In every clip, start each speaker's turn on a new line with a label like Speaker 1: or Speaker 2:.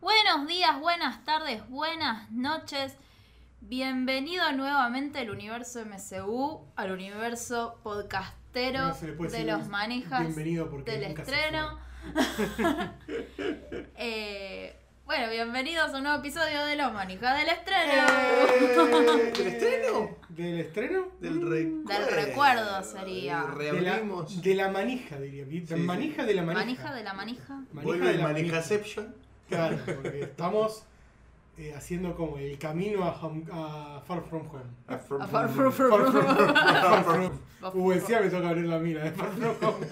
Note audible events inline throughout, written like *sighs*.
Speaker 1: Buenos días, buenas tardes, buenas noches. Bienvenido nuevamente al universo MCU, al universo podcastero
Speaker 2: No se le puede
Speaker 1: de
Speaker 2: decir
Speaker 1: los manejas
Speaker 2: bienvenido porque
Speaker 1: del
Speaker 2: nunca se
Speaker 1: estreno. *laughs* Eh, bueno, bienvenidos a un nuevo episodio de Los manejas del estreno.
Speaker 2: ¡Eh!
Speaker 3: ¿Del estreno?
Speaker 2: *laughs* ¿Del estreno?
Speaker 3: Del
Speaker 2: Mm.
Speaker 3: recuerdo.
Speaker 1: recuerdo sería.
Speaker 2: De la,
Speaker 3: Reabrimos.
Speaker 2: de la manija, diría. De
Speaker 3: Sí, sí.
Speaker 2: manija de la manija.
Speaker 1: Manija de la manija.
Speaker 2: Manija
Speaker 3: Vuelve
Speaker 2: de
Speaker 3: el
Speaker 2: la
Speaker 3: Manijaception.
Speaker 2: Claro, porque estamos eh, haciendo como el camino a, Hom- a Far From
Speaker 3: *laughs*
Speaker 2: Home.
Speaker 1: A far from-
Speaker 2: Far From Far From-
Speaker 1: Far
Speaker 2: Uh, encima me toca abrir la mina de Far From Home.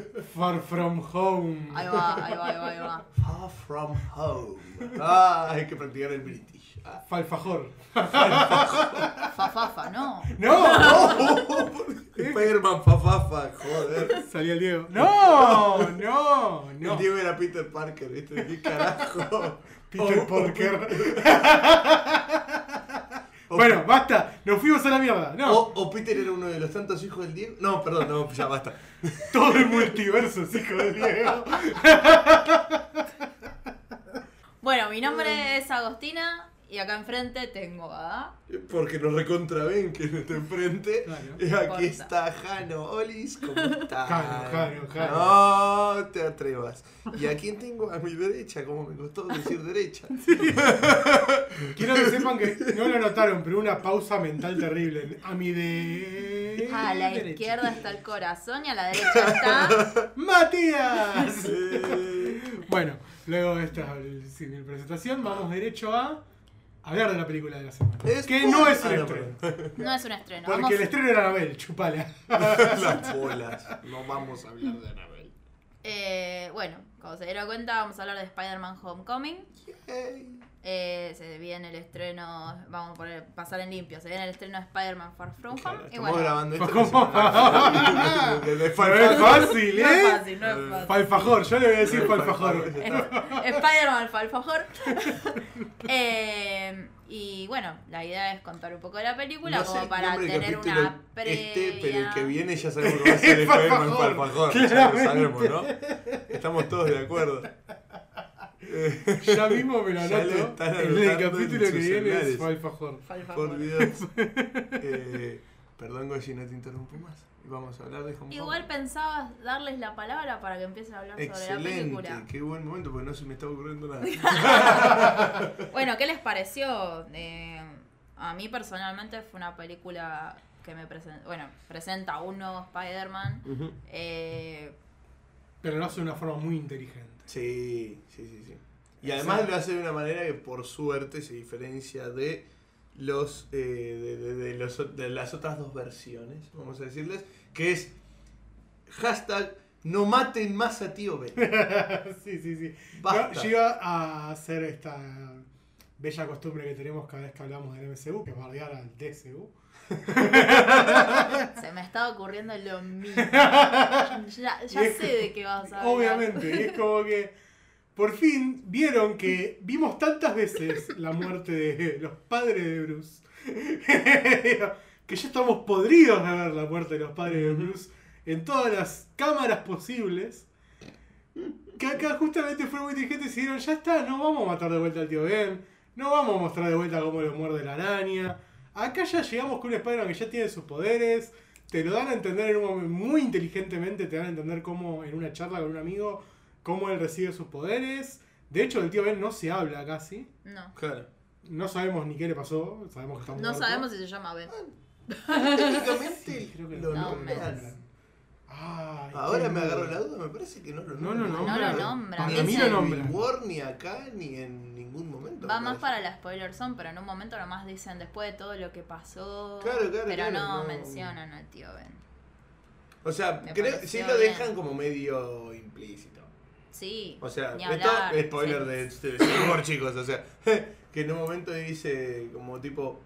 Speaker 3: *laughs*
Speaker 2: Far From Home.
Speaker 1: Ahí va, ahí va, ahí va, ahí va.
Speaker 3: Far from home. Ah, hay que practicar el British. Ah.
Speaker 2: Falfajor.
Speaker 1: Fa, fa, fa, no. *laughs*
Speaker 2: ¡No! *laughs*
Speaker 3: Spider-Man, fafafa, joder.
Speaker 2: Salía el
Speaker 3: *laughs*
Speaker 2: Diego. ¡No! ¡No!
Speaker 3: El
Speaker 2: ¡No!
Speaker 3: Diego era Peter Parker, ¿viste? ¿Qué carajo?
Speaker 2: *laughs* Peter
Speaker 3: Oh.
Speaker 2: Parker.
Speaker 3: O-
Speaker 2: Bueno, basta. Nos fuimos a la mierda. No.
Speaker 3: O, o Peter era uno de los tantos hijos del Diego. No, perdón, no, ya basta.
Speaker 2: Todo el *laughs* multiverso es hijo de Diego.
Speaker 1: Bueno, mi nombre es Agostina y acá enfrente tengo a.
Speaker 3: Porque nos recontraven que este no
Speaker 1: *laughs*
Speaker 3: está enfrente.
Speaker 2: Claro.
Speaker 3: Y
Speaker 1: Importa.
Speaker 3: aquí está Jano Olis, ¿cómo estás?
Speaker 2: Jano, Jano,
Speaker 3: No te atrevas. ¿Y a quién tengo a mi derecha? Como me costó decir derecha.
Speaker 2: Quiero que sepan que no lo notaron, pero una pausa mental terrible. A mi de.
Speaker 1: A la
Speaker 2: derecha.
Speaker 1: izquierda está el corazón y a la derecha está.
Speaker 2: ¡Matías!
Speaker 3: Eh,
Speaker 2: bueno, luego de esta el- sin mi presentación, vamos derecho a hablar de la película de la semana.
Speaker 3: Es
Speaker 2: que
Speaker 3: un-
Speaker 2: no es un
Speaker 3: Ah, no,
Speaker 2: estreno.
Speaker 1: No es un estreno. Vamos,
Speaker 2: Porque el estreno era Anabel, chupala.
Speaker 3: Las bolas. No vamos a hablar de Anabel.
Speaker 1: eh, bueno, como se dieron cuenta, vamos a hablar de Spider-Man Homecoming.
Speaker 3: Yay.
Speaker 1: Eh, se viene el estreno, vamos a poner- pasar en limpio. Se viene el estreno de Spider-man Far From
Speaker 3: Claro,
Speaker 1: Home. Y
Speaker 3: Estamos
Speaker 1: bueno,
Speaker 3: grabando esto.
Speaker 2: ¿Cómo?
Speaker 3: De- de- de-
Speaker 2: No es fácil,
Speaker 1: no es
Speaker 2: ¿eh?
Speaker 1: fácil, no es fácil.
Speaker 2: Falfajor, yo le voy a decir falfajor.
Speaker 1: Spider-Man Falfajor. *laughs* eh, y bueno, la idea es contar un poco de la película,
Speaker 3: No sé
Speaker 1: como
Speaker 3: el
Speaker 1: para
Speaker 3: nombre del
Speaker 1: tener
Speaker 3: capítulo
Speaker 1: una previa.
Speaker 3: Este, pero el que viene ya sabemos que va a ser el Spider-Man
Speaker 2: Farfajor,
Speaker 3: Farfajor. Ya lo
Speaker 2: claramente.
Speaker 3: sabemos, ¿no? Estamos todos de acuerdo. Eh,
Speaker 2: Ya mismo me lo
Speaker 3: Ya lo
Speaker 2: anoto. El
Speaker 3: están
Speaker 2: del
Speaker 3: anotando en
Speaker 2: capítulo que
Speaker 3: sus
Speaker 2: viene es
Speaker 3: celulares.
Speaker 2: falfajor.
Speaker 1: Falfajor.
Speaker 3: Por Dios. Eh, perdón, Goyi, no te interrumpo más. Vamos a hablar de Homecoming.
Speaker 1: Igual pensabas darles la palabra para que empiecen a hablar sobre la
Speaker 3: Excelente,
Speaker 1: película.
Speaker 3: qué buen momento porque no se me está
Speaker 1: *laughs*
Speaker 3: ocurriendo nada.
Speaker 1: Bueno, ¿qué les pareció? Eh, a mí personalmente fue una película que me presenta, bueno, presenta a un nuevo Spider-Man. Eh,
Speaker 2: Pero lo hace de una forma muy inteligente.
Speaker 3: Sí, sí, sí, sí. Y además lo hace de una manera que por suerte se diferencia de los eh, de, de- de los- de las otras dos versiones, vamos a decirles, que es hashtag no maten más a
Speaker 2: *laughs*
Speaker 3: tío Ben.
Speaker 2: sí, sí, sí.
Speaker 3: Basta.
Speaker 2: Yo, yo iba a hacer esta bella costumbre que tenemos cada vez que hablamos del MCU, que es bardear al DCU.
Speaker 1: se me estaba ocurriendo lo mismo. Ya, ya
Speaker 2: Y es-
Speaker 1: sé de qué vas a hablar.
Speaker 2: Obviamente, y es como que por fin vieron que vimos tantas veces la muerte de los padres de Bruce. *laughs* que ya estamos podridos de ver la muerte de los padres de Bruce en todas las cámaras posibles. Que acá justamente fueron muy inteligentes y dijeron, ya está, no vamos a matar de vuelta al tío Ben, no vamos a mostrar de vuelta cómo lo muerde la araña. Acá ya llegamos con un Spider-Man que ya tiene sus poderes, te lo dan a entender en un momen- muy inteligentemente, te dan a entender cómo en una charla con un amigo, cómo él recibe sus poderes. De hecho, del tío Ben no se habla casi.
Speaker 1: No.
Speaker 3: Claro.
Speaker 2: No sabemos ni qué le pasó, sabemos que está
Speaker 1: No
Speaker 2: muerto.
Speaker 1: sabemos si se llama Ben.
Speaker 3: Ah, Técnicamente
Speaker 2: *laughs* Sí, creo que
Speaker 3: lo
Speaker 1: No,
Speaker 3: nombran.
Speaker 1: menos.
Speaker 2: Ay,
Speaker 3: Ahora
Speaker 2: qué
Speaker 3: me agarró
Speaker 2: mierda.
Speaker 3: la duda, me parece que no lo
Speaker 2: No,
Speaker 3: nombran.
Speaker 2: no,
Speaker 1: No
Speaker 2: no.
Speaker 1: lo
Speaker 2: hombre.
Speaker 1: nombran.
Speaker 2: Para
Speaker 1: Es
Speaker 2: mí
Speaker 1: el
Speaker 2: lo
Speaker 3: ni en
Speaker 2: nombran.
Speaker 3: War, ni acá, ni en ningún momento.
Speaker 1: Va
Speaker 3: me
Speaker 1: más
Speaker 3: parece.
Speaker 1: para la spoiler zone, pero en un momento nomás dicen después de todo lo que pasó.
Speaker 3: Claro, claro,
Speaker 1: pero
Speaker 3: claro,
Speaker 1: no,
Speaker 3: no.
Speaker 1: mencionan al tío Ben.
Speaker 3: O sea,
Speaker 1: Me
Speaker 3: creo,
Speaker 1: pareció
Speaker 3: sí lo
Speaker 1: bien.
Speaker 3: dejan como medio implícito.
Speaker 1: Sí.
Speaker 3: O sea,
Speaker 1: ni
Speaker 3: esto
Speaker 1: hablar,
Speaker 3: es spoiler
Speaker 1: sí.
Speaker 3: de, este, de Civil War, chicos. O sea, *laughs* que en un momento dice como tipo,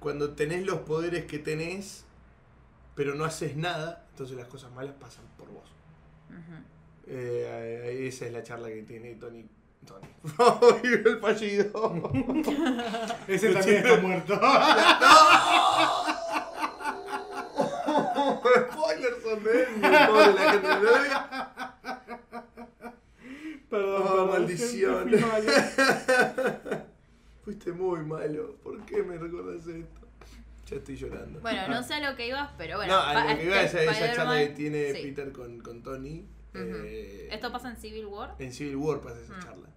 Speaker 3: cuando tenés los poderes que tenés, pero no haces nada, entonces las cosas malas pasan por vos.
Speaker 1: Ujú.
Speaker 3: Eh, ahí esa es la charla que tiene Tony. Tony. *laughs* Oh, el fallido.
Speaker 2: Ese también está
Speaker 3: *laughs*
Speaker 2: muerto.
Speaker 3: Spoilers son de él, pobre la gente, ¿no?
Speaker 2: Perdón,
Speaker 3: Oh,
Speaker 2: perdón,
Speaker 3: maldición.
Speaker 2: siempre fui
Speaker 3: *laughs*
Speaker 2: malo.
Speaker 3: Fuiste muy malo. ¿Por qué me recuerdas esto? Ya estoy llorando.
Speaker 1: Bueno, no sé a lo que ibas, pero bueno.
Speaker 3: ah. no, a lo que iba a esa, esa charla que
Speaker 1: Spider-Man-
Speaker 3: tiene
Speaker 1: sí.
Speaker 3: Peter con, con Tony.
Speaker 1: Ujú.
Speaker 3: eh,
Speaker 1: Esto pasa en Civil War.
Speaker 3: en Civil War, pasa esa
Speaker 1: Mm.
Speaker 3: charla.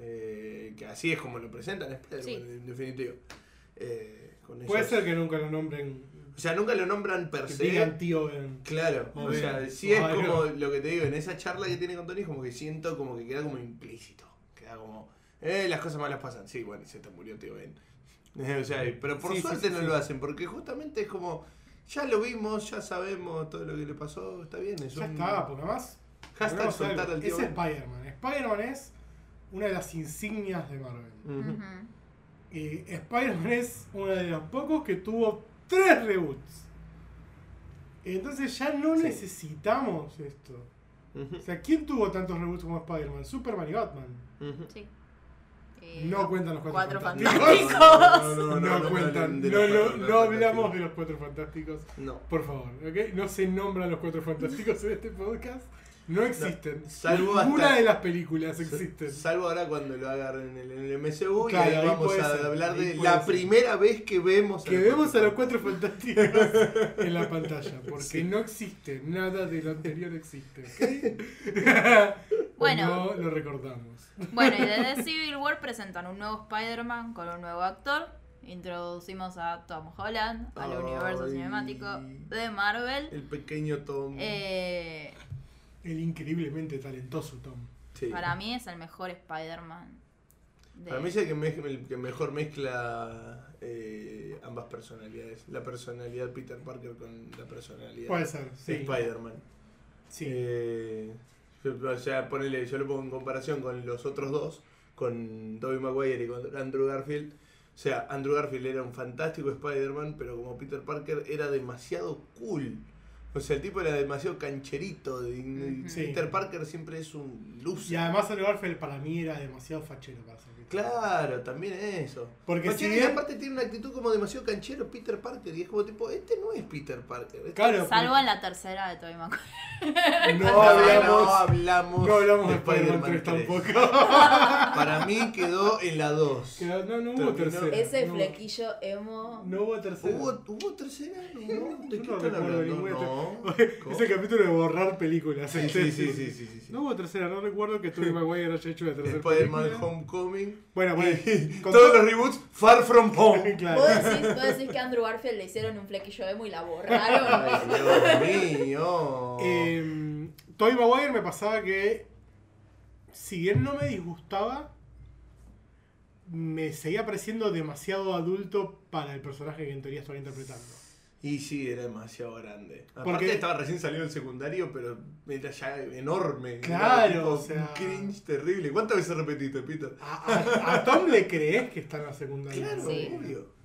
Speaker 3: Eh, que así es como lo presentan, Spider-Man,
Speaker 1: Sí.
Speaker 3: en definitivo. Eh, con
Speaker 2: Puede
Speaker 3: ellos-
Speaker 2: ser que nunca lo nombren.
Speaker 3: O sea, nunca lo nombran per
Speaker 2: Que
Speaker 3: se.
Speaker 2: digan tío Ben.
Speaker 3: Claro,
Speaker 2: O
Speaker 3: o sea,
Speaker 2: bien,
Speaker 3: sí es
Speaker 2: o algo.
Speaker 3: como lo que te digo, en esa charla que tiene con Tony es como que siento como que queda como implícito. Queda como, eh, las cosas malas pasan. Sí, bueno, se te murió, tío Ben. o sea, pero por
Speaker 2: Sí, sí,
Speaker 3: suerte
Speaker 2: sí,
Speaker 3: no
Speaker 2: sí.
Speaker 3: lo hacen, porque justamente es como, ya lo vimos, ya sabemos todo lo que le pasó, está bien, es
Speaker 2: Ya
Speaker 3: un
Speaker 2: está, porque más.
Speaker 3: hashtag
Speaker 2: tenemos
Speaker 3: soltar
Speaker 2: algo.
Speaker 3: al tío
Speaker 2: Es
Speaker 3: Ben.
Speaker 2: Spider-Man. Spider-Man es una de las insignias de Marvel.
Speaker 3: Ujú.
Speaker 1: Ujú.
Speaker 2: Y Spider-Man es uno de los pocos que tuvo tres reboots. Entonces ya no
Speaker 3: Sí.
Speaker 2: necesitamos esto. O
Speaker 3: Ujú.
Speaker 2: sea, ¿quién tuvo tantos reboots como Spider-Man? Superman y Batman.
Speaker 3: Ujú.
Speaker 1: Sí. Eh,
Speaker 2: No cuentan los
Speaker 1: Cuatro
Speaker 2: cuatro, fantásticos.
Speaker 1: fantásticos.
Speaker 2: *laughs* No, cuentan.
Speaker 3: de
Speaker 2: No,
Speaker 3: los
Speaker 2: no,
Speaker 3: cuatro,
Speaker 2: no hablamos de
Speaker 3: fantásticos.
Speaker 2: los cuatro fantásticos.
Speaker 3: No.
Speaker 2: Por favor, ¿ok? No se nombran los cuatro fantásticos en este podcast. No existen.
Speaker 3: salvo
Speaker 2: Ninguna
Speaker 3: hasta-
Speaker 2: de las películas existen.
Speaker 3: Salvo ahora cuando lo agarren en el, en el MCU
Speaker 2: Claro,
Speaker 3: y ahí
Speaker 2: ahí
Speaker 3: vamos
Speaker 2: puede
Speaker 3: a
Speaker 2: ser,
Speaker 3: hablar
Speaker 2: ahí
Speaker 3: de
Speaker 2: puede
Speaker 3: la
Speaker 2: ser.
Speaker 3: primera vez que vemos
Speaker 2: Que
Speaker 3: los
Speaker 2: vemos a los
Speaker 3: cuatro. *laughs*
Speaker 2: cuatro fantásticos en la pantalla, porque
Speaker 3: Sí.
Speaker 2: no existe, nada de lo anterior existe, ¿ok?
Speaker 3: *laughs*
Speaker 1: Bueno.
Speaker 2: No lo recordamos.
Speaker 1: Bueno, y desde Civil War presentan un nuevo Spider-Man con un nuevo actor. Introducimos a Tom Holland al
Speaker 3: Ay.
Speaker 1: universo cinemático de Marvel.
Speaker 3: El pequeño Tom.
Speaker 1: Eh,
Speaker 2: El increíblemente talentoso Tom.
Speaker 3: Sí.
Speaker 1: Para mí es el mejor Spider-Man. de-
Speaker 3: Para mí es el que, mez- el que mejor mezcla eh, ambas personalidades. La personalidad Peter Parker con la personalidad
Speaker 2: Puede
Speaker 3: de
Speaker 2: ser, sí.
Speaker 3: Spider-Man.
Speaker 2: Sí.
Speaker 3: Eh, o sea, ponele, yo lo pongo en comparación con los otros dos, con Tobey Maguire y con Andrew Garfield. O sea, Andrew Garfield era un fantástico Spider-Man, pero como Peter Parker era demasiado cool. O sea, el tipo era demasiado cancherito. de-
Speaker 1: Ujú.
Speaker 2: Sí.
Speaker 3: Peter Parker siempre es un
Speaker 2: y
Speaker 3: loser.
Speaker 2: además el Garfield para mí era demasiado fachero para ser.
Speaker 3: Claro, también eso.
Speaker 2: Porque
Speaker 3: Fachero,
Speaker 2: si
Speaker 3: y
Speaker 2: bien-
Speaker 3: aparte tiene una actitud como demasiado canchero Peter Parker. Y es como tipo, este no es Peter Parker. este-
Speaker 2: Claro,
Speaker 1: Salvo en la tercera de Tobey Maguire.
Speaker 2: porque no
Speaker 3: Esta vez no
Speaker 2: hablamos,
Speaker 3: hablamos,
Speaker 2: no hablamos de
Speaker 3: Spider-Man
Speaker 2: Spider-Man 3
Speaker 3: 3. *laughs*
Speaker 2: tampoco.
Speaker 3: Para mí quedó en la 2.
Speaker 2: Quedó- No, no hubo
Speaker 3: Terminó.
Speaker 2: tercera.
Speaker 1: Ese
Speaker 2: no,
Speaker 1: flequillo emo.
Speaker 2: No hubo tercera.
Speaker 3: ¿Hubo, ¿Hubo tercera? No, ¿De
Speaker 2: Yo no
Speaker 3: qué están
Speaker 2: recuerdo
Speaker 3: hablando?
Speaker 2: ninguna
Speaker 3: No.
Speaker 2: *laughs* Es el capítulo de borrar películas.
Speaker 3: Sí, sí, sí, sí, sí, sí, sí.
Speaker 2: No hubo tercera, no recuerdo que Tobey Maguire haya hecho la tercera.
Speaker 3: Spider-Man
Speaker 2: película.
Speaker 3: Homecoming.
Speaker 2: Bueno, bueno. *laughs*
Speaker 3: Y
Speaker 2: con
Speaker 3: *laughs* todos
Speaker 2: todo-
Speaker 3: los reboots, Far From *laughs* Home.
Speaker 2: *laughs* Claro.
Speaker 4: ¿Vos decís, vos decís que a Andrew Garfield le hicieron un flequillo emo y la borraron.
Speaker 3: Ay, Dios mío.
Speaker 2: Eh, Tobey Maguire me pasaba que, si bien no me disgustaba, me seguía pareciendo demasiado adulto para el personaje que en teoría estaba
Speaker 3: *laughs*
Speaker 2: interpretando.
Speaker 3: Y sí, era demasiado grande. Aparte
Speaker 2: Porque-
Speaker 3: estaba recién salido del secundario, pero era ya enorme. Era
Speaker 2: Claro,
Speaker 3: tipo
Speaker 2: o sea-
Speaker 3: Un cringe terrible. ¿Cuántas veces repetiste, Peter?
Speaker 2: A, a- a Tom le crees que está en la secundaria.
Speaker 3: Claro,
Speaker 1: Sí.
Speaker 3: obvio.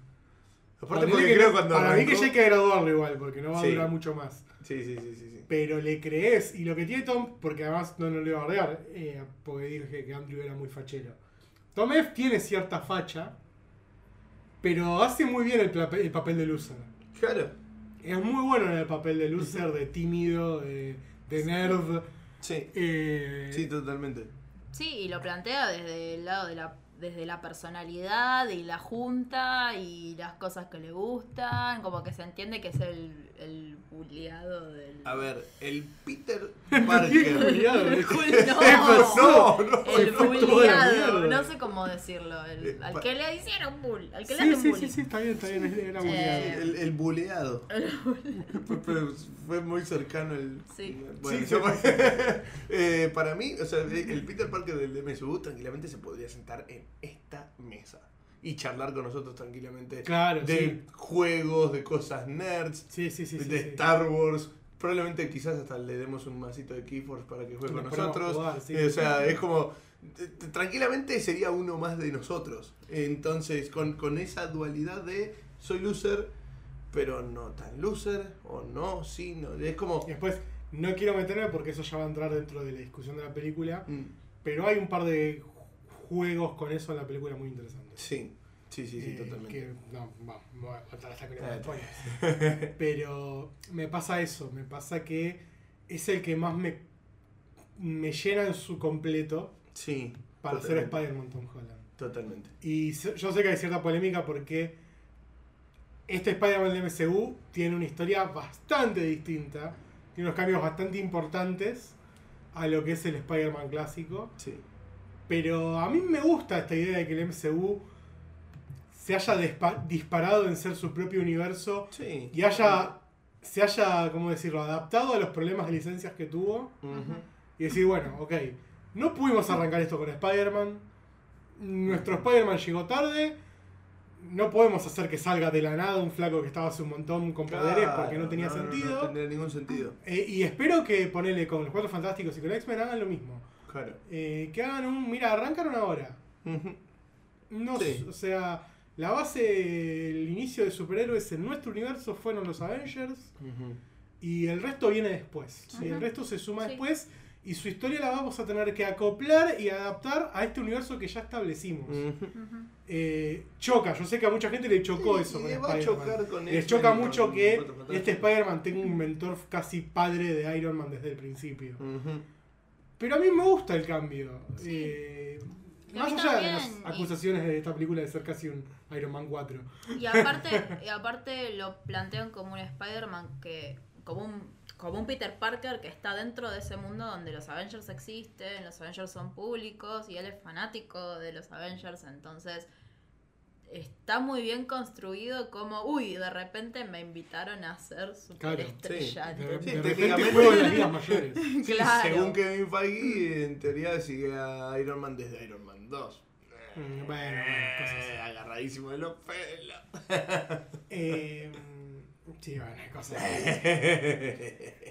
Speaker 3: Aparte
Speaker 2: Ponele
Speaker 3: porque
Speaker 2: que-
Speaker 3: creo cuando
Speaker 2: para mí que
Speaker 3: arrancó-
Speaker 2: ya hay que graduarlo igual, porque no va a
Speaker 3: Sí.
Speaker 2: durar mucho más.
Speaker 3: Sí, sí, sí, sí, sí.
Speaker 2: Pero le crees, y lo que tiene Tom, porque además no, no le iba a bardear, eh, porque dije que Andrew era muy fachero. Tom F tiene cierta facha, pero hace muy bien el, plape- el papel de loser.
Speaker 3: Claro.
Speaker 2: Es muy bueno en el papel de loser, de tímido, de, de nerd.
Speaker 3: Sí.
Speaker 2: eh,
Speaker 3: Sí, totalmente.
Speaker 1: Sí, y lo plantea desde el lado de la desde la personalidad y la junta y las cosas que le gustan, como que se entiende que es el, el buleado del...
Speaker 3: A ver, el Peter
Speaker 1: *laughs*
Speaker 2: Bien
Speaker 3: Parker.
Speaker 2: culiado,
Speaker 1: El
Speaker 2: eh.
Speaker 1: cul- no.
Speaker 3: no, no.
Speaker 1: El
Speaker 2: fue toda la
Speaker 1: buleado,
Speaker 2: mierda.
Speaker 1: no sé cómo decirlo, el-
Speaker 3: Eh,
Speaker 1: al
Speaker 3: pa-
Speaker 1: que le hicieron bull, al que le
Speaker 2: Sí,
Speaker 1: hacen
Speaker 2: sí, sí,
Speaker 1: bullying.
Speaker 2: sí, está bien, está bien, era
Speaker 1: Sí.
Speaker 2: buleado.
Speaker 3: El, el buleado. Fue- fue- Fue muy cercano el.
Speaker 1: Sí.
Speaker 3: Bueno,
Speaker 2: Sí,
Speaker 3: yo-
Speaker 2: sí.
Speaker 3: *laughs* Eh, para mí, o sea, el- el Peter Parker del MSU tranquilamente se podría sentar en esta mesa y charlar con nosotros tranquilamente
Speaker 2: Claro,
Speaker 3: de
Speaker 2: sí.
Speaker 3: juegos, de cosas nerds,
Speaker 2: Sí, sí, sí. sí,
Speaker 3: de
Speaker 2: sí.
Speaker 3: Star Wars. Probablemente quizás hasta le demos un masito de Keyforce para que juegue
Speaker 2: Nos
Speaker 3: pues, con
Speaker 2: ponemos a
Speaker 3: nosotros.
Speaker 2: jugar, sí.
Speaker 3: Eh, o sea, es como... t- t- Tranquilamente sería uno más de nosotros. Entonces, con, con esa dualidad de soy loser, pero no tan loser, o no, sí, no. Es como...
Speaker 2: Y después, no quiero meterme porque eso ya va a entrar dentro de la discusión de la película.
Speaker 3: mm,
Speaker 2: Pero hay un par de ju- juegos con eso en la película muy interesantes.
Speaker 3: Sí, sí, sí, sí,
Speaker 2: Eh,
Speaker 3: totalmente.
Speaker 2: que- no, va, me voy a contar hasta que
Speaker 3: Ah,
Speaker 2: no *laughs*
Speaker 3: *laughs*
Speaker 2: Pero me pasa eso, me pasa que es el que más me me llenan su completo
Speaker 3: Sí.
Speaker 2: para ser
Speaker 3: totalmente,
Speaker 2: Spider-Man Tom Holland.
Speaker 3: Totalmente.
Speaker 2: Y se- yo sé que hay cierta polémica porque este Spider-Man del MCU tiene una historia bastante distinta, tiene unos cambios bastante importantes a lo que es el Spider-Man clásico.
Speaker 3: Sí.
Speaker 2: Pero a mí me gusta esta idea de que el MCU se haya dispa- disparado en ser su propio universo
Speaker 3: Sí.
Speaker 2: y haya se haya, ¿cómo decirlo?, adaptado a los problemas de licencias que tuvo
Speaker 3: Ujú.
Speaker 2: y decir, bueno, ok, no pudimos arrancar esto con Spider-Man, nuestro Spider-Man llegó tarde, no podemos hacer que salga de la nada un flaco que estaba hace un montón con poderes
Speaker 3: Claro,
Speaker 2: porque no tenía sentido.
Speaker 3: No, tenía ningún sentido.
Speaker 2: Eh, y espero que ponele con los Cuatro Fantásticos y con X-Men hagan lo mismo.
Speaker 3: Claro.
Speaker 2: Eh, que hagan un, mira, arrancan una hora.
Speaker 3: Ujú.
Speaker 2: No,
Speaker 3: Sí.
Speaker 2: s- o sea, la base, el inicio de superhéroes en nuestro universo fueron los Avengers
Speaker 3: Ujú.
Speaker 2: y el resto viene después.
Speaker 1: Sí.
Speaker 2: Y el resto se suma
Speaker 4: Sí.
Speaker 2: después y su historia la vamos a tener que acoplar y adaptar a este universo que ya establecimos.
Speaker 3: Ujú.
Speaker 1: Ujú.
Speaker 2: Eh, choca, yo sé que a mucha gente le chocó
Speaker 3: Sí,
Speaker 2: eso.
Speaker 3: y
Speaker 2: con
Speaker 3: le va a
Speaker 2: Spider-Man.
Speaker 3: chocar con
Speaker 2: Les
Speaker 3: X-Men
Speaker 2: choca
Speaker 3: y con
Speaker 2: mucho que
Speaker 3: Cuatro Fantásticos.
Speaker 2: este Spider-Man tenga un mentor casi padre de Iron Man desde el principio.
Speaker 3: Ujú.
Speaker 2: Pero a mí me gusta el cambio.
Speaker 1: Sí.
Speaker 2: Eh,
Speaker 1: Y a
Speaker 2: más
Speaker 1: mí
Speaker 2: allá de las
Speaker 1: también, y-
Speaker 2: acusaciones de esta película de ser casi un Iron Man 4.
Speaker 1: Y aparte, y aparte lo plantean como un Spider-Man que. como un. como un Peter Parker que está dentro de ese mundo donde los Avengers existen, los Avengers son públicos y él es fanático de los Avengers, entonces está muy bien construido como, uy, de repente me invitaron a ser superestrella.
Speaker 2: De,
Speaker 3: Sí,
Speaker 2: de repente
Speaker 3: técnicamente-
Speaker 2: juego en las ligas mayores.
Speaker 3: Sí,
Speaker 1: Claro.
Speaker 3: según Kevin Feige, en teoría sigue a Iron Man desde Iron Man 2.
Speaker 2: Mm, bueno, bueno, cosas así.
Speaker 3: Eh, agarradísimo de los pelos.
Speaker 2: Eh, sí, bueno, hay cosas.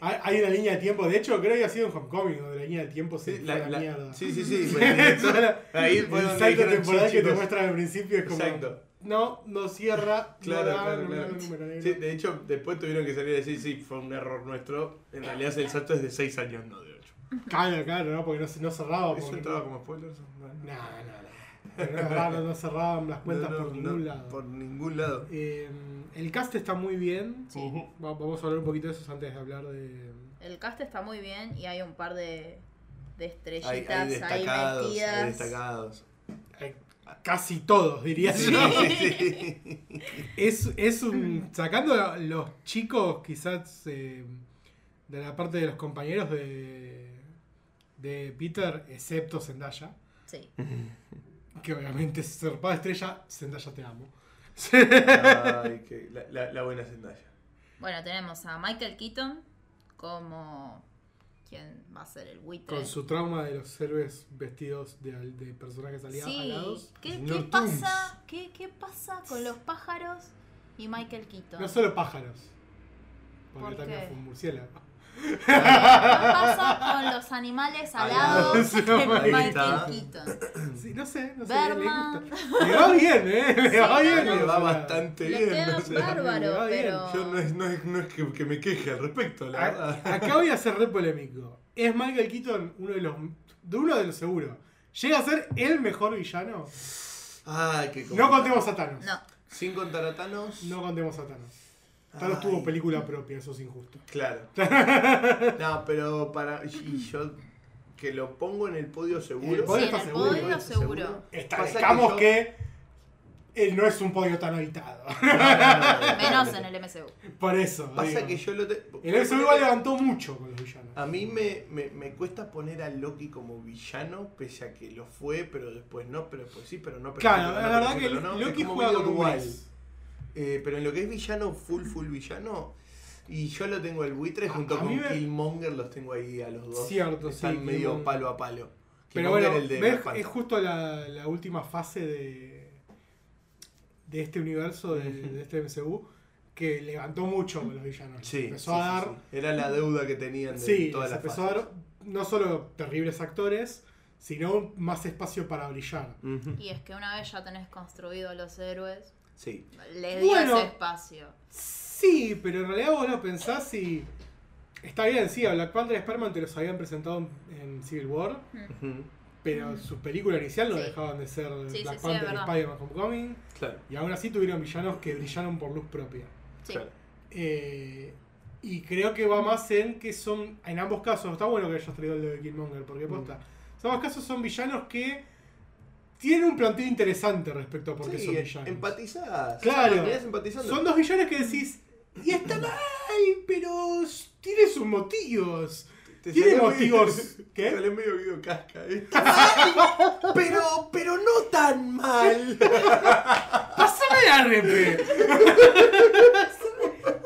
Speaker 2: Hay, hay una línea de tiempo. De hecho, creo que ha sido en Homecoming donde la línea de tiempo se
Speaker 3: Sí,
Speaker 2: fue
Speaker 3: la-
Speaker 2: a la,
Speaker 3: la-
Speaker 2: mierda.
Speaker 3: sí, sí, sí, fue
Speaker 2: *laughs*
Speaker 3: el director. Ahí fue
Speaker 2: el
Speaker 3: donde
Speaker 2: salto
Speaker 3: dijeron,
Speaker 2: temporal
Speaker 3: "Sí,
Speaker 2: que te
Speaker 3: chicos".
Speaker 2: muestran al principio es como.
Speaker 3: Exacto.
Speaker 2: No, no cierra.
Speaker 3: Claro,
Speaker 2: no da,
Speaker 3: claro,
Speaker 2: no me da
Speaker 3: claro.
Speaker 2: el Ah, número negro.
Speaker 3: Sí, de hecho, después tuvieron que salir a decir, sí, fue un error nuestro.
Speaker 2: Ah.
Speaker 3: En realidad el salto es de 6 años, no de 8.
Speaker 2: Claro, claro, no, porque no, se- no cerraba.
Speaker 3: ¿Eso
Speaker 2: porque
Speaker 3: entraba
Speaker 2: Ah, no-
Speaker 3: como spoilers? No,
Speaker 2: No,
Speaker 3: no.
Speaker 2: no, no. Pero no, cerraban, no cerraban las cuentas
Speaker 3: No, no,
Speaker 2: por
Speaker 3: no,
Speaker 2: ningún lado.
Speaker 3: Por ningún lado.
Speaker 2: Eh, el cast está muy bien.
Speaker 1: Sí.
Speaker 3: Ujú.
Speaker 2: Va- Vamos a hablar un poquito de eso antes de hablar de.
Speaker 1: El cast está muy bien y hay un par de, de estrellitas
Speaker 3: Hay, hay
Speaker 1: ahí
Speaker 3: destacados, hay
Speaker 1: metidas.
Speaker 3: destacados.
Speaker 2: eh, Casi todos, diría
Speaker 3: *laughs*
Speaker 2: yo.
Speaker 3: sí.
Speaker 2: Es, es un. Sacando a los chicos, quizás. eh, de la parte de los compañeros de. De Peter, excepto Zendaya.
Speaker 1: Sí.
Speaker 2: Que obviamente es serpada estrella. Zendaya te amo. *laughs*
Speaker 3: Ay, que la, la, la buena Zendaya.
Speaker 1: Bueno, tenemos a Michael Keaton como quien va a ser el buitre.
Speaker 2: Con su trauma de los héroes vestidos de, al- de personajes ali-
Speaker 1: sí.
Speaker 2: alados.
Speaker 1: ¿Qué,
Speaker 3: Señor
Speaker 1: qué pasa? ¿Qué, qué pasa con los pájaros y Michael Keaton?
Speaker 2: No solo pájaros. Porque
Speaker 1: ¿Por
Speaker 2: también
Speaker 1: qué?
Speaker 2: fue un murciélago. *clears throat*
Speaker 1: ¿Qué pasa con los animales alados
Speaker 2: Alados,
Speaker 1: de
Speaker 2: ahí
Speaker 1: Michael
Speaker 3: está.
Speaker 1: Keaton?
Speaker 2: Sí, no sé, no sé. Le,
Speaker 1: Berman.
Speaker 2: gusta. Le va bien, ¿eh? Le va
Speaker 1: Sí,
Speaker 2: bien.
Speaker 1: no,
Speaker 3: Le
Speaker 2: o
Speaker 3: va
Speaker 2: sea,
Speaker 3: bastante
Speaker 1: Le
Speaker 3: bien.
Speaker 1: queda
Speaker 3: o sea,
Speaker 1: bárbaro,
Speaker 2: va bien.
Speaker 1: pero.
Speaker 3: Yo no es, no es, no es que, que me queje al respecto, la verdad.
Speaker 2: A- Acá voy a ser re polémico. Es Michael Keaton uno de los. De uno de los seguros. ¿Llega a ser el mejor villano?
Speaker 3: Ay, qué
Speaker 2: No
Speaker 3: complicado.
Speaker 2: contemos a Thanos.
Speaker 1: No,
Speaker 3: Sin contar a Thanos.
Speaker 2: No contemos a Thanos. Thanos
Speaker 3: Ay,
Speaker 2: tuvo película propia, eso es injusto.
Speaker 3: Claro. No, pero para. Y yo que lo pongo en el podio seguro.
Speaker 2: El podio
Speaker 1: Sí, en
Speaker 2: está
Speaker 1: el
Speaker 2: seguro.
Speaker 1: podio seguro.
Speaker 2: Destacamos
Speaker 3: yo-
Speaker 2: que, él no es un podio tan habitado. *laughs*
Speaker 3: No, no, no, no, no.
Speaker 1: menos en el MCU.
Speaker 2: Por eso.
Speaker 3: Pasa
Speaker 2: digo.
Speaker 3: que yo lo te...
Speaker 2: El MCU igual levantó mucho con los villanos.
Speaker 3: A mí me, me, me cuesta poner a Loki como villano, pese a que lo fue, pero después no, pero después sí, pero no. Pero
Speaker 2: Claro,
Speaker 3: sí,
Speaker 2: la
Speaker 3: pero no,
Speaker 2: verdad
Speaker 3: pero
Speaker 2: que
Speaker 3: sí, pero no.
Speaker 2: Loki
Speaker 3: Es como
Speaker 2: juega
Speaker 3: medio
Speaker 2: con un
Speaker 3: dual.
Speaker 2: gris.
Speaker 3: Eh, pero en lo que es villano, full, full villano, y yo lo tengo al buitre junto
Speaker 2: a mí me-
Speaker 3: con Killmonger, los tengo ahí a los dos.
Speaker 2: Cierto,
Speaker 3: Están
Speaker 2: sí,
Speaker 3: medio
Speaker 2: Killmonger.
Speaker 3: palo a palo.
Speaker 2: Pero
Speaker 3: Killmonger
Speaker 2: bueno,
Speaker 3: el de
Speaker 2: ves,
Speaker 3: Black Panther.
Speaker 2: es justo la, la última fase de, de este universo, de, de este MCU, que levantó mucho con los villanos.
Speaker 3: Sí,
Speaker 2: empezó
Speaker 3: sí,
Speaker 2: a
Speaker 3: sí,
Speaker 2: dar.
Speaker 3: sí. Era la deuda que tenían de
Speaker 2: Sí,
Speaker 3: todas
Speaker 2: les
Speaker 3: las
Speaker 2: empezó a
Speaker 3: fases.
Speaker 2: dar no solo terribles actores, sino más espacio para brillar.
Speaker 3: Ujú.
Speaker 1: Y es que una vez ya tenés construido a los héroes,
Speaker 3: Sí.
Speaker 1: le di
Speaker 2: Bueno.
Speaker 1: ese espacio.
Speaker 2: Sí, pero en realidad vos lo pensás y. Está bien, sí, a Black Panther y Spider-Man te los habían presentado en, en Civil War,
Speaker 3: Ujú.
Speaker 2: pero su película inicial no
Speaker 1: Sí.
Speaker 2: dejaban de ser
Speaker 1: Sí, sí,
Speaker 2: Black
Speaker 1: sí, es
Speaker 2: Panther y
Speaker 1: verdad.
Speaker 2: Spider-Man Homecoming,
Speaker 3: Claro.
Speaker 2: y aún así tuvieron villanos que brillaron por luz propia.
Speaker 1: Sí.
Speaker 3: claro.
Speaker 2: Eh, Y creo que va más en que son, en ambos casos, está bueno que hayas traído el de Killmonger,
Speaker 3: Mm.
Speaker 2: porque posta. En ambos casos son villanos que tienen un planteo interesante respecto a por qué
Speaker 3: Sí,
Speaker 2: son villanos.
Speaker 3: empatizás.
Speaker 2: Claro.
Speaker 3: Terminás empatizando.
Speaker 2: Son dos villanos que decís, y está mal, pero tiene sus motivos.
Speaker 3: Te
Speaker 2: tiene
Speaker 3: salió *laughs*
Speaker 2: motivos.
Speaker 3: medio-
Speaker 2: ¿Qué?
Speaker 3: Salió medio Guido Casca.
Speaker 2: *laughs*
Speaker 3: ¿eh? pero, pero no tan mal.
Speaker 2: ¡Pásame la RP! *laughs*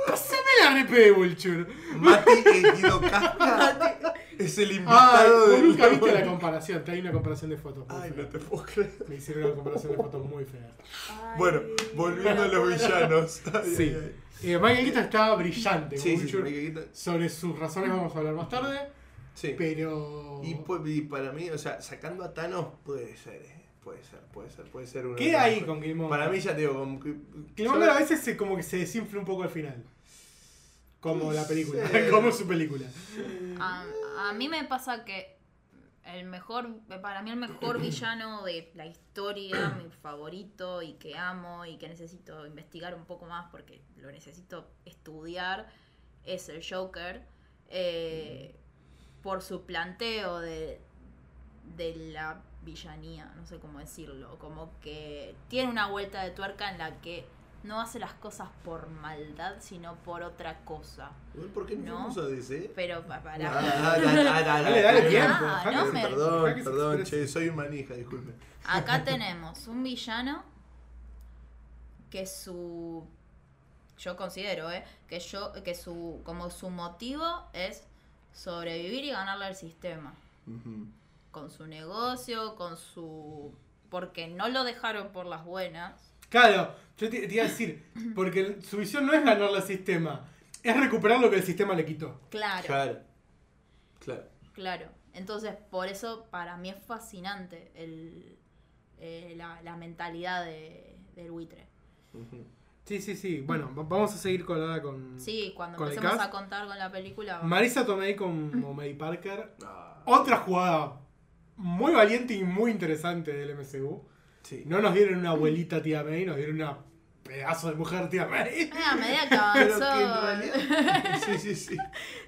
Speaker 2: ¡Pásame la RP, Vulture!
Speaker 3: Mati es Guido Casca. es el
Speaker 2: Ah,
Speaker 3: invitado
Speaker 2: vos
Speaker 3: de
Speaker 2: nunca viste la comparación, te hay una comparación de fotos. muy
Speaker 3: Ay,
Speaker 2: fea.
Speaker 3: no te puedo creer.
Speaker 2: Me hicieron una comparación de fotos muy fea.
Speaker 3: Bueno, volviendo a los villanos. Ay,
Speaker 2: Sí.
Speaker 3: ay, ay.
Speaker 2: Eh, Michael Keaton estaba brillante,
Speaker 3: Sí, sí, sí,
Speaker 2: Vulture.
Speaker 3: Mati Guido-
Speaker 2: Sobre sus razones vamos a hablar más tarde,
Speaker 3: sí.
Speaker 2: pero...
Speaker 3: Y, po- y para mí, o sea, sacando a Thanos puede ser, ¿eh? Puede ser, puede ser, puede ser uno. de
Speaker 2: ¿Qué
Speaker 3: los
Speaker 2: hay
Speaker 3: mejores.
Speaker 2: con Killmonger?
Speaker 3: Para mí ya te digo, con...
Speaker 2: Killmonger a veces se, como que se desinfla un poco al final. Como la película, *laughs*
Speaker 3: Sí.
Speaker 2: como su película.
Speaker 1: A, a mí me pasa que el mejor, para mí el mejor villano de la historia, mi favorito y que amo y que necesito investigar un poco más porque lo necesito estudiar, es el Joker. eh, por su planteo de, de la villanía, no sé cómo decirlo, como que tiene una vuelta de tuerca en la que no hace las cosas por maldad, sino por otra cosa.
Speaker 3: Uy, ¿Por qué no
Speaker 1: No.
Speaker 3: fuimos a DC?
Speaker 1: Pero pa- para...
Speaker 3: Ah,
Speaker 2: Dale, dale tiempo.
Speaker 1: Ah,
Speaker 2: dejá que
Speaker 1: no
Speaker 2: se-
Speaker 1: me-
Speaker 2: dejá
Speaker 3: Perdón,
Speaker 2: que se
Speaker 3: perdón,
Speaker 2: exprese.
Speaker 3: che, soy un manija, disculpe.
Speaker 1: Acá tenemos un villano que su yo considero, eh, que yo que su como su motivo es sobrevivir y ganarle al sistema
Speaker 3: Ujú.
Speaker 1: con su negocio, con su porque no lo dejaron por las buenas.
Speaker 2: Claro, yo te, te iba a decir, porque el- su visión no es ganarle al sistema, es recuperar lo que el sistema le quitó.
Speaker 1: Claro, claro.
Speaker 3: Claro. Claro.
Speaker 1: Entonces, por eso para mí es fascinante el, eh, la, la mentalidad de- del buitre.
Speaker 3: Ujú.
Speaker 2: Sí, sí, sí. Bueno, va- vamos a seguir con ahora con
Speaker 1: Sí, cuando
Speaker 2: Mm. ¿Con el
Speaker 1: empecemos
Speaker 2: cast?
Speaker 1: a contar con la película
Speaker 2: Marisa Tomei como May Parker.
Speaker 3: Ah,
Speaker 2: Otra jugada muy valiente y muy interesante del MCU.
Speaker 3: sí.
Speaker 2: No nos dieron una abuelita tía May, nos dieron una pedazo de mujer tía May.
Speaker 1: Eh, a medida que
Speaker 3: Pero
Speaker 1: avanzó,
Speaker 3: que en *laughs* realidad. Sí, sí, sí.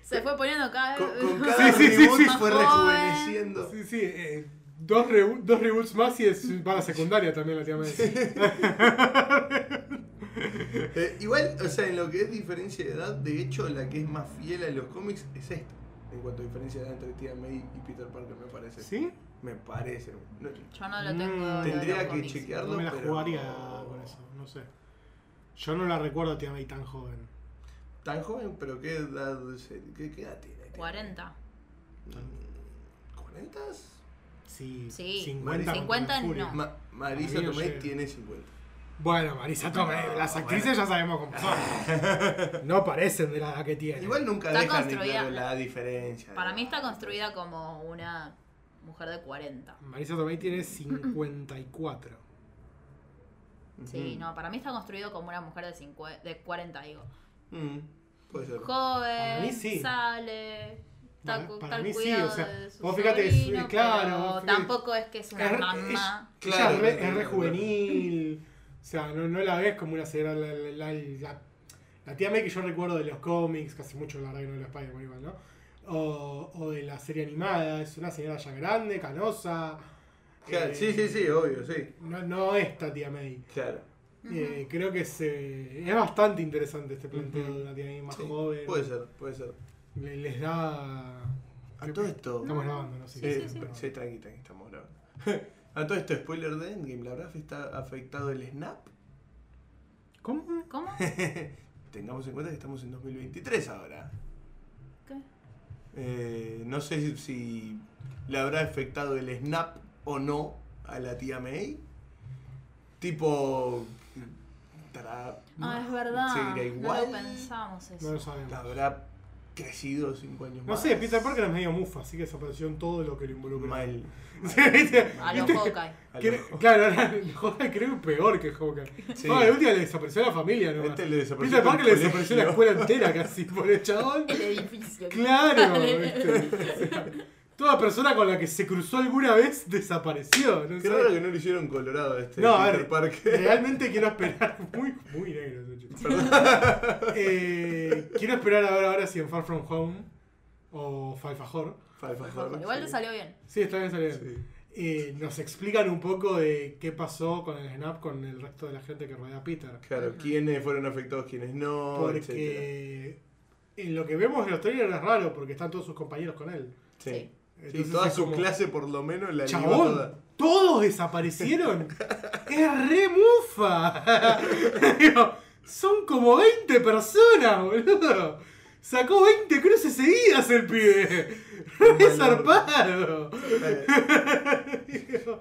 Speaker 1: se fue poniendo cada
Speaker 3: Con,
Speaker 1: vez
Speaker 3: con
Speaker 1: más
Speaker 3: cada
Speaker 2: Sí, sí, sí,
Speaker 3: reboot
Speaker 2: sí.
Speaker 3: fue
Speaker 1: Más joven.
Speaker 3: rejuveneciendo.
Speaker 2: Sí, sí. eh, dos, rebu- dos reboots más y es, va a la secundaria también la tía May.
Speaker 3: Eh, igual, o sea, en lo que es diferencia de edad, de hecho, la que es más fiel a los cómics es esta. En cuanto a diferencia de edad entre Tía May y Peter Parker, me parece.
Speaker 2: ¿Sí?
Speaker 3: Me parece. No,
Speaker 1: Yo no lo
Speaker 2: Mm,
Speaker 1: tengo. lo de
Speaker 3: tendría
Speaker 1: los
Speaker 3: que
Speaker 1: cómics.
Speaker 3: chequearlo.
Speaker 2: No me la
Speaker 3: pero-
Speaker 2: jugaría con eso, no sé. Yo no la recuerdo a Tía May tan joven.
Speaker 3: Tan joven, pero ¿qué edad, se- qué, qué edad tiene?
Speaker 1: 40.
Speaker 3: ¿40?
Speaker 2: Sí,
Speaker 1: Sí.
Speaker 2: 50. con
Speaker 1: 50
Speaker 2: Nick Fury.
Speaker 1: no.
Speaker 3: Ma- Marisa
Speaker 2: Para mí no
Speaker 3: Tomei
Speaker 2: llega.
Speaker 3: tiene 50.
Speaker 2: Bueno, Marisa Tomei, las actrices ya sabemos cómo son.
Speaker 3: *laughs*
Speaker 2: No parecen de la edad que tienen.
Speaker 3: Igual nunca
Speaker 1: Está
Speaker 3: dejan en
Speaker 1: construida-
Speaker 3: claro la diferencia.
Speaker 1: Para mí está construida como una mujer de 40.
Speaker 2: Marisa Tomei tiene 54.
Speaker 1: Sí,
Speaker 2: Mm.
Speaker 1: no, para mí está construido como una mujer de, cincue- de 40, digo.
Speaker 3: Mm, puede ser.
Speaker 1: Joven,
Speaker 2: mí sí.
Speaker 1: sale. Está,
Speaker 2: Para-
Speaker 1: cu-
Speaker 2: para
Speaker 1: está
Speaker 2: mí sí,
Speaker 1: cuidado
Speaker 2: o sea,
Speaker 1: de su
Speaker 2: vos fíjate, es-
Speaker 1: sobrino,
Speaker 2: es claro,
Speaker 1: pero
Speaker 2: vos fíjate.
Speaker 1: tampoco es que es una
Speaker 2: Es- es-
Speaker 1: mamá.
Speaker 3: Claro,
Speaker 2: Ella es re,
Speaker 3: claro,
Speaker 2: es re
Speaker 3: claro.
Speaker 2: juvenil. O sea, no, no la ves como una señora. La, la, la, la- la tía May que yo recuerdo de los cómics, casi mucho la verdad que no de los Spider-Man igual, ¿no? O, o de la serie animada, es una señora ya grande, canosa.
Speaker 3: Claro,
Speaker 2: Eh,
Speaker 3: sí, sí, sí, obvio, sí.
Speaker 2: No, no esta tía May.
Speaker 3: Claro.
Speaker 2: Eh, creo que es, eh, es bastante interesante este planteo de una tía May más
Speaker 3: Sí,
Speaker 2: joven.
Speaker 3: Puede ser, puede ser.
Speaker 2: Le- les da.
Speaker 3: A todo esto.
Speaker 2: Estamos grabando, no sé.
Speaker 3: Eh,
Speaker 2: qué-
Speaker 3: sí, tranqui, tranqui, estamos grabando. *laughs* A todo esto, spoiler de Endgame, ¿la verdad está afectado el snap?
Speaker 2: ¿Cómo? *laughs*
Speaker 1: ¿Cómo?
Speaker 3: Tengamos en cuenta que estamos en 2023 ahora.
Speaker 1: ¿Qué?
Speaker 3: Eh, no sé si, si le habrá afectado el snap o no a la tía May. Tipo. estará-
Speaker 1: Ah, es verdad.
Speaker 3: ¿Seguirá igual?
Speaker 1: No lo pensamos
Speaker 2: No lo
Speaker 1: eso.
Speaker 2: sabemos.
Speaker 3: ¿Habrá crecido 5 años
Speaker 2: No
Speaker 3: más?
Speaker 2: sé, Peter Parker es medio mufa, así que desapareció en todo lo que lo involucra.
Speaker 3: *laughs* Mal.
Speaker 2: Sí, ¿viste?
Speaker 1: A los Hawkeye.
Speaker 2: *laughs*
Speaker 3: A
Speaker 2: Cre-
Speaker 3: lo-
Speaker 2: Claro, *laughs* ahora el Hawkeye creo que es peor que Hawkeye.
Speaker 3: Sí.
Speaker 2: No, de última le desapareció la familia, ¿no?
Speaker 3: Este le desapareció
Speaker 2: Peter
Speaker 3: todo
Speaker 2: Parker
Speaker 3: el
Speaker 2: le desapareció la *laughs*
Speaker 3: colegio.
Speaker 2: escuela entera casi por el chabón.
Speaker 1: El edificio.
Speaker 2: Claro,
Speaker 1: Dale.
Speaker 2: ¿viste? O sea, Toda persona con la que se cruzó alguna vez desapareció. No,
Speaker 3: Qué
Speaker 2: sé.
Speaker 3: raro que no lo hicieron Colorado a este
Speaker 2: No, a
Speaker 3: Peter
Speaker 2: ver,
Speaker 3: Parker.
Speaker 1: *laughs*
Speaker 2: realmente quiero esperar. *laughs* Muy, muy negro, Nacho. *laughs* Eh, quiero esperar a ver ahora si en Far From Home o Falfajor.
Speaker 3: Alfajor,
Speaker 1: Igual le
Speaker 3: sí.
Speaker 1: salió bien.
Speaker 2: Sí, está bien, está bien.
Speaker 3: Sí.
Speaker 2: Eh, nos explican un poco de qué pasó con el snap con el resto de la gente que rodea a Peter.
Speaker 3: Claro,
Speaker 1: Ajá.
Speaker 3: quiénes fueron afectados, quiénes no, Oh, etcétera.
Speaker 2: Porque en lo que vemos en los trailers es raro, porque están todos sus compañeros con él.
Speaker 3: Sí.
Speaker 1: Sí.
Speaker 3: Sí,
Speaker 2: Entonces
Speaker 3: toda
Speaker 2: es
Speaker 3: su
Speaker 2: como,
Speaker 3: clase por lo menos la ligó
Speaker 2: Chabón,
Speaker 3: toda.
Speaker 2: todos
Speaker 3: *laughs*
Speaker 2: desaparecieron. es re mufa. *laughs* Digo, son como 20 personas, boludo. Sacó 20 cruces seguidas el pibe. Re
Speaker 3: Mal
Speaker 2: zarpado.
Speaker 3: Ay,
Speaker 2: Digo,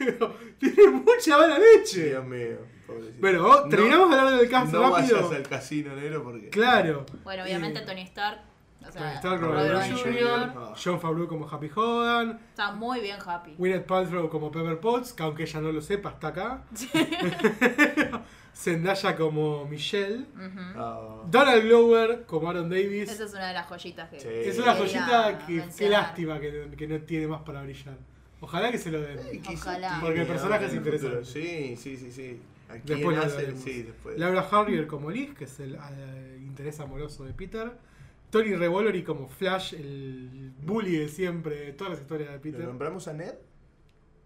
Speaker 2: digo, Tiene mucha mala leche.
Speaker 3: Dios mío, pobrecito.
Speaker 2: Bueno, oh,
Speaker 3: No-
Speaker 2: terminamos de hablar del cast
Speaker 3: No
Speaker 2: rápido.
Speaker 3: vayas al casino negro porque.
Speaker 2: Claro.
Speaker 1: Bueno, obviamente
Speaker 2: Eh,
Speaker 1: Tony Stark. O sea,
Speaker 2: Tony Stark,
Speaker 1: Robert
Speaker 2: Robert
Speaker 1: Downey
Speaker 2: Downey
Speaker 1: Jr.
Speaker 3: Ah.
Speaker 2: John Favreau como Happy Hogan.
Speaker 1: Está muy bien happy.
Speaker 2: Gwyneth Paltrow como Pepper Potts, que aunque ella no lo sepa, está acá. *laughs* Zendaya como Michelle.
Speaker 1: Ujú.
Speaker 3: Ah,
Speaker 2: Donald Glover como Aaron Davis.
Speaker 1: Esa es una de las joyitas que.
Speaker 3: Sí.
Speaker 2: es una
Speaker 1: quería
Speaker 2: joyita que qué
Speaker 1: mencionar.
Speaker 2: lástima que, que no tiene más para brillar. Ojalá que se lo den.
Speaker 1: Ojalá.
Speaker 2: Porque el personaje es
Speaker 3: en futuro.
Speaker 2: interesante.
Speaker 3: Sí, sí, sí, sí. ¿A quién
Speaker 2: Después lo
Speaker 3: hace?
Speaker 2: hablaremos.
Speaker 3: Sí, después.
Speaker 2: Laura Harrier como Liz, que es el eh, interés amoroso de Peter. Tony Revolori como Flash, el bully de siempre, de todas las historias de
Speaker 3: ¿Lo
Speaker 2: Peter.
Speaker 3: nombramos a Ned?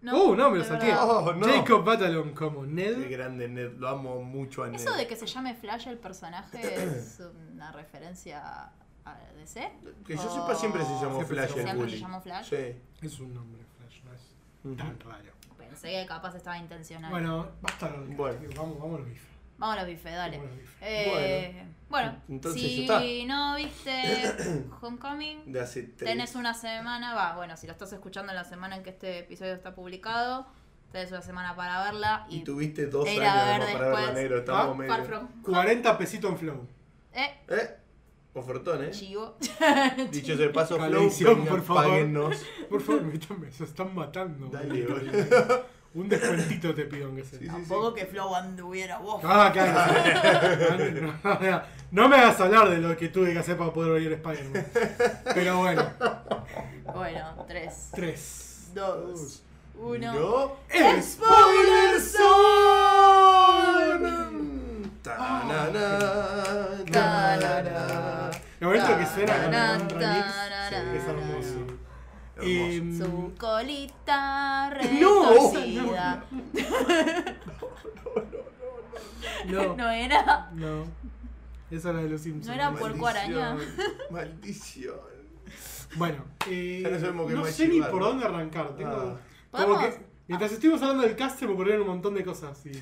Speaker 2: Uh, no, me lo
Speaker 1: de
Speaker 2: saqué.
Speaker 1: verdad.
Speaker 3: Oh, no.
Speaker 2: Jacob Batalon como
Speaker 3: Qué
Speaker 2: Ned.
Speaker 3: grande Ned, lo amo mucho a Ned.
Speaker 1: Eso de que se llame Flash el personaje
Speaker 2: *coughs*
Speaker 1: es una referencia a DC.
Speaker 3: Que yo sepa, siempre se llamó
Speaker 2: Siempre
Speaker 3: Flash
Speaker 2: se llamó-
Speaker 3: el
Speaker 1: Siempre se
Speaker 3: bully.
Speaker 1: llamó Flash.
Speaker 3: Sí.
Speaker 2: Es un nombre Flash, no es
Speaker 3: Ujú.
Speaker 2: tan raro.
Speaker 1: Pensé que capaz estaba intencional.
Speaker 2: Bueno, basta. de-
Speaker 3: Bueno.
Speaker 2: Vamos, vamos a los bifes.
Speaker 1: Vamos a los bifes, dale.
Speaker 2: Vamos a los bifes.
Speaker 1: Eh, bueno,
Speaker 3: Entonces
Speaker 1: si
Speaker 3: ya
Speaker 1: no viste
Speaker 2: *coughs*
Speaker 1: Homecoming,
Speaker 3: De hace tres.
Speaker 1: tenés una semana, va, bueno, si lo estás escuchando en la semana en que este episodio está publicado, tenés una semana para verla y,
Speaker 3: Y tuviste dos
Speaker 1: Te
Speaker 3: años
Speaker 1: ir a ver
Speaker 3: como para verlo
Speaker 1: después.
Speaker 3: negro. Estamos
Speaker 2: Ah,
Speaker 3: medio.
Speaker 1: Far From-
Speaker 2: 40 pesitos en flow.
Speaker 1: Eh,
Speaker 3: ¿Eh? Ofertón, ¿eh?
Speaker 1: chivo.
Speaker 3: Dicho sea de paso,
Speaker 2: Con la
Speaker 3: Flow,
Speaker 2: edición,
Speaker 3: venga,
Speaker 2: por favor.
Speaker 3: páguennos.
Speaker 2: Por favor, métame, se están matando.
Speaker 3: Dale, boludo.
Speaker 2: Un descuentito te pido aunque sea.
Speaker 3: Sí, sí, sí.
Speaker 1: Tampoco que Flow anduviera vos.
Speaker 2: Ah,
Speaker 3: *laughs*
Speaker 2: claro. No, no, no, no me hagas hablar de lo que tuve que hacer para poder venir a Spider-Man. Pero bueno,
Speaker 1: Bueno, tres,
Speaker 2: tres.
Speaker 1: dos, uno.
Speaker 3: No.
Speaker 2: ¡Spoiler
Speaker 3: Zone! Ta-na-na, ta-na-na.
Speaker 2: El momento que
Speaker 1: Tararán,
Speaker 2: suena con un remix
Speaker 1: tararán,
Speaker 2: es hermoso.
Speaker 3: Hermoso.
Speaker 1: Su colita
Speaker 2: *laughs* No.
Speaker 1: retorcida. *laughs*
Speaker 2: no,
Speaker 1: No era.
Speaker 2: no. Esa era de los Simpsons.
Speaker 1: No era por-
Speaker 3: Maldición,
Speaker 1: Puerco araña.
Speaker 3: Maldición.
Speaker 2: *laughs* Bueno, eh,
Speaker 3: Ya no sabemos qué
Speaker 2: no
Speaker 3: más
Speaker 2: sé ni
Speaker 3: llevar. Ah.
Speaker 2: por dónde arrancar. Tengo, como
Speaker 1: ¿Podemos?
Speaker 2: que, mientras estuvimos hablando del cast se me ocurrieron un montón de cosas. y-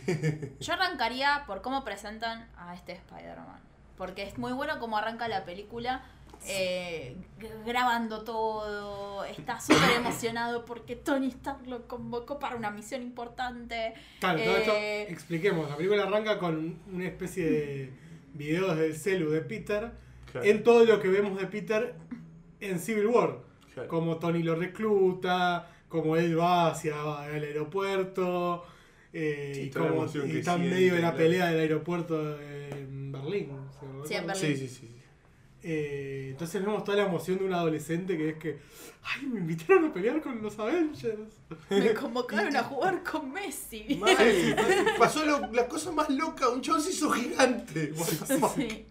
Speaker 1: Yo arrancaría por cómo presentan a este Spider-Man. Porque es muy bueno cómo arranca la película. eh, g- grabando todo, está súper emocionado porque Tony Stark lo convocó para una misión importante.
Speaker 2: Claro, todo esto
Speaker 1: Eh,
Speaker 2: expliquemos. La película arranca con una especie de videos del celu de Peter.
Speaker 3: Claro,
Speaker 2: En todo lo que vemos de Peter en Civil War.
Speaker 3: claro.
Speaker 2: Como Tony lo recluta, como él va hacia el aeropuerto. eh,
Speaker 3: Sí,
Speaker 2: y
Speaker 3: toda la
Speaker 2: como
Speaker 3: emoción
Speaker 2: y
Speaker 3: que
Speaker 2: está en
Speaker 3: siente,
Speaker 2: medio de la
Speaker 3: claro.
Speaker 2: pelea del aeropuerto en Berlín. si no
Speaker 1: Sí, en
Speaker 2: recuerdo.
Speaker 1: Berlín.
Speaker 3: Sí, sí, sí.
Speaker 2: Eh, entonces vemos toda la emoción de un adolescente que es que, ay, me invitaron a pelear con los Avengers.
Speaker 1: Me convocaron a jugar con Messi.
Speaker 3: *laughs* Mal. Pasó lo- la cosa más loca. Un chabón se hizo gigante.
Speaker 1: *laughs* Sí.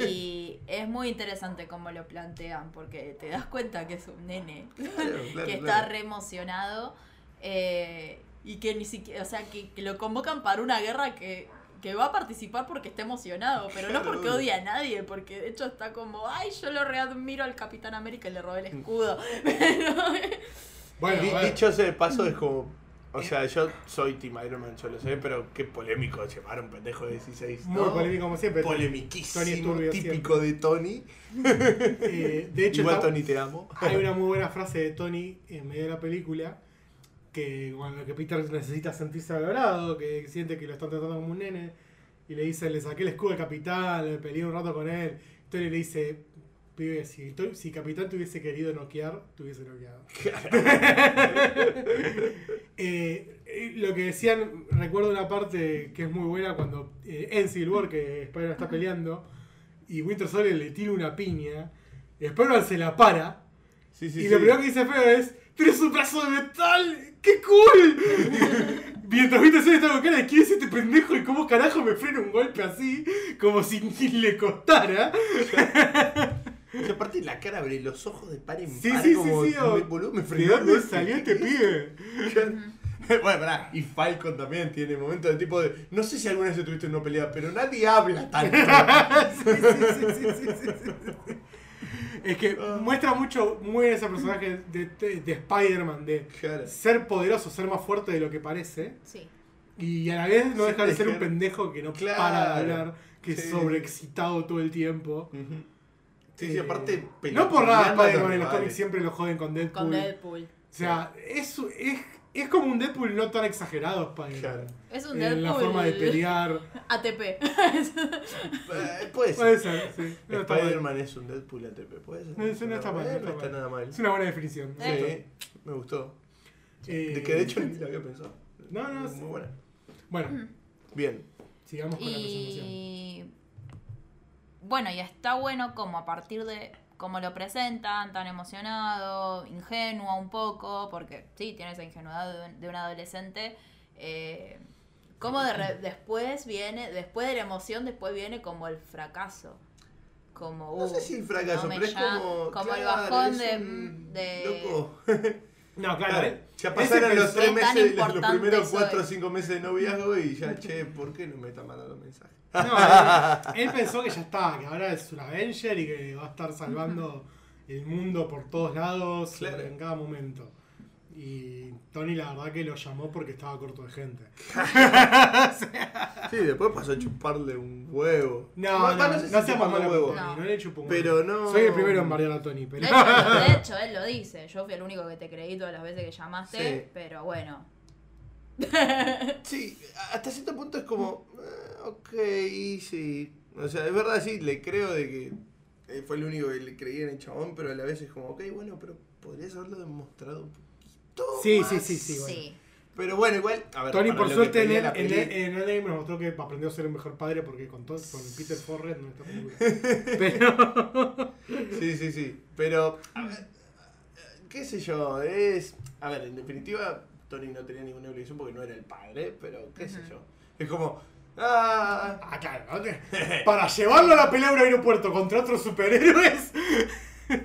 Speaker 1: Y es muy interesante cómo lo plantean, porque te das cuenta que es un nene
Speaker 3: Claro, claro,
Speaker 1: que está
Speaker 3: claro.
Speaker 1: re emocionado eh, y que ni siquiera, o sea, que, que lo convocan para una guerra que, que va a participar porque está emocionado, pero no
Speaker 3: Claro.
Speaker 1: porque odia a nadie, porque de hecho está como, ay, yo lo readmiro al Capitán América y le robé el escudo. Pero,
Speaker 2: Bueno,
Speaker 3: Di-
Speaker 2: a ver.
Speaker 3: dicho sea de paso, es como. O sea, yo soy Team Iron Man, yo lo sé, pero qué polémico llevar a un pendejo de 16.
Speaker 2: Muy
Speaker 3: ¿no?
Speaker 2: polémico como siempre.
Speaker 3: Polemiquísimo,
Speaker 2: Tony es turbio
Speaker 3: típico de Tony.
Speaker 2: Eh, de hecho,
Speaker 3: Igual
Speaker 2: está-
Speaker 3: Tony te amo.
Speaker 2: *laughs* hay una muy buena frase de Tony en medio de la película. Que cuando que Peter necesita sentirse valorado, que siente que lo están tratando como un nene. Y le dice, le saqué el escudo al capitán, le peleé un rato con él. Tony le dice, pibe, si, to- si capitán te hubiese querido noquear, te hubiese noqueado. Eh, eh, lo que decían, recuerdo una parte que es muy buena cuando eh, en Civil War, que Spider-Man está peleando, y Winter Soldier le tira una piña, y Spider-Man se la para,
Speaker 3: Sí, sí,
Speaker 2: y
Speaker 3: sí.
Speaker 2: lo primero que dice Feo es, pero es un brazo de metal, ¡qué
Speaker 3: *laughs*
Speaker 2: cool! Mientras viste hacer esta con cara de quién es este pendejo y cómo carajo me frena un golpe así, como si ni le costara.
Speaker 3: Y aparte la cara abre los ojos de par en
Speaker 2: Sí,
Speaker 3: par
Speaker 2: sí, sí,
Speaker 3: como
Speaker 2: sí, o-
Speaker 3: me, boludo, me
Speaker 2: ¿De
Speaker 3: frenó
Speaker 2: dónde
Speaker 3: el-
Speaker 2: salió
Speaker 3: *laughs*
Speaker 2: este pibe?
Speaker 3: bueno, pará, y Falcon también tiene momentos de tipo de. No sé si alguna vez estuviste en una pelea, pero nadie habla tanto.
Speaker 2: *laughs* Es que
Speaker 3: Ah.
Speaker 2: muestra mucho, muy bien ese personaje de, de, de Spider-Man, de
Speaker 3: Claro.
Speaker 2: ser poderoso, ser más fuerte de lo que parece.
Speaker 1: Sí.
Speaker 2: Y a la vez no
Speaker 3: Sí,
Speaker 2: deja de ser
Speaker 3: claro.
Speaker 2: un pendejo que no
Speaker 3: Claro.
Speaker 2: para de hablar, que es
Speaker 3: Sí.
Speaker 2: sobreexcitado todo el tiempo.
Speaker 3: Ujú. Sí, sí,
Speaker 2: Eh,
Speaker 3: aparte.
Speaker 2: No por nada
Speaker 3: peleando
Speaker 2: Spider-Man en los
Speaker 3: vale.
Speaker 2: cómics siempre lo joden con Deadpool.
Speaker 1: Con Deadpool.
Speaker 2: O sea, es, es, es como un Deadpool no tan exagerado Spider-Man.
Speaker 3: Claro.
Speaker 1: Es un Deadpool.
Speaker 2: En la forma
Speaker 1: *laughs*
Speaker 2: de pelear.
Speaker 1: ATP.
Speaker 3: Eh, puede ser.
Speaker 2: Puede ser,
Speaker 3: *laughs*
Speaker 2: sí. No está mal.
Speaker 3: Spider-man es un Deadpool ATP, puede ser.
Speaker 2: No, eso no está mal, no
Speaker 3: Eh, No
Speaker 2: está
Speaker 3: está
Speaker 2: mal.
Speaker 3: nada mal.
Speaker 2: Es una buena definición.
Speaker 1: Sí.
Speaker 3: Sí, me gustó.
Speaker 2: Eh,
Speaker 3: De que de hecho ni lo había pensado.
Speaker 2: No, no, sí.
Speaker 3: Muy buena.
Speaker 2: Bueno,
Speaker 1: Mm.
Speaker 3: Bien.
Speaker 2: sigamos con la presentación.
Speaker 1: Y bueno, y está bueno como a partir de cómo lo presentan, tan emocionado, ingenua un poco, porque sí, tiene esa ingenuidad de un, de un adolescente. Eh, como de re- después viene, después de la emoción, después viene como el fracaso. Como,
Speaker 3: No
Speaker 1: uh,
Speaker 3: sé si fracaso,
Speaker 1: no me
Speaker 3: pero es
Speaker 1: llama-
Speaker 3: como.
Speaker 1: como el
Speaker 3: claro,
Speaker 1: bajón
Speaker 3: es
Speaker 1: de- mm,
Speaker 3: un
Speaker 1: de-
Speaker 3: Loco.
Speaker 2: No,
Speaker 3: Claro,
Speaker 2: claro. eh.
Speaker 3: ya
Speaker 2: Ese
Speaker 3: pasaron los tres
Speaker 1: pensé tan
Speaker 3: meses, los, los
Speaker 1: importante
Speaker 3: primeros
Speaker 1: soy.
Speaker 3: cuatro o cinco meses de noviazgo y ya, che, ¿por qué no me está mandando mensajes?
Speaker 2: No, eh, él, él pensó que ya estaba, que ahora es un Avenger y que va a estar salvando el mundo por todos lados
Speaker 3: Claro.
Speaker 2: en cada momento. Y Tony la verdad que lo llamó porque estaba corto de gente.
Speaker 3: Sí, después pasó a chuparle un huevo.
Speaker 2: No, no,
Speaker 3: Bueno,
Speaker 2: no,
Speaker 3: va, sé si
Speaker 2: seamos
Speaker 3: chuparle
Speaker 2: malos
Speaker 3: huevo.
Speaker 2: con Tony, no le chupo un
Speaker 3: Pero
Speaker 2: huevo.
Speaker 3: no-
Speaker 2: Soy el primero en bardear a Tony,
Speaker 1: De
Speaker 2: pero...
Speaker 1: hecho, de hecho, él lo dice. Yo fui el único que te creí todas las veces que llamaste,
Speaker 3: Sí.
Speaker 1: pero bueno.
Speaker 3: Sí, hasta cierto punto es como, eh, ok, sí. O sea, es verdad, sí, le creo de que eh, fue el único que le creía en el chabón, pero a la vez es como, ok, bueno, pero podrías haberlo demostrado un poquito.
Speaker 2: Sí,
Speaker 3: más.
Speaker 2: sí, sí, sí. bueno.
Speaker 1: Sí.
Speaker 3: Pero bueno, igual. A ver,
Speaker 2: Tony,
Speaker 3: para
Speaker 2: por
Speaker 3: lo
Speaker 2: suerte,
Speaker 3: que
Speaker 2: en,
Speaker 3: tenía
Speaker 2: el,
Speaker 3: la
Speaker 2: en,
Speaker 3: peli-
Speaker 2: el- en Endgame nos mostró que aprendió a ser un mejor padre porque con, todo-
Speaker 3: *laughs*
Speaker 2: con Peter Forrest no está muy bien. Pero...
Speaker 3: Sí, sí, sí. Pero, a ver, qué sé yo, es. A ver, en definitiva, Tony no tenía ninguna obligación porque no era el padre, pero qué sé
Speaker 1: Ujú.
Speaker 3: yo. Es como. Ah, *laughs*
Speaker 2: Ah, claro, ¿no? Que- Para llevarlo a la pelea a un aeropuerto contra otros superhéroes, *laughs*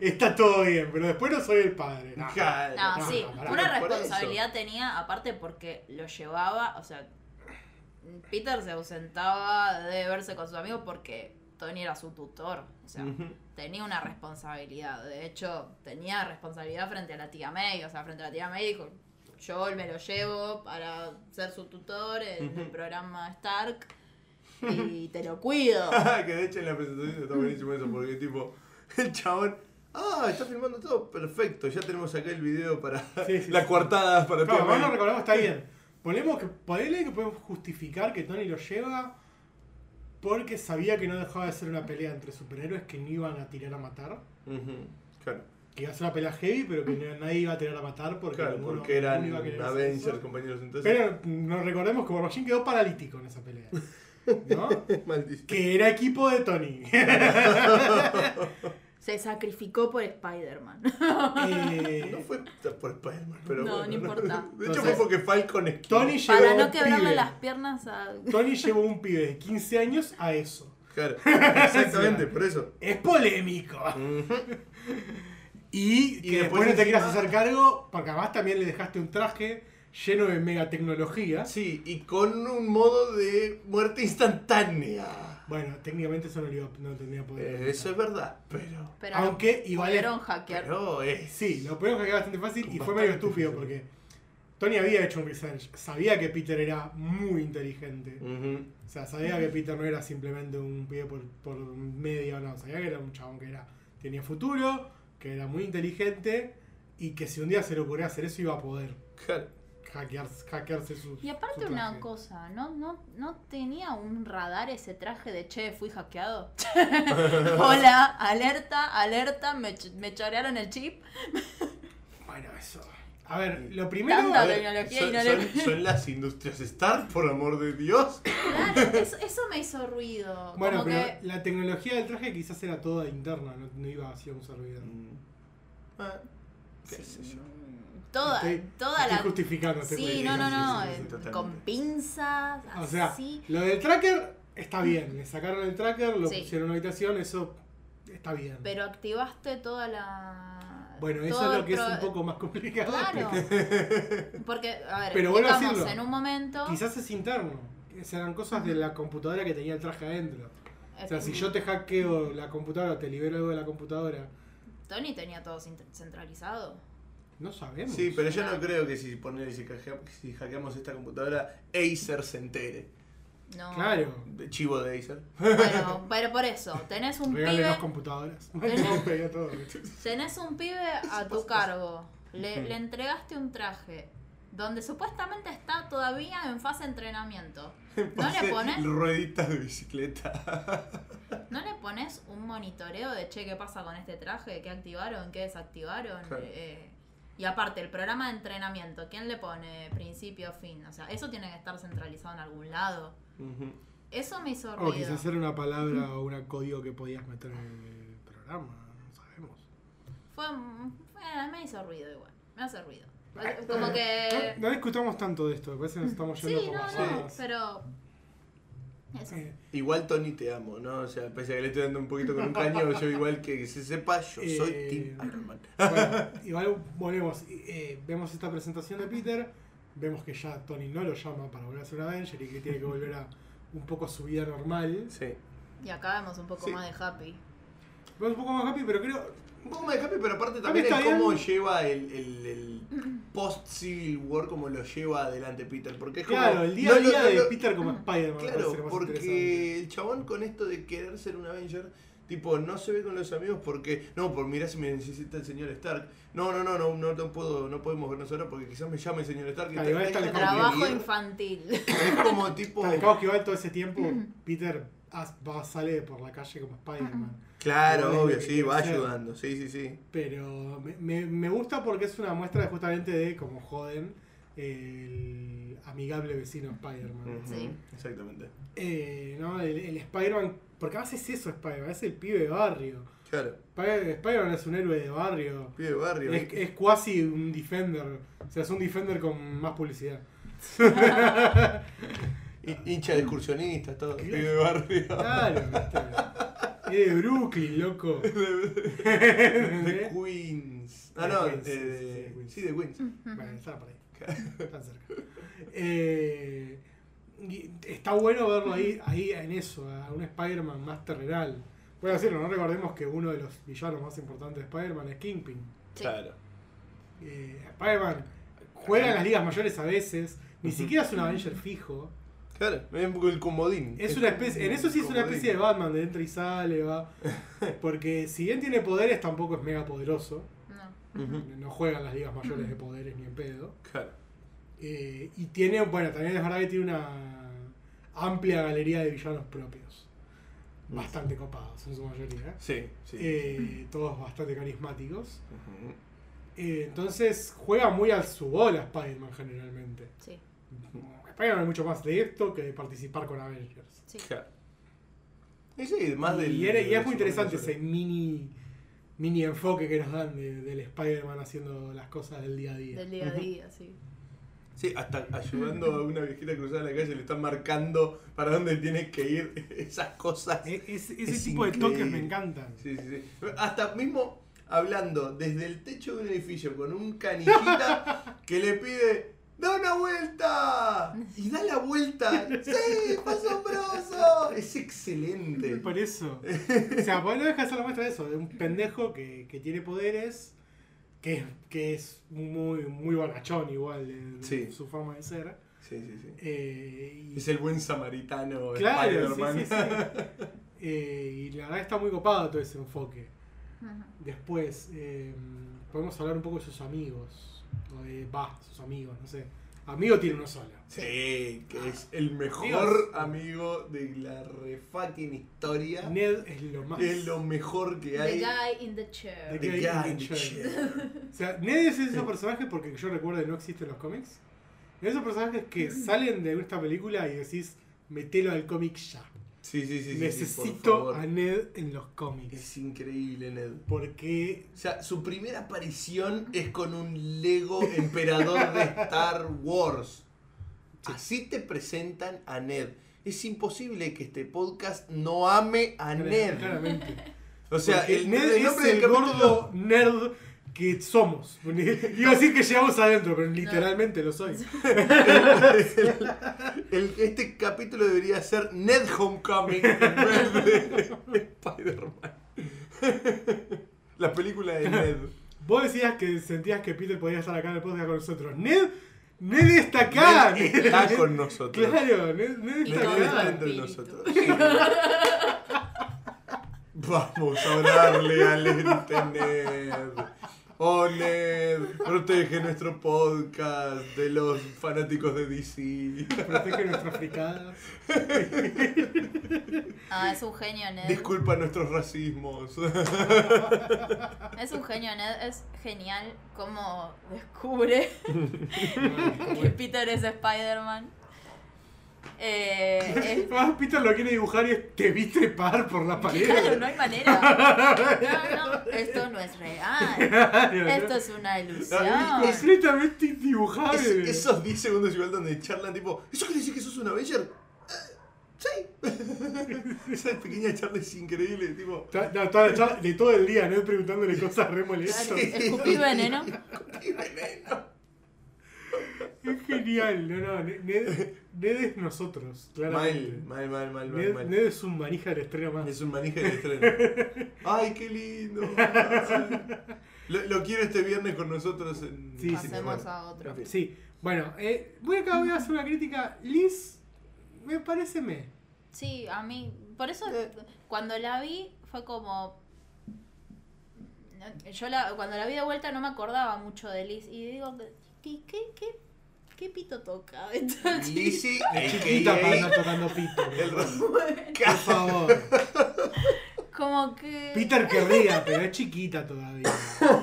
Speaker 2: está todo bien, pero después no soy el padre. No.
Speaker 3: claro.
Speaker 1: No,
Speaker 2: no,
Speaker 1: sí,
Speaker 2: no, pará,
Speaker 1: una
Speaker 3: por eso.
Speaker 1: responsabilidad tenía, aparte porque lo llevaba, o sea, Peter se ausentaba de verse con sus amigos porque Tony era su tutor, o sea,
Speaker 3: Ujú.
Speaker 1: tenía una responsabilidad, de hecho, tenía responsabilidad frente a la tía May, o sea, frente a la tía May dijo, yo me lo llevo para ser su tutor en el
Speaker 3: Ujú.
Speaker 1: programa Stark y te lo
Speaker 2: *laughs*
Speaker 1: cuido.
Speaker 3: que de hecho en la presentación está buenísimo eso, porque tipo, el chabón. Ah, está filmando todo perfecto. Ya tenemos acá el video para
Speaker 2: Sí, sí,
Speaker 3: la
Speaker 2: sí.
Speaker 3: coartada para
Speaker 2: Claro,
Speaker 3: tía
Speaker 2: vamos, lo
Speaker 3: May.
Speaker 2: recordamos, está bien. Ponemos que, ponele que podemos justificar que Tony lo lleva porque sabía que no dejaba de ser una pelea entre superhéroes que no iban a tirar a matar.
Speaker 3: Ujú, Claro,
Speaker 2: Que iba a ser una pelea heavy, pero que no- nadie iba a tirar a matar porque,
Speaker 3: Mm. claro,
Speaker 2: ninguno-
Speaker 3: porque eran
Speaker 2: ninguno iba a querer hacer
Speaker 3: Avengers,
Speaker 2: eso.
Speaker 3: compañeros. *laughs* Entonces,
Speaker 2: Pero nos recordemos que War Machine quedó paralítico en esa pelea.
Speaker 3: *laughs*
Speaker 2: ¿No?
Speaker 3: maldición.
Speaker 2: Que era equipo de
Speaker 1: *laughs*
Speaker 2: Tony.
Speaker 1: Se sacrificó por Spider-Man.
Speaker 2: Eh,
Speaker 3: No fue por Spider-Man, pero.
Speaker 1: No,
Speaker 3: bueno,
Speaker 1: no importa.
Speaker 3: De hecho,
Speaker 2: Entonces,
Speaker 3: fue porque Falcon esquivó.
Speaker 2: Tony llevó
Speaker 1: Para
Speaker 2: un
Speaker 1: no quebrarle
Speaker 2: pibe.
Speaker 1: las piernas a...
Speaker 2: Tony llevó un pibe de 15 años a eso.
Speaker 3: Claro, exactamente, por eso.
Speaker 2: Es polémico. Y que
Speaker 3: *laughs* Y
Speaker 2: después
Speaker 3: después
Speaker 2: no te quieras
Speaker 3: encima-
Speaker 2: hacer cargo, porque además también le dejaste un traje lleno de megatecnología.
Speaker 3: Sí, y con un modo de muerte instantánea.
Speaker 2: Bueno, técnicamente eso no, le iba- no tenía poder.
Speaker 3: Eh, eso es verdad, pero.
Speaker 1: Pero
Speaker 2: Aunque igual es-
Speaker 1: pudieron hackear.
Speaker 3: Pero eh, es.
Speaker 2: Sí, lo podemos hackear bastante fácil y fue
Speaker 3: Bastante
Speaker 2: medio estúpido
Speaker 3: fácil.
Speaker 2: porque Tony había hecho un research. Sabía que Peter era muy inteligente.
Speaker 3: Ujú.
Speaker 2: O sea, sabía que Peter no era simplemente un pibe por, por media, no. Sabía que era un chabón que era, tenía futuro, que era muy inteligente y que si un día se le ocurría hacer eso iba a poder
Speaker 3: Claro.
Speaker 2: hackear, hackearse su.
Speaker 1: Y aparte
Speaker 2: su
Speaker 1: una
Speaker 2: traje.
Speaker 1: cosa, ¿no, no, ¿no tenía un radar ese traje de che, fui
Speaker 2: *laughs*
Speaker 1: hackeado? *laughs* Hola, alerta, alerta, me, ch- me chorearon el chip.
Speaker 2: Bueno, eso. A ver, lo primero.
Speaker 1: Tanta-
Speaker 3: A ver,
Speaker 1: tecnología
Speaker 3: son,
Speaker 1: y no le-
Speaker 3: son- son las industrias Star, por amor de Dios.
Speaker 1: Claro, eso, eso me hizo ruido.
Speaker 2: Bueno,
Speaker 1: como
Speaker 2: pero
Speaker 1: que...
Speaker 2: la tecnología del traje quizás era toda interna, no, no iba hacia un servidor.
Speaker 3: Ah, qué sé yo.
Speaker 1: Toda,
Speaker 2: Estoy-
Speaker 1: toda
Speaker 2: estoy
Speaker 1: la.
Speaker 2: justificando. estoy
Speaker 1: Sí, no, no,
Speaker 2: justificando,
Speaker 1: no.
Speaker 2: sí, sí, sí,
Speaker 1: eh,
Speaker 2: total.
Speaker 3: totalmente.
Speaker 1: con pinzas,
Speaker 2: O sea,
Speaker 1: así.
Speaker 2: lo del tracker está bien. Le sacaron el tracker, lo
Speaker 1: Sí.
Speaker 2: pusieron en una habitación, eso está bien.
Speaker 1: Pero activaste toda la.
Speaker 2: bueno,
Speaker 1: todo
Speaker 2: eso es
Speaker 1: el
Speaker 2: lo que es
Speaker 1: pro-
Speaker 2: un poco más complicado.
Speaker 1: Claro. Porque, a ver,
Speaker 2: Pero vuelvo a
Speaker 1: estamos
Speaker 2: decirlo.
Speaker 1: en un momento.
Speaker 2: Quizás es interno. Serán cosas de la computadora que tenía el traje adentro. O sea, si yo te hackeo la computadora, te libero algo de la computadora,
Speaker 1: Tony tenía todo cent- centralizado.
Speaker 2: no sabemos.
Speaker 3: Sí, pero yo no creo que si poner si, hackea- si hackeamos esta computadora, Acer se entere.
Speaker 1: No.
Speaker 2: Claro.
Speaker 3: De Chivo de Acer.
Speaker 2: *laughs*
Speaker 1: Bueno, pero por eso, tenés un
Speaker 2: Regalen
Speaker 1: pibe. *laughs*
Speaker 2: las computadoras.
Speaker 1: Tenés-
Speaker 2: Pedí a todos.
Speaker 1: Tenés un pibe a tu cargo. Le, le entregaste un traje donde supuestamente está todavía en fase de entrenamiento. ¿No le
Speaker 3: Pase
Speaker 1: pones?
Speaker 3: Rueditas de bicicleta.
Speaker 1: ¿No le pones un monitoreo de che qué pasa con este traje? ¿Qué activaron? ¿Qué desactivaron?
Speaker 3: Claro.
Speaker 1: Eh, y aparte, el programa de entrenamiento, ¿quién le pone principio, fin? O sea, eso tiene que estar centralizado en algún lado.
Speaker 3: Ujú.
Speaker 1: Eso me hizo
Speaker 2: O
Speaker 1: ruido.
Speaker 2: Oh, quizás era una palabra o un código que podías meter en el programa. No sabemos.
Speaker 1: Fue, fue- eh, me hizo ruido igual. Me hace ruido.
Speaker 2: Ah,
Speaker 1: Como que.
Speaker 2: No, no discutamos tanto de esto. Me parece que nos estamos yendo
Speaker 1: Sí,
Speaker 2: por
Speaker 1: no,
Speaker 2: las
Speaker 1: no,
Speaker 2: ramas.
Speaker 1: pero. Eso.
Speaker 2: Eh,
Speaker 3: Igual Tony te amo, ¿no? O sea, pese a que le estoy dando un poquito con un caño, yo igual que se sepa, yo soy
Speaker 2: Eh,
Speaker 3: Team Iron Man.
Speaker 2: Bueno, igual volvemos. Eh, vemos esta presentación de Peter. Vemos que ya Tony no lo llama para volver a ser un Avenger y que tiene que volver a un poco a su vida normal.
Speaker 3: Sí.
Speaker 1: Y acá vemos un poco
Speaker 3: Sí.
Speaker 1: más de Happy.
Speaker 2: Vemos un poco más happy, pero creo.
Speaker 3: Un poco más de happy, pero aparte
Speaker 2: Happy
Speaker 3: también es
Speaker 2: está
Speaker 3: cómo
Speaker 2: bien.
Speaker 3: lleva el, el- el post-Civil War, cómo lo lleva adelante Peter. Porque es como-
Speaker 2: Claro, el día
Speaker 3: no
Speaker 2: a
Speaker 3: lo-
Speaker 2: día
Speaker 3: no
Speaker 2: de
Speaker 3: lo-
Speaker 2: Peter como Spider-Man. me parece lo
Speaker 3: Claro,
Speaker 2: más interesante.
Speaker 3: porque el chabón con esto de querer ser un Avenger, tipo, no se ve con los amigos porque, no, por mirá si me necesita el señor Stark. No, no, no, no, no, no puedo, no podemos vernos ahora porque quizás me llame el señor Stark. y
Speaker 2: Claro,
Speaker 3: te-
Speaker 2: igual está
Speaker 3: te-
Speaker 2: el
Speaker 3: te-
Speaker 1: Trabajo
Speaker 3: te-
Speaker 1: infantil.
Speaker 3: Es como tipo...
Speaker 2: Está de caos que igual todo ese tiempo Peter as- va, sale por la calle como Spider-Man.
Speaker 3: Claro, obvio,
Speaker 2: Sí,
Speaker 3: sí, va
Speaker 2: sí.
Speaker 3: ayudando, sí, sí, sí.
Speaker 2: Pero me, me- me gusta porque es una muestra justamente de cómo joden el amigable vecino Spider-Man.
Speaker 3: Ujú,
Speaker 1: Sí.
Speaker 3: Exactamente.
Speaker 2: Eh, ¿no? El, el Spider-Man, porque a veces es eso Spider-Man, es el pibe de barrio.
Speaker 3: Claro,
Speaker 2: Spider- Spider-Man es un héroe de barrio.
Speaker 3: pibe de barrio.
Speaker 2: Es, es cuasi un defender. O sea, es un defender con más publicidad.
Speaker 3: eh, Hi- Hincha de excursionistas, todo. Pibe de barrio.
Speaker 2: *laughs*
Speaker 3: *laughs*
Speaker 2: Claro, ¿viste? Es de Brooklyn, loco. *laughs*
Speaker 3: De Queens. Ah,
Speaker 2: De
Speaker 3: no,
Speaker 2: Queens, sí, sí,
Speaker 3: eh,
Speaker 2: de Queens.
Speaker 3: sí, de Queens.
Speaker 2: Bueno, estaba por ahí. Tan cerca. Eh, y está bueno verlo ahí, ahí en eso, a un Spider-Man más terrenal. Voy a decirlo, no recordemos que uno de los villanos más importantes de Spider-Man es Kingpin.
Speaker 1: *laughs* Sí.
Speaker 3: Claro.
Speaker 2: Eh, Spider-Man juega en las ligas mayores a veces, ni
Speaker 3: Ujú.
Speaker 2: siquiera es un Avenger fijo.
Speaker 3: Claro, es un poco el comodín.
Speaker 2: Es una especie, en eso sí es una
Speaker 3: comodín.
Speaker 2: especie de Batman, de entra y sale,
Speaker 3: *laughs*
Speaker 2: va. Porque si bien tiene poderes, tampoco es mega poderoso.
Speaker 1: No.
Speaker 3: Ujú,
Speaker 2: No juega en las ligas mayores de poderes ni en pedo.
Speaker 3: Claro.
Speaker 2: Eh, y tiene, bueno, también es verdad que tiene una amplia galería de villanos propios. Bastante copados en su mayoría.
Speaker 3: Sí, sí.
Speaker 2: Eh, todos bastante carismáticos.
Speaker 3: Ujú.
Speaker 2: Eh, entonces juega muy a su bola Spider-Man generalmente.
Speaker 1: Sí,
Speaker 2: Spider-Man es mucho más de esto que de participar con Avengers.
Speaker 1: sí.
Speaker 3: Claro. Y sí, más del.
Speaker 2: y, era- y es
Speaker 3: del-
Speaker 2: muy interesante
Speaker 3: del-
Speaker 2: ese mini mini enfoque que nos dan de- del Spider-Man haciendo las cosas del día a día.
Speaker 1: Del día a día, sí.
Speaker 3: Sí, hasta ayudando a una viejita a cruzar la calle, le están marcando para dónde tiene que ir *laughs* esas cosas.
Speaker 2: E- es- ese
Speaker 3: Es
Speaker 2: tipo de toques me
Speaker 3: increíble.
Speaker 2: encantan.
Speaker 3: Sí, sí, sí. Hasta mismo hablando desde el techo de un edificio con un canillita
Speaker 2: *laughs*
Speaker 3: que le pide ¡Da una vuelta! Y da la
Speaker 2: *laughs*
Speaker 3: vuelta. ¡Sí! ¡Fue asombroso! Es excelente.
Speaker 2: Por
Speaker 3: *laughs*
Speaker 2: eso. O sea, pues no deja de ser la muestra de eso, de un pendejo que, que tiene poderes, que, que es muy, muy bonachón igual en
Speaker 3: Sí.
Speaker 2: su forma de ser.
Speaker 3: Sí, sí, sí.
Speaker 2: Eh, y,
Speaker 3: Es el buen samaritano
Speaker 2: claro, sí,
Speaker 3: Spider-Man.
Speaker 2: sí,
Speaker 3: *laughs*
Speaker 2: sí. Eh, y la verdad está muy copado todo ese enfoque.
Speaker 1: Ujú.
Speaker 2: Después, eh, podemos hablar un poco de sus amigos. O de, va, sus amigos, no sé. Amigo tiene uno solo.
Speaker 3: Sí, que es el mejor
Speaker 2: Dios.
Speaker 3: amigo de la refucking historia.
Speaker 2: Ned es lo más.
Speaker 3: Es lo mejor que hay.
Speaker 1: The guy in the chair.
Speaker 2: The
Speaker 3: The
Speaker 2: guy
Speaker 3: guy
Speaker 2: in
Speaker 3: in
Speaker 2: the
Speaker 3: the
Speaker 2: chair.
Speaker 3: chair.
Speaker 2: O sea, Ned es esos personajes, porque yo recuerdo no existe en los cómics. Esos personajes que salen de esta película y decís, metelo al cómic ya.
Speaker 3: Sí, sí, sí. sí,
Speaker 2: Necesito
Speaker 3: sí, por favor.
Speaker 2: a Ned en los cómics.
Speaker 3: Es increíble, Ned.
Speaker 2: Porque
Speaker 3: O sea, su primera aparición es con un Lego emperador de Star Wars. Así te presentan a Ned. Es imposible que este podcast no ame a Ned.
Speaker 2: Claramente.
Speaker 3: O sea,
Speaker 2: Porque
Speaker 3: el,
Speaker 2: Ned
Speaker 3: el
Speaker 2: es
Speaker 3: nombre del
Speaker 2: el
Speaker 3: capítulo-
Speaker 2: gordo nerd que somos. Iba a decir que llegamos adentro, pero literalmente lo soy.
Speaker 3: el- este capítulo debería ser Ned Homecoming en vez de
Speaker 2: *laughs*
Speaker 3: Spider-Man. *laughs* La película de Ned.
Speaker 2: Vos decías que sentías que Peter podía estar acá en el podcast con nosotros. Ned, Ned está acá.
Speaker 3: Ned está con nosotros.
Speaker 2: Claro, Ned, Ned
Speaker 3: Ned
Speaker 2: está
Speaker 1: con
Speaker 3: está
Speaker 2: acá.
Speaker 1: nosotros.
Speaker 3: entre
Speaker 1: espíritu.
Speaker 3: nosotros. Vamos a orarle al ente Ned. Oh Ned, protege nuestro podcast de los fanáticos de DC.
Speaker 2: Protege nuestras fricadas.
Speaker 1: Ah, es un genio Ned.
Speaker 3: Disculpa nuestros racismos.
Speaker 1: Es un genio Ned, es genial cómo descubre que Peter es Spider-Man. Eh,
Speaker 2: Además, Ah, Peter lo quiere dibujar y es, te vi trepar por la
Speaker 1: es-
Speaker 2: pared.
Speaker 1: claro, no hay manera. No, no, esto no es real.
Speaker 2: *laughs* Claro, ¿no?
Speaker 1: Esto es una
Speaker 2: Es
Speaker 1: ilusión.
Speaker 2: completamente indibujable.
Speaker 3: Es- esos 10 segundos igual donde charlan tipo, ¿eso quiere decir que sos un Avenger? Eh, Sí. *laughs* Esa pequeña charla es increíble, tipo.
Speaker 2: Ta- ta- toda la charla de todo el día, Ned preguntándole cosas re
Speaker 1: Claro,
Speaker 2: molestas.
Speaker 1: escupí veneno.
Speaker 3: "Qué veneno".
Speaker 2: Es genial, no, no, Ne- Ned, Ned es nosotros, claramente.
Speaker 3: Mal, mal, mal, mal, mal,
Speaker 2: Ned,
Speaker 3: mal.
Speaker 2: Ned es un manija de estrella más.
Speaker 3: Es un manija
Speaker 2: *laughs*
Speaker 3: de estreno. ¡Ay, qué lindo! Ay. Lo, lo quiero este viernes con nosotros en
Speaker 2: Sí, sí.
Speaker 1: Pasemos
Speaker 3: bueno.
Speaker 1: a otro.
Speaker 2: Sí, bueno, eh, voy acá voy a hacer una crítica. Liz me parece me.
Speaker 1: Sí, a mí. Por eso
Speaker 2: Eh.
Speaker 1: cuando la vi fue como. Yo la, cuando la vi de vuelta no me acordaba mucho de Liz. Y digo, ¿qué, qué, qué, qué pito toca? *laughs* Entonces,
Speaker 2: *laughs*
Speaker 3: Lizzy,
Speaker 2: Chiquita para
Speaker 3: a.k.a.
Speaker 2: andar tocando *laughs* pito. por
Speaker 3: el
Speaker 2: favor.
Speaker 1: *laughs*
Speaker 3: rasca.
Speaker 2: Por favor.
Speaker 1: como que.
Speaker 2: Peter querría, pero es chiquita todavía.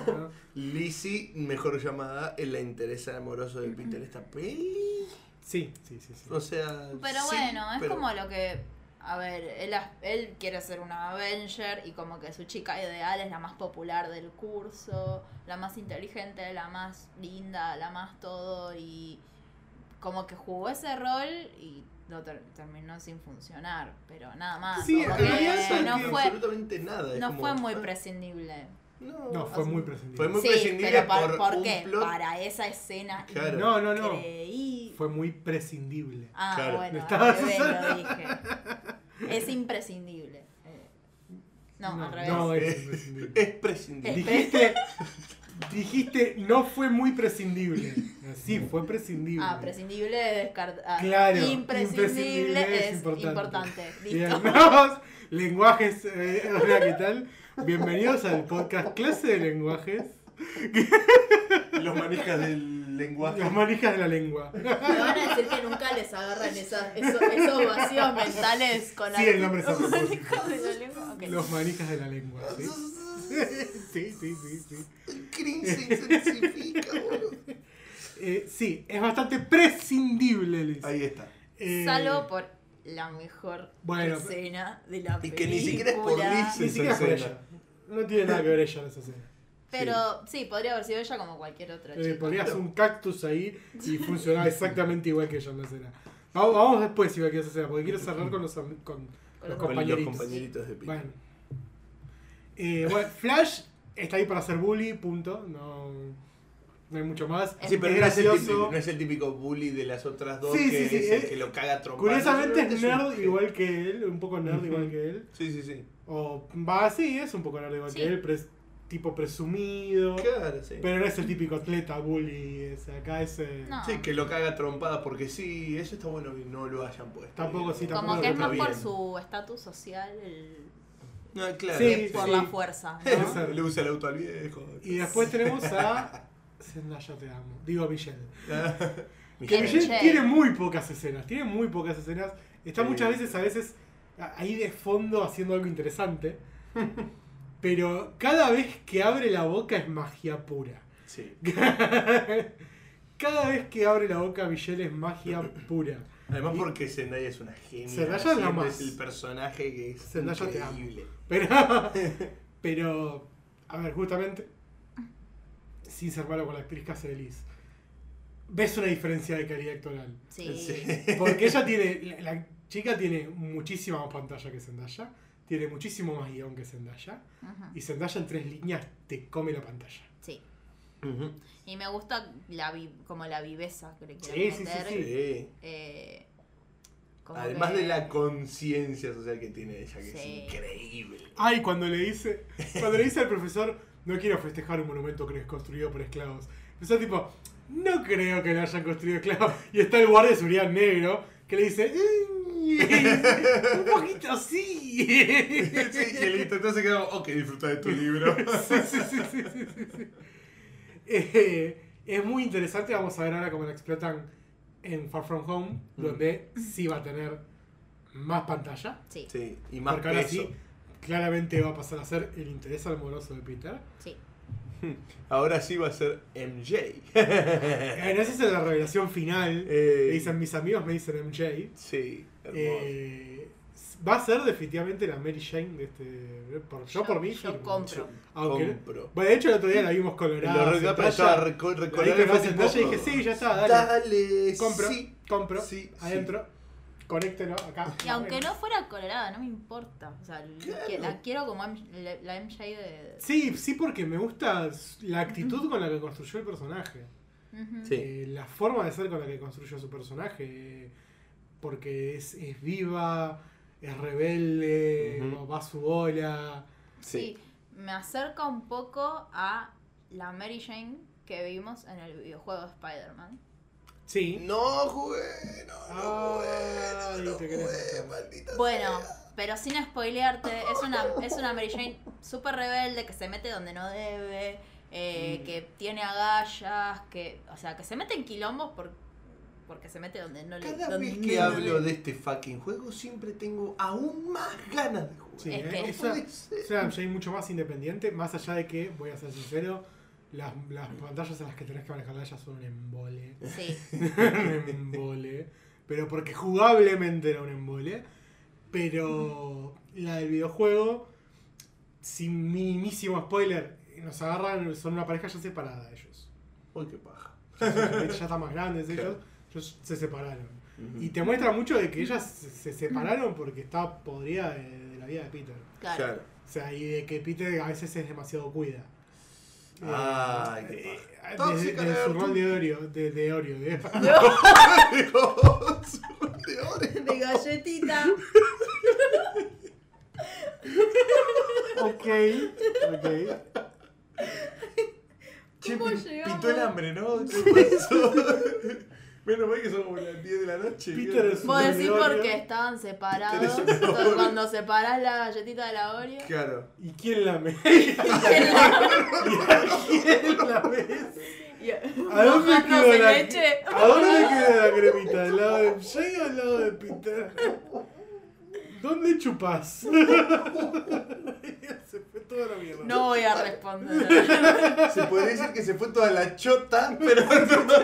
Speaker 2: ¿no?
Speaker 3: Lizzy, mejor llamada, es la interesa amoroso de Peter. Esta peli.
Speaker 2: Sí, sí, sí. sí.
Speaker 3: O sea.
Speaker 1: Pero
Speaker 3: sí,
Speaker 1: bueno, es
Speaker 3: pero-
Speaker 1: como lo que. A ver, él, as- él quiere ser una Avenger y como que su chica ideal es la más popular del curso, la más inteligente, la más linda, la más todo y como que jugó ese rol y no ter- terminó sin funcionar, pero nada más.
Speaker 2: Sí,
Speaker 1: como
Speaker 2: en
Speaker 1: que
Speaker 2: realidad es
Speaker 1: no
Speaker 2: que
Speaker 1: fue,
Speaker 3: absolutamente nada. es
Speaker 1: no
Speaker 3: como,
Speaker 1: fue muy
Speaker 3: ah,
Speaker 1: prescindible.
Speaker 3: No,
Speaker 2: No, fue
Speaker 3: o sea,
Speaker 2: muy prescindible.
Speaker 3: Fue muy
Speaker 1: Sí,
Speaker 3: prescindible
Speaker 1: pero ¿por,
Speaker 3: por,
Speaker 1: ¿por
Speaker 3: un
Speaker 1: qué?
Speaker 3: plot.
Speaker 1: Para esa escena
Speaker 3: Claro.
Speaker 2: No, no, no.
Speaker 1: creí.
Speaker 2: Fue muy prescindible.
Speaker 1: Ah,
Speaker 3: Claro.
Speaker 1: bueno,
Speaker 2: Lo estabas
Speaker 1: al revés
Speaker 2: usando.
Speaker 1: lo dije. Es imprescindible. Eh, No, al revés.
Speaker 2: No, es
Speaker 3: Eh,
Speaker 2: imprescindible.
Speaker 3: Es
Speaker 1: *laughs*
Speaker 3: prescindible.
Speaker 2: Dijiste, dijiste, no fue muy prescindible. Sí, fue prescindible.
Speaker 1: ah, prescindible es descartar.
Speaker 2: Claro, imprescindible
Speaker 1: Imprescindible
Speaker 2: es
Speaker 1: es
Speaker 2: importante.
Speaker 1: importante.
Speaker 2: Bien, *laughs*
Speaker 1: Listo.
Speaker 2: vamos, lenguajes. eh, *laughs* hola, ¿qué tal? Bienvenidos al podcast Clase de Lenguajes.
Speaker 3: Los manijas del lenguaje.
Speaker 2: Las manijas de la lengua.
Speaker 4: Me van a decir que nunca les agarran esas, esos, esos vacíos mentales con
Speaker 2: Sí,
Speaker 1: *laughs*
Speaker 2: el nombre es
Speaker 4: algo.
Speaker 2: Samuel.
Speaker 1: Ok.
Speaker 2: Los manijas de la lengua, ¿sí? *laughs* Sí, sí, sí, sí.
Speaker 3: El
Speaker 2: *laughs*
Speaker 3: cringe se intensifica, boludo.
Speaker 2: Eh, sí, es bastante prescindible, Liz.
Speaker 3: Ahí está.
Speaker 2: Eh,
Speaker 1: Salvo por la mejor
Speaker 2: bueno,
Speaker 1: escena de la
Speaker 3: y
Speaker 1: película.
Speaker 3: que ni siquiera es por Liz.
Speaker 2: Ni siquiera es por ella. No tiene nada que ver ella en
Speaker 1: *laughs*
Speaker 2: esa escena.
Speaker 1: Pero sí, podría haber sido ella como cualquier otra
Speaker 2: Eh,
Speaker 1: chica.
Speaker 2: ponías un cactus ahí
Speaker 1: *laughs*
Speaker 2: y funcionaba exactamente igual que ella en la escena. Vamos, vamos después igual que esa escena, porque quiero cerrar con los, am- con,
Speaker 1: Con los
Speaker 2: los
Speaker 3: Con los
Speaker 2: compañeritos.
Speaker 3: compañeritos de Peter.
Speaker 2: Bueno. Eh, bueno, Flash está ahí para hacer bully, punto. No, no hay mucho más.
Speaker 3: Sí, pero
Speaker 2: es
Speaker 3: no es, el típico,
Speaker 2: gracioso.
Speaker 3: no es el típico bully de las otras dos
Speaker 2: Sí, sí,
Speaker 3: que
Speaker 2: sí,
Speaker 3: es el
Speaker 2: eh.
Speaker 3: que lo caga trompando.
Speaker 2: Curiosamente es
Speaker 3: Simplemente un
Speaker 2: nerd
Speaker 3: genio.
Speaker 2: igual que él, un poco nerd
Speaker 3: Ujú.
Speaker 2: igual que él.
Speaker 3: Sí, sí, sí.
Speaker 2: O va sí, es un poco nerd igual
Speaker 1: Sí.
Speaker 2: que él, pero es tipo presumido.
Speaker 3: Claro, sí.
Speaker 2: Pero no es el típico atleta bully. es- acá es. eh,
Speaker 1: No.
Speaker 3: Sí, que lo caga trompada porque sí, eso está bueno que no lo hayan puesto.
Speaker 2: Tampoco, sí, tampoco
Speaker 1: Como que es
Speaker 2: está
Speaker 1: más por
Speaker 3: bien.
Speaker 1: su estatus social el-
Speaker 3: No, Ah, claro. Ah,
Speaker 2: Sí,
Speaker 1: que por
Speaker 2: sí.
Speaker 1: la fuerza.
Speaker 2: *laughs*
Speaker 1: ¿no?
Speaker 2: Esa.
Speaker 3: Le usa el auto al viejo.
Speaker 2: Y después tenemos a. *laughs* Zendaya te amo. Digo a Michelle. Que
Speaker 1: Bien,
Speaker 2: Michelle
Speaker 1: Michelle.
Speaker 2: tiene muy pocas escenas, tiene muy pocas escenas. Está
Speaker 3: Sí.
Speaker 2: muchas veces, a veces, a- ahí de fondo haciendo algo interesante. Pero cada vez que abre la boca es magia pura.
Speaker 3: Sí.
Speaker 2: Cada vez que abre la boca Michelle es magia pura.
Speaker 3: Además
Speaker 2: Y-
Speaker 3: porque Zendaya es una genia.
Speaker 2: Zendaya es la
Speaker 3: siempre
Speaker 2: más.
Speaker 3: es el personaje que es
Speaker 2: Zendaya te amo.
Speaker 3: increíble.
Speaker 2: Pero, *laughs* pero, a ver, justamente, sin ser malo con la actriz que hace de Liz, ves una diferencia de calidad actoral.
Speaker 1: Sí.
Speaker 2: Porque ella tiene, la, la chica tiene muchísima más pantalla que Zendaya, tiene muchísimo más guión que Zendaya,
Speaker 1: Ujú.
Speaker 2: y Zendaya en tres líneas te come la pantalla.
Speaker 1: Sí.
Speaker 3: Ujú.
Speaker 1: Y me gusta la vi- como la viveza que le
Speaker 2: Sí,
Speaker 1: quieren
Speaker 2: sí, sí,
Speaker 1: meter.
Speaker 2: sí.
Speaker 3: Sí.
Speaker 1: Eh, como
Speaker 3: Además
Speaker 1: que-
Speaker 3: de la conciencia social que tiene ella, que
Speaker 1: Sí.
Speaker 3: es increíble. *laughs*
Speaker 2: Ay, cuando le dice, cuando le dice al profesor, no quiero festejar un monumento que es construido por esclavos. El profesor tipo, no creo que lo hayan construido esclavos. Y está el guardia de seguridad negro que le dice, "Mm, un poquito sí. *laughs*
Speaker 3: Sí, y listo, entonces quedamos, ok, disfruta de tu libro.
Speaker 2: Sí, sí, sí, sí, sí, sí, sí. Eh, es muy interesante, vamos a ver ahora cómo lo explotan en Far From Home,
Speaker 3: Mm.
Speaker 2: donde sí va a tener más pantalla.
Speaker 1: Sí, sí.
Speaker 3: Sí, y más
Speaker 2: porque ahora
Speaker 3: peso.
Speaker 2: sí, claramente va a pasar a ser el interés amoroso de Peter.
Speaker 3: Ahora sí va a ser MJ.
Speaker 2: *laughs* Eh, no, esa es la revelación final.
Speaker 3: Eh,
Speaker 2: Le dicen mis amigos, me dicen MJ.
Speaker 3: Sí, hermoso.
Speaker 2: Eh, va a ser definitivamente la Mary Jane de este. Por, yo, por mí.
Speaker 1: Yo
Speaker 2: firmo.
Speaker 1: compro.
Speaker 2: Aunque-
Speaker 3: Compro.
Speaker 2: Bueno, de hecho, el otro día la vimos colorada.
Speaker 3: Lo
Speaker 2: ah, Zendaya.
Speaker 3: recordaba, pero estaba reco-
Speaker 2: La
Speaker 3: recolorado.
Speaker 2: vi
Speaker 3: y fue
Speaker 2: colorada
Speaker 3: tipo,
Speaker 2: Zendaya y dije, sí, ya está, dale.
Speaker 3: Dale,
Speaker 2: compro,
Speaker 3: sí.
Speaker 2: compro,
Speaker 3: Sí,
Speaker 2: adentro, conéctelo acá. Ah,
Speaker 1: Y aunque no fuera colorada, no me importa. O sea, que- la quiero como M- la, la MJ de.
Speaker 2: Sí, sí, porque me gusta la actitud con la que construyó el personaje.
Speaker 1: Ujú.
Speaker 3: Sí.
Speaker 2: Eh, la forma de ser con la que construyó su personaje. eh, Porque es, es viva, es rebelde,
Speaker 3: Ujú.
Speaker 2: va a su bola.
Speaker 1: Sí, me acerca un poco a la Mary Jane que vimos en el videojuego de Spider-Man.
Speaker 2: Sí.
Speaker 3: No jugué, no, no jugué, no,
Speaker 2: Ay,
Speaker 3: no
Speaker 2: te querés
Speaker 3: jugué,
Speaker 2: matar.
Speaker 3: maldita
Speaker 1: Bueno, pero sin spoilearte, es una, es una Mary Jane súper rebelde que se mete donde no debe, eh,
Speaker 2: Mm.
Speaker 1: que tiene agallas, que, o sea, que se mete en quilombos por, porque se mete donde no le
Speaker 3: Cada
Speaker 1: donde
Speaker 3: vez
Speaker 1: no
Speaker 3: que
Speaker 1: le-
Speaker 3: hablo de este fucking juego siempre tengo aún más ganas de jugar.
Speaker 2: Sí,
Speaker 1: Es
Speaker 2: eh,
Speaker 1: que-
Speaker 2: esa-
Speaker 3: Puede ser.
Speaker 2: Es una MJ mucho más independiente, más allá de que, voy a ser sincero, las, las
Speaker 3: Mm.
Speaker 2: pantallas en las que tenés que manejarla ya son un embole.
Speaker 1: Sí,
Speaker 2: un embole. Pero porque jugablemente era un embole. Pero la del videojuego, sin minimísimo spoiler, nos agarran, son una pareja ya separada ellos.
Speaker 3: Uy, qué paja.
Speaker 2: Ya, son- ya están más grandes ellos,
Speaker 3: Claro.
Speaker 2: ellos se separaron. Y
Speaker 3: Y
Speaker 2: te muestra mucho de que ellas se se separaron porque estaba podrida de, de la vida de Peter.
Speaker 1: claro.
Speaker 2: O sea, y de que Peter a veces es demasiado cuida.
Speaker 3: Ay, qué
Speaker 2: eh,
Speaker 3: paja.
Speaker 2: desde-
Speaker 3: Tóxica,
Speaker 2: desde su
Speaker 3: Alberto.
Speaker 2: rol de Oreo, de, de Oreo, ¿eh?
Speaker 3: *laughs*
Speaker 2: de-
Speaker 3: Dios, Dios.
Speaker 4: De
Speaker 3: *laughs*
Speaker 4: galletita.
Speaker 2: Ok, ok.
Speaker 3: Che,
Speaker 4: ¿Cómo
Speaker 3: pi-
Speaker 4: llegamos?
Speaker 3: Pitó el hambre, ¿no? ¿Qué pasó? *laughs* Menos mal que son como las 10 de la noche.
Speaker 2: Peter es un-
Speaker 1: Vos decís
Speaker 2: Oreo.
Speaker 1: porque estaban separados. entonces Cuando separás la galletita de la Oreo.
Speaker 3: Claro.
Speaker 2: *laughs* ¿Y quién la mesa? ¿Quién la mesa?
Speaker 1: Y-
Speaker 2: ¿A dónde
Speaker 1: mojándose
Speaker 2: quedó
Speaker 1: en
Speaker 2: la-
Speaker 1: leche.
Speaker 2: ¿A dónde queda la cremita? ¿Al lado de Jay o al lado de Peter? ¿Dónde *laughs* chupás? Se fue toda la mierda.
Speaker 1: No voy a
Speaker 3: *laughs*
Speaker 1: responder.
Speaker 3: Se podría decir que se fue toda la chota, *laughs* pero no.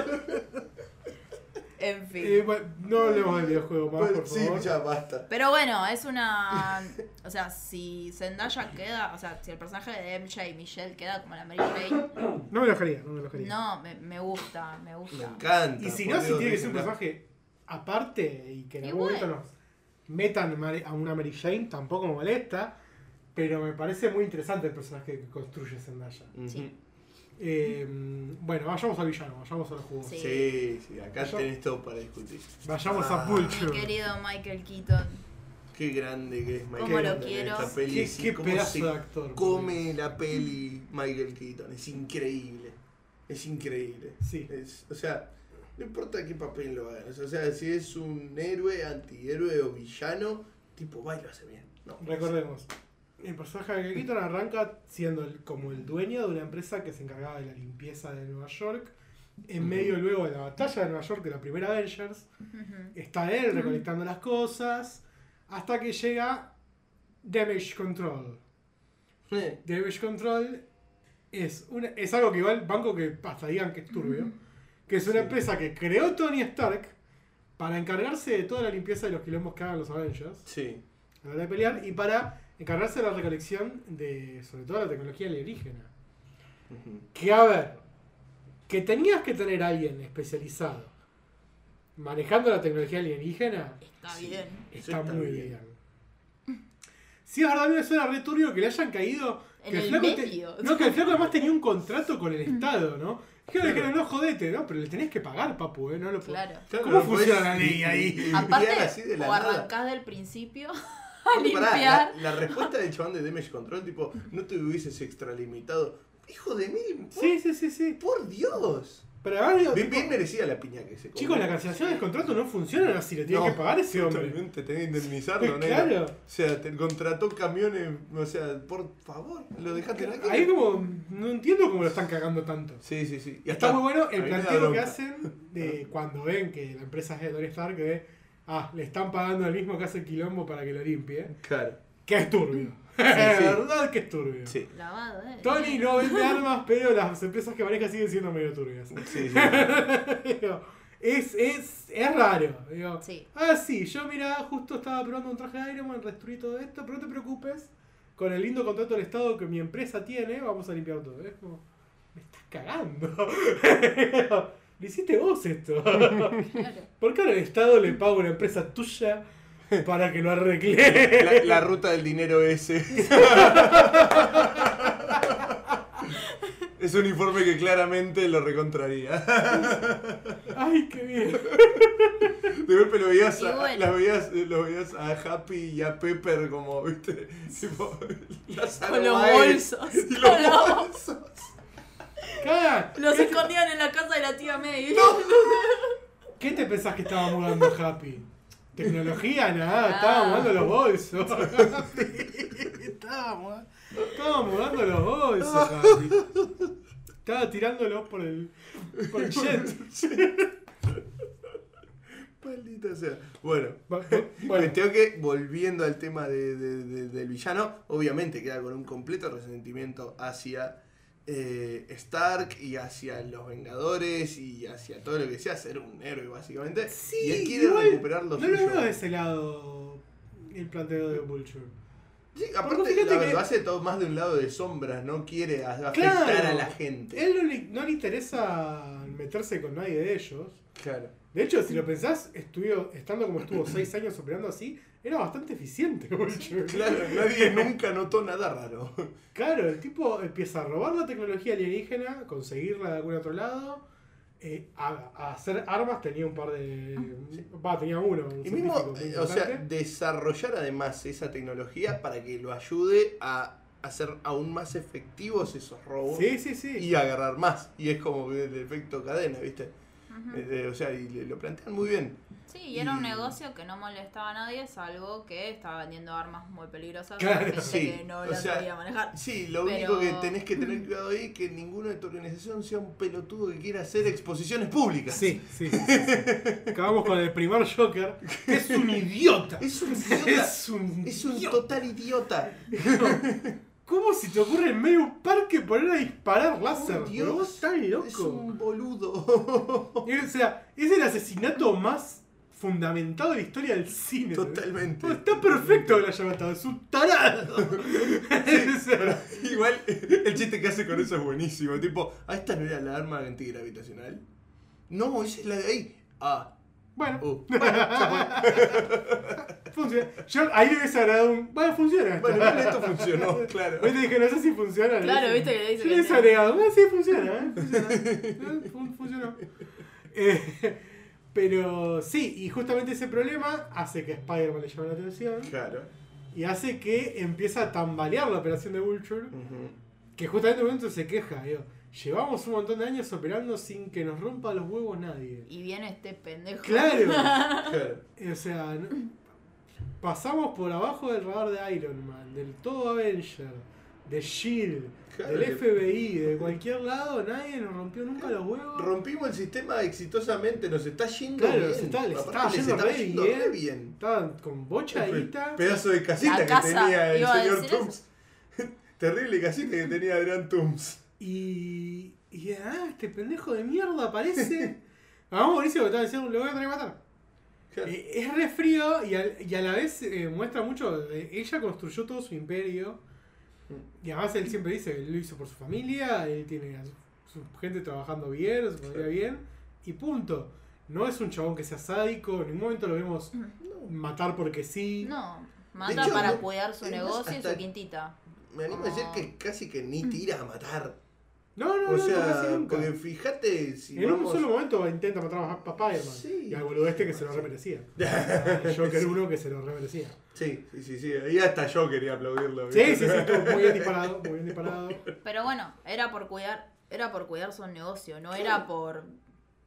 Speaker 1: En fin.
Speaker 2: Eh, bueno, no hablemos del videojuego más,
Speaker 3: Bueno,
Speaker 2: por
Speaker 3: Pues, sí,
Speaker 2: favor.
Speaker 3: ya basta.
Speaker 1: Pero bueno, es una. O sea, si Zendaya queda. O sea, si el personaje de MJ y Michelle queda como la Mary Jane.
Speaker 2: No me lo dejaría, no me lo dejaría.
Speaker 1: No, me, me gusta, me
Speaker 3: Me
Speaker 1: gusta.
Speaker 3: encanta.
Speaker 2: Y si
Speaker 3: por
Speaker 2: no, si
Speaker 3: Dios,
Speaker 2: tiene que ser un
Speaker 3: déjenla.
Speaker 2: personaje aparte y que en algún
Speaker 1: Igual.
Speaker 2: momento nos metan Mari- a una Mary Jane, tampoco me molesta. Pero me parece muy interesante el personaje que construye Zendaya.
Speaker 3: Ujú.
Speaker 1: Sí.
Speaker 2: Eh, bueno, vayamos al villano, vayamos a los juegos.
Speaker 1: Sí.
Speaker 3: Sí, sí, acá
Speaker 2: Yo-
Speaker 3: tenés todo para discutir.
Speaker 2: Vayamos
Speaker 3: Ah.
Speaker 2: a
Speaker 1: Mi
Speaker 2: Vulture.
Speaker 1: querido Michael Keaton. *laughs*
Speaker 3: Qué grande que es Michael
Speaker 1: Cómo lo
Speaker 3: Keaton en
Speaker 1: quiero.
Speaker 3: Esta peli,
Speaker 2: Qué,
Speaker 3: sí,
Speaker 2: qué
Speaker 3: cómo
Speaker 2: pedazo
Speaker 3: se
Speaker 2: de actor.
Speaker 3: come la peli Michael Keaton. Es increíble. Es increíble.
Speaker 2: Sí.
Speaker 3: Es- o sea, no importa qué papel lo hagas. O sea, si es un héroe, antihéroe o villano, tipo, va y lo hace bien. No,
Speaker 2: Recordemos, el personaje de Keaton arranca siendo el- como el dueño de una empresa que se encargaba de la limpieza de Nueva York. En
Speaker 3: Ujú.
Speaker 2: medio luego de la batalla de Nueva York, de la primera Avengers,
Speaker 1: Ujú.
Speaker 2: está él recolectando las cosas hasta que llega Damage Control.
Speaker 3: Eh,
Speaker 2: Damage Control es, una, es algo que igual banco que hasta digan que es turbio. Que es una
Speaker 3: Sí.
Speaker 2: empresa que creó Tony Stark para encargarse de toda la limpieza de los quilombos que hagan los Avengers
Speaker 3: Sí.
Speaker 2: a la hora de pelear y para encargarse de la recolección de, sobre todo, la tecnología alienígena.
Speaker 3: Ujú.
Speaker 2: Que a ver, que tenías que tener a alguien especializado manejando la tecnología alienígena,
Speaker 1: Está
Speaker 3: Sí.
Speaker 1: bien.
Speaker 3: Eso
Speaker 2: está, muy bien. Sí, es verdad, a mí me suena re turbio que le hayan caído.
Speaker 4: En
Speaker 2: que
Speaker 4: el
Speaker 2: flaco te-
Speaker 4: medio. Mm.
Speaker 2: no, que el flaco además tenía un contrato con el Estado, ¿no? Que le dijeron, no jodete, ¿no? Pero le tenés que pagar, papu, ¿eh?
Speaker 1: *laughs*
Speaker 2: No lo podés-
Speaker 1: Claro.
Speaker 3: Claro,
Speaker 2: ¿Cómo
Speaker 3: no podés
Speaker 2: funciona la
Speaker 3: ni-
Speaker 2: ley ahí?
Speaker 3: ni- ni
Speaker 1: Aparte,
Speaker 3: limpiar así de la
Speaker 1: o
Speaker 3: nada.
Speaker 1: arrancás del principio *laughs* a
Speaker 3: Pará, la-
Speaker 1: limpiar.
Speaker 3: la, respuesta del chabón de Damage Control, tipo, no te hubieses extralimitado. Hijo de mil, por,
Speaker 2: Sí, sí, sí, sí.
Speaker 3: por Dios.
Speaker 2: Pero además, digo,
Speaker 3: Bien, bien merecida la piña que se comió.
Speaker 2: chicos, la cancelación del contrato no funciona así, le tiene
Speaker 3: No,
Speaker 2: que pagar ese hombre.
Speaker 3: Totalmente, tenés que indemnizarlo, nena.
Speaker 2: Claro.
Speaker 3: O sea, te contrató camiones, o sea, por favor, lo dejaste tranquilo.
Speaker 2: Ahí como, no entiendo cómo lo están cagando tanto.
Speaker 3: Sí, sí, sí. Y
Speaker 2: Y está muy bueno
Speaker 3: a mí
Speaker 2: el
Speaker 3: me
Speaker 2: planteo
Speaker 3: da
Speaker 2: que
Speaker 3: bronca.
Speaker 2: hacen de cuando ven que la empresa es de Tony Stark, que ve, ah, le están pagando el mismo que hace el quilombo para que lo limpie.
Speaker 3: Claro.
Speaker 2: Que es turbio.
Speaker 3: *laughs* sí.
Speaker 2: la verdad que es turbio.
Speaker 3: Sí.
Speaker 1: Lavado, eh.
Speaker 2: Tony no vende armas, pero las empresas que maneja siguen siendo medio turbias. *laughs*
Speaker 3: Sí, sí.
Speaker 2: Digo, es, es, es raro. Digo,
Speaker 3: *laughs*
Speaker 1: Sí.
Speaker 2: Ah, sí, yo mira, justo estaba probando un traje de Iron Man, destruí todo esto, pero no te preocupes. Con el lindo contrato del Estado que mi empresa tiene, vamos a limpiar todo. Es como, me estás cagando. *laughs* Lo hiciste vos
Speaker 3: *laughs*
Speaker 2: esto.
Speaker 1: Claro.
Speaker 2: ¿Por qué ahora el Estado le paga a una empresa tuya para que lo arregle? *laughs*
Speaker 3: La, la ruta del dinero ese. *laughs* es un informe que claramente lo recontraría.
Speaker 2: Ay, qué bien.
Speaker 3: De golpe lo veías, a,
Speaker 1: Y bueno.
Speaker 3: las veías, lo veías a Happy y a Pepper como, viste, *laughs* tipo, Lázaro
Speaker 1: Con los
Speaker 3: Báez
Speaker 1: bolsos.
Speaker 3: *laughs* Y los
Speaker 1: Con los-
Speaker 3: bolsos.
Speaker 2: Cara,
Speaker 1: Los escondían en la casa de la tía May.
Speaker 2: ¿Qué te pensás que estaba mudando Happy? Tecnología, nada,
Speaker 1: Ah.
Speaker 2: estaba mudando los bolsos. estaba,
Speaker 3: ¿eh?
Speaker 2: mu- estaba mudando los bolsos, Happy. Estaba tirándolos por el, por el jet.
Speaker 3: Maldita sea. Bueno,
Speaker 2: Va- va-
Speaker 3: Bueno.
Speaker 2: Bueno,
Speaker 3: que, volviendo al tema de- de- de- del villano, obviamente queda con un completo resentimiento hacia eh, Stark y hacia los Vengadores y hacia todo lo que sea ser un héroe, básicamente.
Speaker 2: sí,
Speaker 3: y él quiere
Speaker 2: igual,
Speaker 3: recuperar los
Speaker 2: No lo veo de ese lado el planteo de Vulture.
Speaker 3: Sí,
Speaker 2: Porque
Speaker 3: aparte,
Speaker 2: fíjate
Speaker 3: la verdad,
Speaker 2: que-
Speaker 3: hace todo más de un lado de sombras, no quiere a- afectar
Speaker 2: Claro.
Speaker 3: a la gente.
Speaker 2: Él no le, no le interesa meterse con nadie de ellos.
Speaker 3: Claro.
Speaker 2: De hecho, si lo pensás, estuvo, estando como estuvo seis años operando así, era bastante eficiente Vulture.
Speaker 3: Claro, *laughs* nadie nunca notó nada raro.
Speaker 2: Claro, el tipo empieza a robar la tecnología alienígena, conseguirla de algún otro lado, eh, a, a hacer armas, tenía un par de... Va, tenía uno. un
Speaker 3: Y mismo,
Speaker 2: científico muy
Speaker 3: eh, o sea,
Speaker 2: importante.
Speaker 3: desarrollar además esa tecnología para que lo ayude a hacer aún más efectivos esos robos
Speaker 2: Sí, sí, sí.
Speaker 3: uh. y agarrar más. Y es como el efecto cadena, ¿viste?
Speaker 1: *laughs* Ujú.
Speaker 3: Eh, eh, o sea, y le- lo plantean muy bien.
Speaker 1: Sí, y era un
Speaker 3: Y-
Speaker 1: negocio que no molestaba a nadie, salvo que estaba vendiendo armas muy peligrosas
Speaker 2: Claro,
Speaker 1: a gente
Speaker 3: sí.
Speaker 1: que no
Speaker 3: O
Speaker 1: las
Speaker 3: sea,
Speaker 1: sabía manejar.
Speaker 3: Sí, lo
Speaker 1: Pero-
Speaker 3: único que tenés que
Speaker 1: *clears throat*
Speaker 3: tener cuidado ahí es que ninguno de tu organización sea un pelotudo que quiera hacer exposiciones públicas.
Speaker 2: Sí, sí, sí, sí.
Speaker 3: *laughs*
Speaker 2: Acabamos con el primer Joker. que Es un idiota. *laughs*
Speaker 3: Es un idiota.
Speaker 2: Es un...
Speaker 3: Es un
Speaker 2: idiota.
Speaker 3: total idiota.
Speaker 2: ¿Cómo se te ocurre en medio de un parque poner a disparar láser?
Speaker 3: Dios.
Speaker 2: boludo? Vos estás loco.
Speaker 3: Es un boludo. *laughs*
Speaker 2: Y, O sea, es el asesinato más fundamentado de la historia del cine.
Speaker 3: Totalmente.
Speaker 2: Oh, está perfecto que lo haya matado, es un tarado. *laughs* O sea,
Speaker 3: *laughs* Igual, el chiste que hace con eso es buenísimo. Tipo, ah, esta no era la arma antigravitacional. No, esa es la de ahí. Ah,
Speaker 2: bueno,
Speaker 3: *laughs* uh.
Speaker 2: funciona. Yo ahí le hubiese agregado un. Bueno, funciona.
Speaker 3: Bueno, igual esto funcionó, claro.
Speaker 2: Hoy te dije, no sé si funciona. le
Speaker 1: Claro,
Speaker 2: dije.
Speaker 1: viste que le dice
Speaker 2: Yo
Speaker 1: que
Speaker 2: le hubiese
Speaker 1: no.
Speaker 2: agregado, bueno, sí, funciona, ¿eh? Funciona. Eh, fun- funcionó. Eh, pero sí, y justamente ese problema hace que a Spider-Man le llame la atención
Speaker 3: Claro.
Speaker 2: y hace que empieza a tambalear la operación de Vulture. Que justamente en un momento se queja, digo, llevamos un montón de años operando sin que nos rompa los
Speaker 1: *laughs*
Speaker 2: huevos nadie.
Speaker 1: Y viene este pendejo.
Speaker 2: Claro,
Speaker 3: Claro.
Speaker 2: eh, o sea, no- pasamos por abajo del radar de Iron Man, del todo Avenger, de Shield,
Speaker 3: Claro,
Speaker 2: E del
Speaker 3: que-
Speaker 2: FBI, de cualquier lado, nadie nos rompió nunca los huevos.
Speaker 3: Rompimos el sistema exitosamente, nos está yendo
Speaker 2: Claro,
Speaker 3: bien.
Speaker 2: nos está- les
Speaker 3: Aparte,
Speaker 2: está yendo re bien.
Speaker 3: re bien.
Speaker 2: Estaban con bochadita.
Speaker 3: Pedazo de casita
Speaker 1: La
Speaker 3: que
Speaker 1: casa,
Speaker 3: tenía el
Speaker 1: iba a
Speaker 3: señor
Speaker 1: decir
Speaker 3: Toombs. *laughs* Terrible casita que tenía Adrián Toombs.
Speaker 2: Y.
Speaker 3: *laughs*
Speaker 2: Y ah, este pendejo de mierda aparece. Vamos, buenísimo, que estaba diciendo, lo voy a tener que matar.
Speaker 3: Claro.
Speaker 2: Eh, es re frío y, al- y a la vez eh, muestra mucho. eh, ella construyó todo su imperio.
Speaker 3: Mm.
Speaker 2: Y además él siempre dice, él lo hizo por su familia, él tiene a su, su gente trabajando bien, a su familia
Speaker 3: Claro.
Speaker 2: bien. Y punto. No es un chabón que sea sádico, en ningún momento lo vemos
Speaker 3: Mm.
Speaker 2: matar porque sí.
Speaker 1: *laughs* No, mata
Speaker 3: hecho,
Speaker 1: para
Speaker 3: no-
Speaker 1: cuidar su
Speaker 3: es más,
Speaker 1: negocio y
Speaker 3: hasta-
Speaker 1: su quintita.
Speaker 3: Me animo a decir que casi que ni tira a matar.
Speaker 2: no, no,
Speaker 3: O
Speaker 2: no, no,
Speaker 3: sea,
Speaker 2: casi nunca.
Speaker 3: porque fíjate si
Speaker 2: En un
Speaker 3: vamos-
Speaker 2: solo momento intenta matar a papá
Speaker 3: Sí.
Speaker 2: y al boludo este que se lo
Speaker 3: *laughs*
Speaker 2: remerecía. Al Joker uno que se lo remerecía.
Speaker 3: Sí, sí, sí, sí. Ahí hasta yo quería aplaudirlo.
Speaker 2: Sí, sí,
Speaker 3: ¿viste?
Speaker 2: sí, estuvo muy bien disparado, muy bien disparado.
Speaker 1: Pero bueno, era por cuidar, era por cuidar su negocio, no era por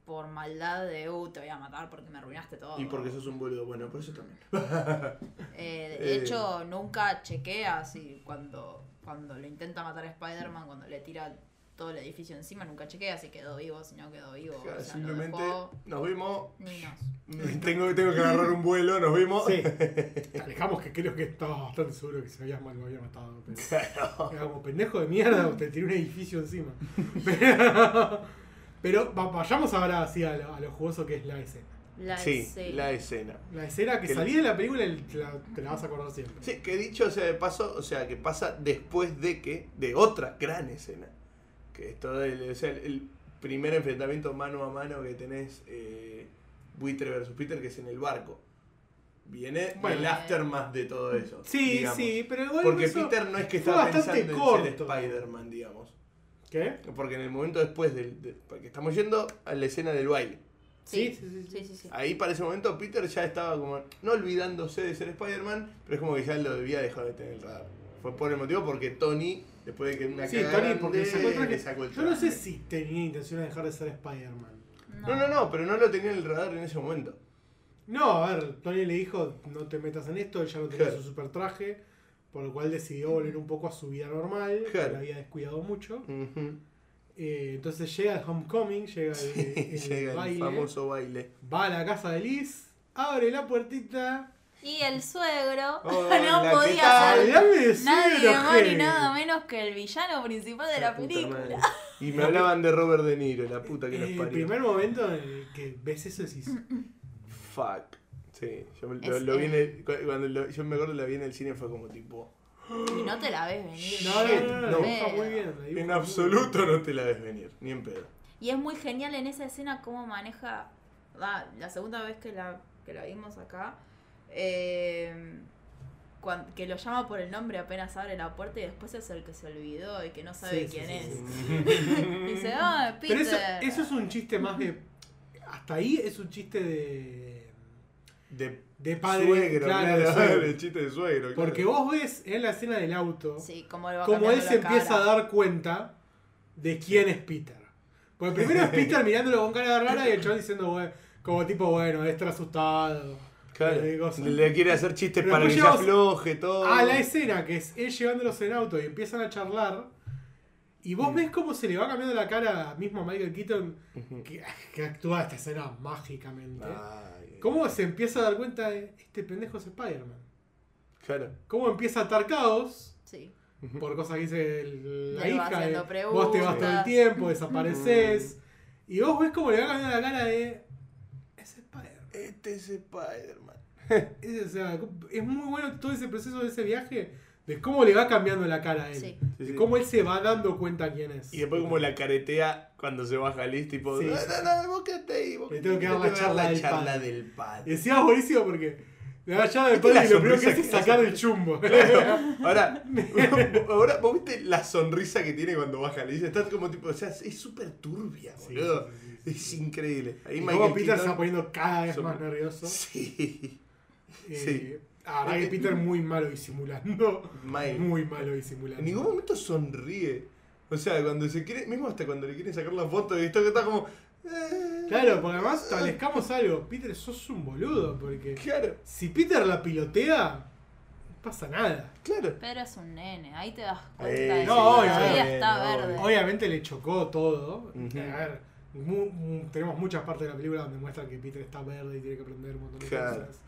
Speaker 1: por maldad de uh, te voy a matar porque me arruinaste todo.
Speaker 3: Y porque sos un boludo. Bueno, por eso también.
Speaker 1: Eh, de
Speaker 3: Eh.
Speaker 1: hecho, nunca chequea si cuando, cuando lo intenta matar a Spider-Man, cuando le tira todo el edificio encima, nunca chequea si quedó vivo, si no quedó vivo. o sea, lo
Speaker 3: Simplemente
Speaker 1: dejó,
Speaker 3: nos vimos.
Speaker 1: ni nos.
Speaker 3: *laughs* Tengo, tengo que agarrar un vuelo, nos vimos.
Speaker 2: Sí. Te Alejamos que creo que estaba bastante seguro que se había, lo había matado. Pero... Era como pendejo de mierda, te tiré un edificio encima. Pero, pero va- vayamos ahora así a lo, a lo jugoso que es la escena.
Speaker 1: La
Speaker 3: Sí,
Speaker 1: escena.
Speaker 3: la escena.
Speaker 2: La escena que
Speaker 3: Que la-
Speaker 2: salí de la película y te la, te la vas a acordar siempre.
Speaker 3: Sí, que dicho sea de paso, o sea, que pasa después de que, de otra gran escena, que es todo el, o sea, el, el primer enfrentamiento mano a mano que tenés eh, Buitre versus Peter, que es en el barco. Viene
Speaker 1: Bueno.
Speaker 3: el aftermath de todo eso.
Speaker 2: Sí,
Speaker 3: digamos.
Speaker 2: sí, pero igual
Speaker 3: Porque
Speaker 2: eso-
Speaker 3: Peter no es que
Speaker 2: fue
Speaker 3: estaba
Speaker 2: bastante
Speaker 3: pensando en ser
Speaker 2: corto.
Speaker 3: Spider-Man, digamos.
Speaker 2: ¿Qué?
Speaker 3: Porque en el momento después del. de- porque estamos yendo a la escena del baile.
Speaker 1: Sí,
Speaker 2: Sí, sí, sí, sí.
Speaker 1: sí, sí, sí.
Speaker 3: Ahí para ese momento Peter ya estaba como no olvidándose de ser Spider-Man, pero es como que ya lo debía dejar de tener el radar. Fue por el motivo porque Tony, después de que una
Speaker 2: Sí,
Speaker 3: cagada
Speaker 2: Tony, porque
Speaker 3: grande,
Speaker 2: sacó el traje.
Speaker 3: le sacó el
Speaker 2: Yo no sé
Speaker 3: traje.
Speaker 2: si tenía intención de dejar de ser Spider-Man.
Speaker 3: No, no, no, pero no lo tenía en el radar en ese momento.
Speaker 2: No, a ver, Tony le dijo, no te metas en esto, él ya no tenía
Speaker 3: Claro.
Speaker 2: su super traje, por lo cual decidió volver un poco a su vida normal, que
Speaker 3: Claro.
Speaker 2: la había descuidado mucho.
Speaker 3: *laughs* Ujú.
Speaker 2: Eh, entonces llega el homecoming, llega el, el
Speaker 3: Llega el
Speaker 2: baile,
Speaker 3: famoso baile.
Speaker 2: va a la casa de Liz, abre la puertita,
Speaker 1: Y el suegro *laughs*
Speaker 3: Hola, ¿qué
Speaker 1: no podía
Speaker 3: tal?
Speaker 1: ser
Speaker 2: hablame de
Speaker 1: nadie
Speaker 2: suegro,
Speaker 1: más ni
Speaker 2: genio.
Speaker 1: nada menos que el villano principal de la
Speaker 3: puta madre.
Speaker 1: *laughs* película.
Speaker 3: Y me hablaban de Robert De Niro, la puta que nos
Speaker 2: El
Speaker 3: parió.
Speaker 2: primer momento en el que ves eso decís,
Speaker 3: Fuck. Sí, yo lo,
Speaker 1: Es-
Speaker 3: lo vi en el- cu- cuando lo- yo me acuerdo la vi en el cine fue como tipo
Speaker 1: Y no te la ves venir.
Speaker 2: no, no, no, no,
Speaker 3: No.
Speaker 2: la dibuja muy bien. la dibuja
Speaker 3: en
Speaker 2: muy
Speaker 3: absoluto no te la ves venir, ni en pedo.
Speaker 1: Y es muy genial en esa escena cómo maneja. va, la segunda vez que la, que la vimos acá, eh, cuan- que lo llama por el nombre apenas abre la puerta y después es el que se olvidó y que no sabe
Speaker 2: Sí, sí,
Speaker 1: quién
Speaker 2: sí,
Speaker 1: es.
Speaker 2: sí.
Speaker 1: *laughs*
Speaker 2: Mm.
Speaker 1: Y dice, ah, Peter.
Speaker 2: Pero eso, eso es un chiste más de. Hasta ahí es un chiste de.
Speaker 3: De
Speaker 2: de padre.
Speaker 3: suegro,
Speaker 2: claro,
Speaker 3: claro,
Speaker 2: de suegro.
Speaker 3: el chiste de suegro. claro.
Speaker 2: Porque vos ves en la escena del auto
Speaker 1: Sí, como él, va
Speaker 2: como él
Speaker 1: cambiando
Speaker 2: se
Speaker 1: la
Speaker 2: empieza
Speaker 1: cara.
Speaker 2: a dar cuenta de quién es Peter. Porque primero es
Speaker 3: *laughs*
Speaker 2: Peter mirándolo con cara rara y el chaval diciendo, bueno, como tipo, bueno, está asustado.
Speaker 3: Claro,
Speaker 2: Eh, cosa.
Speaker 3: le quiere hacer chistes
Speaker 2: Pero
Speaker 3: para que
Speaker 2: después
Speaker 3: se
Speaker 2: llegamos
Speaker 3: afloje todo.
Speaker 2: a Ah, la escena que es él llevándolos en auto y empiezan a charlar. Y
Speaker 3: Mm.
Speaker 2: vos ves cómo se le va cambiando la cara mismo a Michael Keaton,
Speaker 3: Ujú.
Speaker 2: que, que actúa esta escena mágicamente.
Speaker 3: Ay,
Speaker 2: ¿Cómo se empieza a dar cuenta de este pendejo es Spider-Man?
Speaker 3: Claro.
Speaker 2: ¿Cómo empieza a atar caos
Speaker 1: Sí.
Speaker 2: por cosas que dice el- la
Speaker 1: Le va
Speaker 2: hija?
Speaker 1: haciendo
Speaker 2: de, vos te vas todo el
Speaker 1: preguntas.
Speaker 2: tiempo, desapareces.
Speaker 3: Mm.
Speaker 2: Y vos ves cómo le va cambiando la cara de. Es Spider-Man.
Speaker 3: Este es Spider-Man.
Speaker 2: Es, o sea, es muy bueno todo ese proceso de ese viaje, de cómo le va cambiando la cara a él.
Speaker 1: Sí.
Speaker 3: Sí,
Speaker 2: De
Speaker 3: sí.
Speaker 2: cómo él se va dando cuenta quién es.
Speaker 3: Y después como la caretea cuando se baja Liz, tipo,
Speaker 2: Sí.
Speaker 3: no, no, no, vos quédate ahí. vos
Speaker 2: Le tengo que
Speaker 3: quédate,
Speaker 2: dar la
Speaker 3: te voy a
Speaker 2: charla del
Speaker 3: charla
Speaker 2: padre.
Speaker 3: del padre.
Speaker 2: Y
Speaker 3: *laughs*
Speaker 2: encima es buenísimo porque le da llave de
Speaker 3: ¿Viste la
Speaker 2: padre y lo primero que hace
Speaker 3: sonrisa
Speaker 2: es
Speaker 3: que hace?
Speaker 2: sacar el chumbo.
Speaker 3: Ahora, *laughs* ahora, vos viste la sonrisa que tiene cuando baja Liz. Está como tipo, o sea, es súper turbia,
Speaker 2: *laughs* Sí,
Speaker 3: boludo.
Speaker 2: sí, sí, sí,
Speaker 3: Es increíble. Ahí
Speaker 2: Y
Speaker 3: Michael
Speaker 2: como Peter se
Speaker 3: Keaton-
Speaker 2: va poniendo cada vez más
Speaker 3: Sobre-
Speaker 2: nervioso.
Speaker 3: *laughs* Sí.
Speaker 2: Eh, la verdad que Peter muy malo disimulando.
Speaker 3: Mal.
Speaker 2: Muy malo
Speaker 3: En
Speaker 2: disimulando.
Speaker 3: ningún momento sonríe. O sea, cuando se quiere, mismo hasta cuando le quieren sacar la foto y esto que está como. eh,
Speaker 2: Claro, pues. porque además establezcamos algo. Peter, sos un boludo. Porque
Speaker 3: Claro,
Speaker 2: si Peter la pilotea, no pasa nada.
Speaker 3: claro.
Speaker 1: Pero es un nene, ahí te das cuenta
Speaker 3: Eh,
Speaker 1: de
Speaker 2: no,
Speaker 1: que
Speaker 2: obvio,
Speaker 1: todavía
Speaker 3: obvio,
Speaker 1: está
Speaker 3: obvio.
Speaker 1: verde.
Speaker 2: Obviamente le chocó todo.
Speaker 3: Ujú.
Speaker 2: A ver, mu- mu- tenemos muchas partes de la película donde muestran que Peter está verde y tiene que aprender un montón de
Speaker 3: Claro.
Speaker 2: cosas.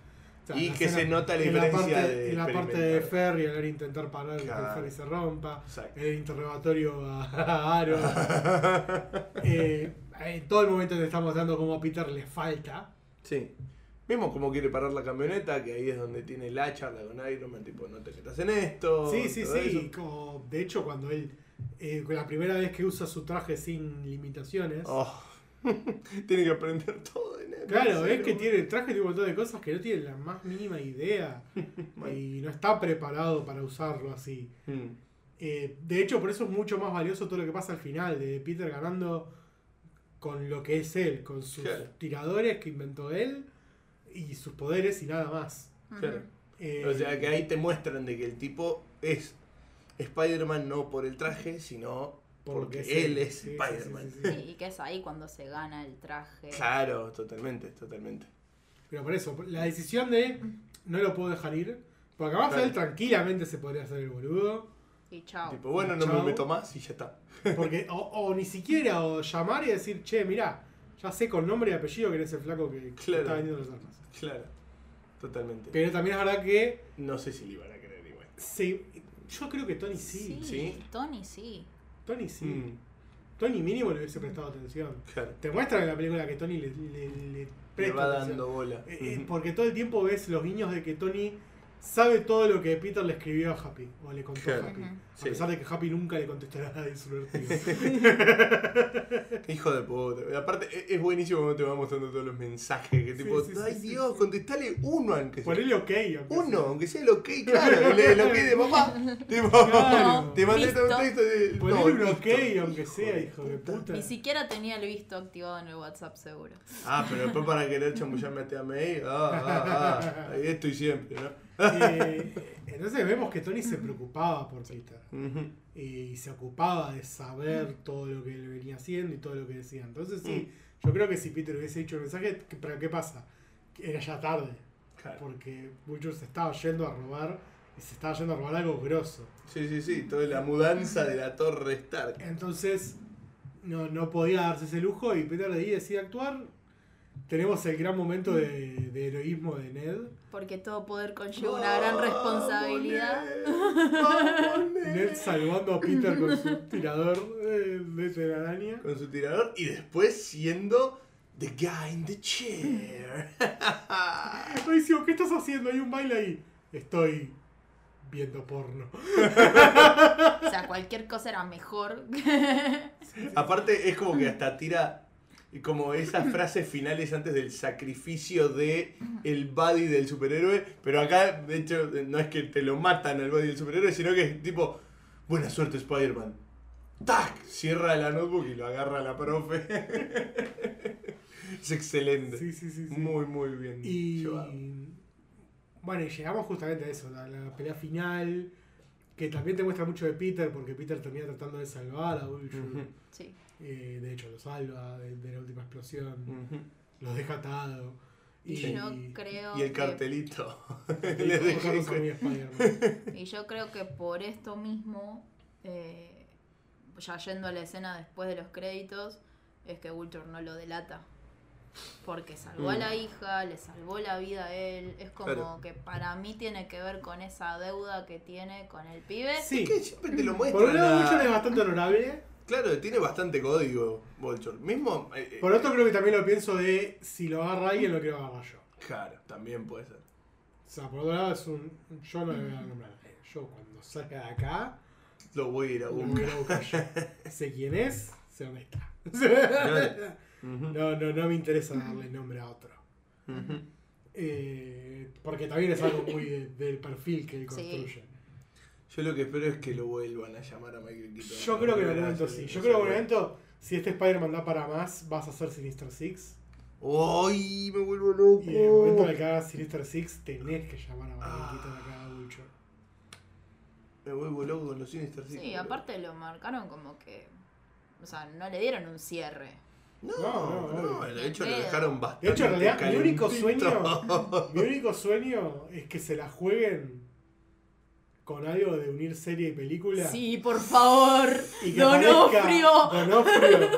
Speaker 2: O sea,
Speaker 3: Y
Speaker 2: la
Speaker 3: que
Speaker 2: escena-
Speaker 3: se nota la
Speaker 2: en la
Speaker 3: diferencia
Speaker 2: parte,
Speaker 3: de
Speaker 2: en la parte de
Speaker 3: experimentar.
Speaker 2: Ferry, al intentar parar que
Speaker 3: Claro.
Speaker 2: el Ferry se rompa.
Speaker 3: Exacto.
Speaker 2: El eh, interrogatorio a, *laughs* a Aaron. Eh, en todo el momento te está mostrando cómo a Peter le falta.
Speaker 3: Sí. Vemos cómo quiere parar la camioneta, que ahí es donde tiene la charla con Iron Man, tipo, no te metas en esto.
Speaker 2: Sí, sí,
Speaker 3: todo
Speaker 2: sí. como- de hecho, cuando él. eh, la primera vez que usa su traje sin limitaciones.
Speaker 3: eso. Oh. *laughs* tiene que aprender todo de nuevo.
Speaker 2: Claro,
Speaker 3: Sí,
Speaker 2: es que
Speaker 3: como-
Speaker 2: tiene el traje de un montón de cosas que no tiene la más mínima idea y no está preparado para usarlo así.
Speaker 3: Mm.
Speaker 2: Eh, de hecho, por eso es mucho más valioso todo lo que pasa al final, de Peter ganando con lo que es él, con sus
Speaker 3: Claro.
Speaker 2: tiradores que inventó él y sus poderes y nada más.
Speaker 3: Claro.
Speaker 2: Eh,
Speaker 3: O sea, que ahí te muestran de que el tipo es Spider-Man no por el traje, sino porque, él
Speaker 2: sí,
Speaker 3: es
Speaker 2: sí, sí,
Speaker 3: Spider-Man.
Speaker 2: sí, sí, sí.
Speaker 1: Sí, y que es ahí cuando se gana el traje.
Speaker 3: Claro, totalmente, totalmente.
Speaker 2: Pero por eso, la decisión de no lo puedo dejar ir, porque además
Speaker 3: Claro.
Speaker 2: él tranquilamente se podría hacer el boludo.
Speaker 1: Y chao.
Speaker 3: Tipo, bueno, no
Speaker 2: Chao.
Speaker 3: me meto más y ya está.
Speaker 2: Porque, o, o ni siquiera, o llamar y decir, che, mirá, ya sé con nombre y apellido que eres el flaco que, que
Speaker 3: Claro.
Speaker 2: está vendiendo las armas.
Speaker 3: Claro, totalmente.
Speaker 2: Pero también es verdad que,
Speaker 3: No sé si le iban a creer igual.
Speaker 2: se- yo creo que Tony sí.
Speaker 1: sí,
Speaker 3: sí.
Speaker 1: Tony sí.
Speaker 2: Tony sí.
Speaker 3: Mm,
Speaker 2: Tony mínimo le hubiese prestado atención.
Speaker 3: claro.
Speaker 2: Te muestran en la película que Tony le, le- le
Speaker 3: Le
Speaker 2: presta
Speaker 3: va
Speaker 2: atención.
Speaker 3: dando bola.
Speaker 2: Eh, eh,
Speaker 3: Ujú.
Speaker 2: porque todo el tiempo ves los guiños de que Tony sabe todo lo que Peter le escribió a Happy, o le contó
Speaker 3: Claro.
Speaker 2: a Happy.
Speaker 1: Ujú.
Speaker 2: A
Speaker 3: Sí.
Speaker 2: pesar de que Happy nunca le contestó nada de su
Speaker 3: *laughs*
Speaker 2: vertigo.
Speaker 3: Hijo de puta. Aparte, e- es buenísimo cuando te va mostrando todos los mensajes. Que
Speaker 2: Sí,
Speaker 3: tipo,
Speaker 2: sí, sí,
Speaker 3: ay
Speaker 2: sí,
Speaker 3: Dios,
Speaker 2: sí.
Speaker 3: contestale uno aunque sea.
Speaker 2: Ponele ok. aunque
Speaker 3: Uno,
Speaker 2: sea.
Speaker 3: aunque sea
Speaker 2: *laughs*
Speaker 3: el ok, claro, el, el ok de papá. Tipo,
Speaker 2: Claro.
Speaker 3: te mandé
Speaker 1: Listo.
Speaker 3: todo un texto de.
Speaker 2: Ponele un ok,
Speaker 3: listo.
Speaker 2: aunque sea, hijo de puta.
Speaker 1: Ni siquiera tenía el visto activado en el WhatsApp seguro.
Speaker 3: Ah, pero después para querer chamullarme a May, ah, ah, ah, ahí estoy siempre, ¿no?
Speaker 2: Eh, entonces vemos que Tony se preocupaba por Peter.
Speaker 3: Ujú.
Speaker 2: eh, y se ocupaba de saber todo lo que él venía haciendo y todo lo que decía. Entonces sí, yo creo que si Peter hubiese dicho el mensaje, ¿qué- ¿pero qué pasa? Que Era ya tarde,
Speaker 3: Claro.
Speaker 2: porque Vulture se estaba yendo a robar y se estaba yendo a robar algo grosso.
Speaker 3: Sí, sí, sí, toda la mudanza de la torre Stark.
Speaker 2: Entonces no, no podía darse ese lujo y Peter de ahí decide actuar. Tenemos el gran momento de, de heroísmo de Ned.
Speaker 1: Porque todo poder conlleva una gran
Speaker 3: Vamos,
Speaker 1: responsabilidad.
Speaker 3: Ned. Vamos,
Speaker 2: *laughs*
Speaker 3: Ned.
Speaker 2: Ned salvando a Peter con su tirador eh, de la araña.
Speaker 3: Con su tirador y después siendo The Guy in the Chair.
Speaker 2: Le digo, ¿qué estás haciendo? Hay un baile ahí. Estoy viendo porno.
Speaker 1: O sea, cualquier cosa era mejor. *laughs*
Speaker 3: Aparte es como que hasta tira como esas frases finales antes del sacrificio de el body del superhéroe, pero acá de hecho no es que te lo matan al body del superhéroe, sino que es tipo buena suerte Spider-Man. ¡Tac! Cierra la notebook y lo agarra la profe. *laughs* es excelente.
Speaker 2: Sí, sí, sí. sí.
Speaker 3: Muy muy bien.
Speaker 2: y
Speaker 3: llevado.
Speaker 2: bueno, y llegamos justamente a eso, la, la pelea final, que también te muestra mucho de Peter, porque Peter termina tratando de salvar a Vulture.
Speaker 3: Ujú,
Speaker 1: Sí.
Speaker 2: Eh, de hecho, lo salva de, de la última explosión,
Speaker 3: ujú.
Speaker 2: los deja atado.
Speaker 1: Y,
Speaker 2: Y, *laughs*
Speaker 1: yo creo
Speaker 3: Y el
Speaker 1: que
Speaker 3: cartelito.
Speaker 2: y-
Speaker 3: Le
Speaker 2: y-
Speaker 3: dejé
Speaker 2: Carlos
Speaker 3: con- *laughs*
Speaker 2: Amía Spider-Man.
Speaker 1: Y yo creo que por esto mismo, eh, ya yendo a la escena después de los créditos, es que Vulture no lo delata. Porque salvó a
Speaker 2: Mm.
Speaker 1: la hija, le salvó la vida a él. Es como
Speaker 3: Claro.
Speaker 1: que para mí tiene que ver con esa deuda que tiene con el pibe.
Speaker 2: Sí,
Speaker 3: Es que siempre te lo muestran.
Speaker 2: por un lado
Speaker 3: a-
Speaker 2: Vulture es bastante honorable.
Speaker 3: Claro, tiene bastante código, Vulture. Mismo. eh, eh,
Speaker 2: Por otro creo que también lo pienso de si lo agarra alguien, lo quiero agarrar yo.
Speaker 3: Claro, también puede ser.
Speaker 2: O sea, por otro lado es un. Yo no le voy a nombrar. a nadie. Yo cuando salga de acá,
Speaker 3: Lo voy a ir a
Speaker 2: lo
Speaker 3: buscar.
Speaker 2: voy a ir a buscar yo. *laughs* Sé quién es, sé dónde está.
Speaker 3: Ujú,
Speaker 2: No, no, no me interesa darle nombre a otro.
Speaker 3: ujú.
Speaker 2: Eh, porque también es algo muy de- del perfil que él
Speaker 1: Sí.
Speaker 2: construye.
Speaker 3: Yo lo que espero es que lo vuelvan a llamar a Michael Keaton.
Speaker 2: Yo creo que en
Speaker 3: Volver
Speaker 2: algún
Speaker 3: a
Speaker 2: momento
Speaker 3: hacer
Speaker 2: sí.
Speaker 3: el
Speaker 2: Yo creo que en algún
Speaker 3: Superman.
Speaker 2: momento, si este Spider-Man da para más, vas a hacer Sinister Six.
Speaker 3: ¡Ay! Me vuelvo
Speaker 2: Y en el momento
Speaker 3: loco.
Speaker 2: en el que hagas Sinister Six, tenés que llamar a Mariquita de acá a Vulture.
Speaker 3: Me vuelvo loco con los Sinister Six,
Speaker 1: Sí,
Speaker 3: boludo.
Speaker 1: aparte lo marcaron como que. O sea, no le dieron un cierre.
Speaker 3: No,
Speaker 2: No,
Speaker 3: no,
Speaker 2: no, obvio.
Speaker 3: De hecho, lo dejaron bastante.
Speaker 2: De hecho, en realidad, mi único
Speaker 3: *laughs* calentito.
Speaker 2: sueño. Mi único sueño es que se la jueguen con algo de unir serie y película.
Speaker 1: Sí, por favor.
Speaker 2: y que aparezca
Speaker 1: Donofrio.
Speaker 2: Donofrio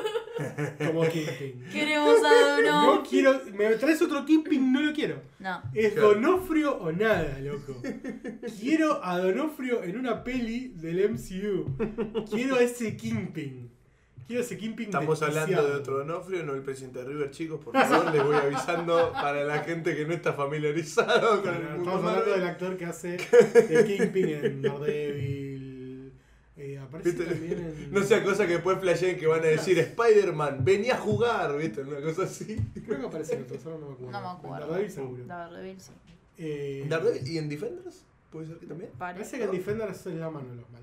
Speaker 2: como Kingpin.
Speaker 1: Queremos a
Speaker 2: No.
Speaker 1: Dono.
Speaker 2: quiero. Me traes otro Kingpin, no lo quiero.
Speaker 1: No.
Speaker 2: Es
Speaker 3: Claro.
Speaker 2: Donofrio o nada, loco. Quiero a Donofrio en una peli del MCU. Quiero a ese Kingpin. Quiero ese Kingpin
Speaker 3: Estamos hablando de
Speaker 2: desquiciado.
Speaker 3: otro Donofrio, no el presidente de River, chicos.
Speaker 2: *laughs*
Speaker 3: Por favor, les voy avisando para la gente que no está familiarizado con el
Speaker 2: Estamos
Speaker 3: mundo
Speaker 2: hablando
Speaker 3: Marvel.
Speaker 2: del actor que
Speaker 3: *laughs*
Speaker 2: hace de Kingpin en Daredevil. Eh, aparece
Speaker 3: Viste,
Speaker 2: también en.
Speaker 3: *laughs* No sea cosa que después flasheen que van a decir Spider-Man, venía a jugar, ¿viste? Una cosa así.
Speaker 2: Creo que aparece en otro, solo no me acuerdo.
Speaker 1: No me
Speaker 2: En
Speaker 1: acuerdo.
Speaker 2: Daredevil seguro.
Speaker 1: Daredevil, sí.
Speaker 2: Eh,
Speaker 3: Daredevil, ¿Y en Defenders? ¿Puede ser que también?
Speaker 1: Parece.
Speaker 2: Parece que en Defenders es la mano de los malos.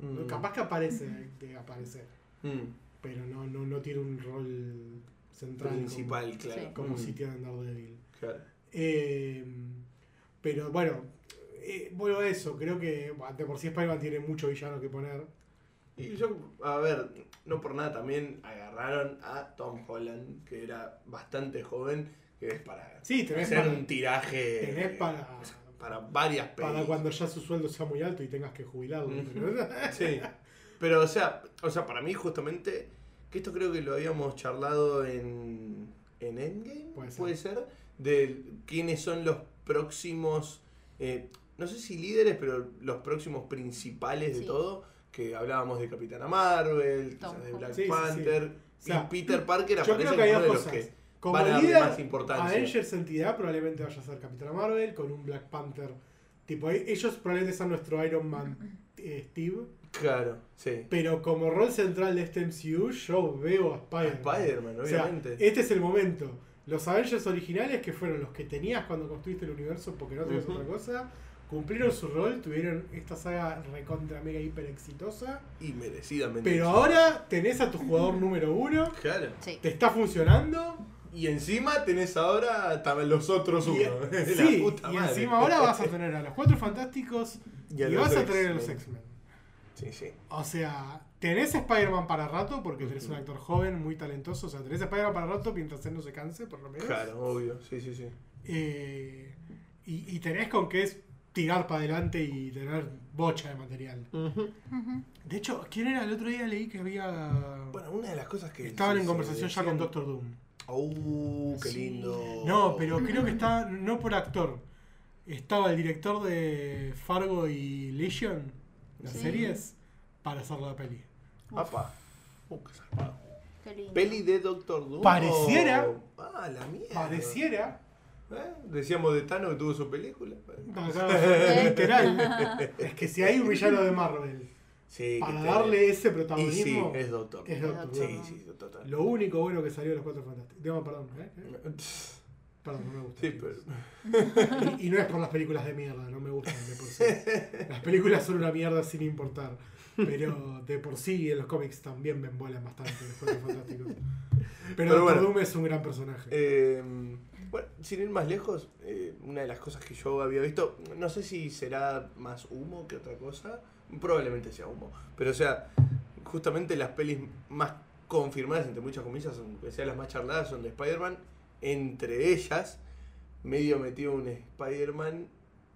Speaker 3: Mm.
Speaker 2: Capaz que aparece, de aparecer.
Speaker 3: Mm.
Speaker 2: Pero no, no, no tiene un rol central. como-
Speaker 3: Principal, claro.
Speaker 1: Sí.
Speaker 2: Como,
Speaker 3: Mm.
Speaker 2: si tiene en Daredevil.
Speaker 3: Claro.
Speaker 2: Eh, pero bueno, eh, vuelvo a eso. Creo que bueno, de por sí Spider-Man tiene mucho villano que poner.
Speaker 3: Y yo, a ver, no por nada también agarraron a Tom Holland, que era bastante joven, que es para
Speaker 2: Sí, tenés
Speaker 3: hacer
Speaker 2: para,
Speaker 3: un tiraje.
Speaker 2: tenés para,
Speaker 3: para varias pelis.
Speaker 2: para cuando ya su sueldo sea muy alto y tengas que jubilarlo.
Speaker 3: Ujú.
Speaker 2: pero- *laughs*
Speaker 3: Sí. Pero, o sea, o sea, para mí, justamente, que esto creo que lo habíamos charlado en, en Endgame,
Speaker 2: Puede ser.
Speaker 3: puede ser, de quiénes son los próximos, eh, no sé si líderes, pero los próximos principales de
Speaker 1: Sí.
Speaker 3: todo, que hablábamos de Capitana Marvel,
Speaker 1: Tom
Speaker 3: quizás de
Speaker 1: Holland.
Speaker 3: Black
Speaker 2: Sí, sí, sí.
Speaker 3: Panther,
Speaker 2: O sea,
Speaker 3: y Peter Parker
Speaker 2: Yo
Speaker 3: aparece
Speaker 2: creo que
Speaker 3: como uno
Speaker 2: hay
Speaker 3: de
Speaker 2: dos
Speaker 3: los
Speaker 2: cosas.
Speaker 3: que
Speaker 2: Como
Speaker 3: van a darle más
Speaker 2: líder,
Speaker 3: importancia.
Speaker 2: Avengers entidad probablemente vaya a ser Capitana Marvel con un Black Panther. Tipo, e- ellos probablemente sean nuestro Iron Man eh, Steve.
Speaker 3: Claro, sí.
Speaker 2: Pero como rol central de este MCU, yo veo a Spider-Man.
Speaker 3: Spider-Man,
Speaker 2: O sea,
Speaker 3: obviamente.
Speaker 2: este es el momento. Los Avengers originales, que fueron los que tenías cuando construiste el universo porque no tenías
Speaker 3: Ujú.
Speaker 2: otra cosa, cumplieron su rol, tuvieron esta saga recontra mega hiper exitosa.
Speaker 3: y merecidamente.
Speaker 2: Pero ahora tenés a tu jugador número uno,
Speaker 3: Claro.
Speaker 1: Sí.
Speaker 2: te está funcionando.
Speaker 3: Y encima tenés ahora tam- los otros *laughs*
Speaker 2: Y, e-
Speaker 3: uno. La
Speaker 2: sí,
Speaker 3: puta
Speaker 2: y
Speaker 3: madre.
Speaker 2: encima ahora vas a
Speaker 3: *laughs*
Speaker 2: tener a los cuatro fantásticos y,
Speaker 3: los
Speaker 2: vas a tener a los
Speaker 3: X-Men.
Speaker 2: X-Men.
Speaker 3: Sí, sí.
Speaker 2: O sea, tenés a Spider-Man para rato porque tenés un actor joven, muy talentoso. O sea, tenés a Spider-Man para rato mientras él no se canse, por lo menos.
Speaker 3: Claro, obvio. Sí, sí, sí.
Speaker 2: Eh, y, y tenés con qué es tirar para adelante y tener bocha de material. De hecho, ¿quién era? El otro día leí que había.
Speaker 3: Bueno, una de las cosas que.
Speaker 2: estaban
Speaker 3: se-
Speaker 2: en
Speaker 3: se
Speaker 2: conversación ya con
Speaker 3: decían-
Speaker 2: Doctor Doom.
Speaker 3: Oh, qué
Speaker 1: Sí.
Speaker 3: lindo.
Speaker 2: No, pero creo que estaba. No por actor. Estaba el director de Fargo y Legion, las
Speaker 1: Sí.
Speaker 2: series, para hacer la peli.
Speaker 3: Apa. Uh, qué zarpado.
Speaker 1: Qué lindo.
Speaker 3: Peli de Doctor Doom.
Speaker 2: Pareciera-
Speaker 3: Ah, la mierda.
Speaker 2: Pareciera.
Speaker 3: ¿Eh? Decíamos de Thanos que tuvo su película.
Speaker 2: No, claro, literal. *laughs* Es que si hay un villano de Marvel
Speaker 3: Sí.
Speaker 2: para
Speaker 3: que te-
Speaker 2: darle ese
Speaker 3: Y sí,
Speaker 2: protagonismo,
Speaker 3: es Doctor
Speaker 2: es
Speaker 3: Doom.
Speaker 2: Doctor
Speaker 3: Sí,
Speaker 2: Doom.
Speaker 3: sí, total.
Speaker 2: Lo único bueno que salió de los Cuatro Fantásticos. Digo, perdón, ¿eh? ¿eh?
Speaker 3: *laughs* Sí,
Speaker 2: Perdón, no me gusta.
Speaker 3: pero.
Speaker 2: Y, y no es por las películas de mierda, no me gustan de por sí. Las películas son una mierda sin importar. Pero de por sí en los cómics también me embolan bastante los Cuatro Fantásticos. Pero,
Speaker 3: Pero
Speaker 2: Doctor
Speaker 3: bueno.
Speaker 2: Doom es un gran personaje.
Speaker 3: Eh, bueno, sin ir más lejos, eh, una de las cosas que yo había visto, no sé si será más humo que otra cosa, probablemente sea humo, pero o sea, justamente las pelis más confirmadas, entre muchas comillas, aunque sean las más charladas, son de Spider-Man, entre ellas, medio metido un Spider-Man,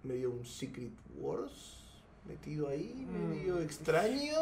Speaker 3: medio un Secret Wars, metido ahí,
Speaker 2: Mm.
Speaker 3: medio extraño,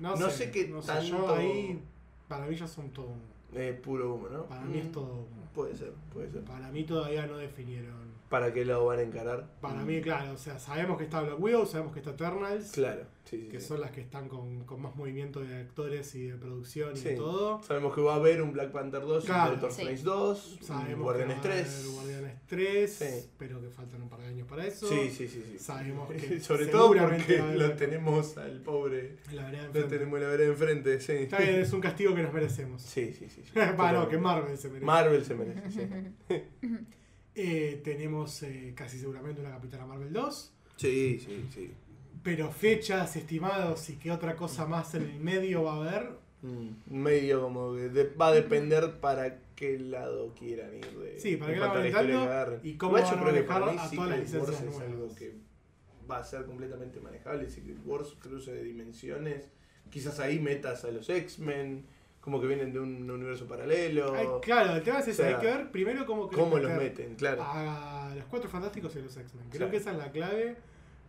Speaker 3: no sé qué
Speaker 2: no sé,
Speaker 3: tanto-
Speaker 2: yo ahí para mí ya son todo uno.
Speaker 3: eh, puro humo, ¿no?
Speaker 2: Para mí es
Speaker 3: Mm,
Speaker 2: todo uno.
Speaker 3: Puede ser, puede ser.
Speaker 2: Para mí todavía no definieron.
Speaker 3: ¿Para qué lado van a encarar?
Speaker 2: Para mí, claro, o sea, sabemos que está Black Widow, sabemos que está Eternals,
Speaker 3: Claro, sí, sí,
Speaker 2: que
Speaker 3: sí.
Speaker 2: son las que están con, con más movimiento de actores y de producción y
Speaker 3: Sí.
Speaker 2: de todo.
Speaker 3: Sabemos que va a haber un Black Panther 2,
Speaker 2: Claro.
Speaker 3: un Doctor
Speaker 1: Sí.
Speaker 3: Strange 2, un
Speaker 2: Sabemos
Speaker 3: Guardianes
Speaker 2: que va a haber
Speaker 3: 3.
Speaker 2: Guardianes 3,
Speaker 3: Sí.
Speaker 2: pero que faltan un par de años para eso.
Speaker 3: Sí, sí, sí, sí. *laughs*
Speaker 2: Sabemos que
Speaker 3: Sobre todo
Speaker 2: seguramente
Speaker 3: porque
Speaker 2: va a
Speaker 3: lo
Speaker 2: haber-
Speaker 3: tenemos al pobre.
Speaker 2: La vereda
Speaker 3: Lo
Speaker 2: enfrente.
Speaker 3: tenemos la vereda enfrente, sí.
Speaker 2: Está bien, es un castigo que nos merecemos.
Speaker 3: Sí, sí, sí. sí.
Speaker 2: *laughs* Va, no, que
Speaker 3: Totalmente.
Speaker 2: Marvel se merece.
Speaker 3: Marvel se merece,
Speaker 1: *laughs*
Speaker 3: sí.
Speaker 2: Eh, tenemos eh, casi seguramente una Capitana Marvel 2.
Speaker 3: Sí, sí, sí.
Speaker 2: Pero fechas, estimados y qué otra cosa más en el medio va a haber.
Speaker 3: Mm, Medio como que de- va a depender para qué lado quieran ir. De,
Speaker 2: Sí, para
Speaker 3: de
Speaker 2: qué la
Speaker 3: cuánta
Speaker 2: van
Speaker 3: historia
Speaker 2: entrando
Speaker 3: agarren.
Speaker 2: y cómo
Speaker 3: Igual yo
Speaker 2: van a
Speaker 3: creo que para
Speaker 2: manejar
Speaker 3: mí
Speaker 2: a
Speaker 3: Secret
Speaker 2: todas las
Speaker 3: Wars
Speaker 2: licencias
Speaker 3: es algo
Speaker 2: nuevas.
Speaker 3: que va a ser completamente manejable. Secret Wars, cruce de dimensiones. Quizás ahí metas a los X-Men, como que vienen de un universo paralelo.
Speaker 2: Ay, claro, el tema es ese,
Speaker 3: o sea,
Speaker 2: hay que ver primero cómo, querés
Speaker 3: ¿Cómo los
Speaker 2: meter
Speaker 3: meten? Claro.
Speaker 2: A los cuatro fantásticos y a los X-Men. Creo
Speaker 3: Claro.
Speaker 2: que esa es la clave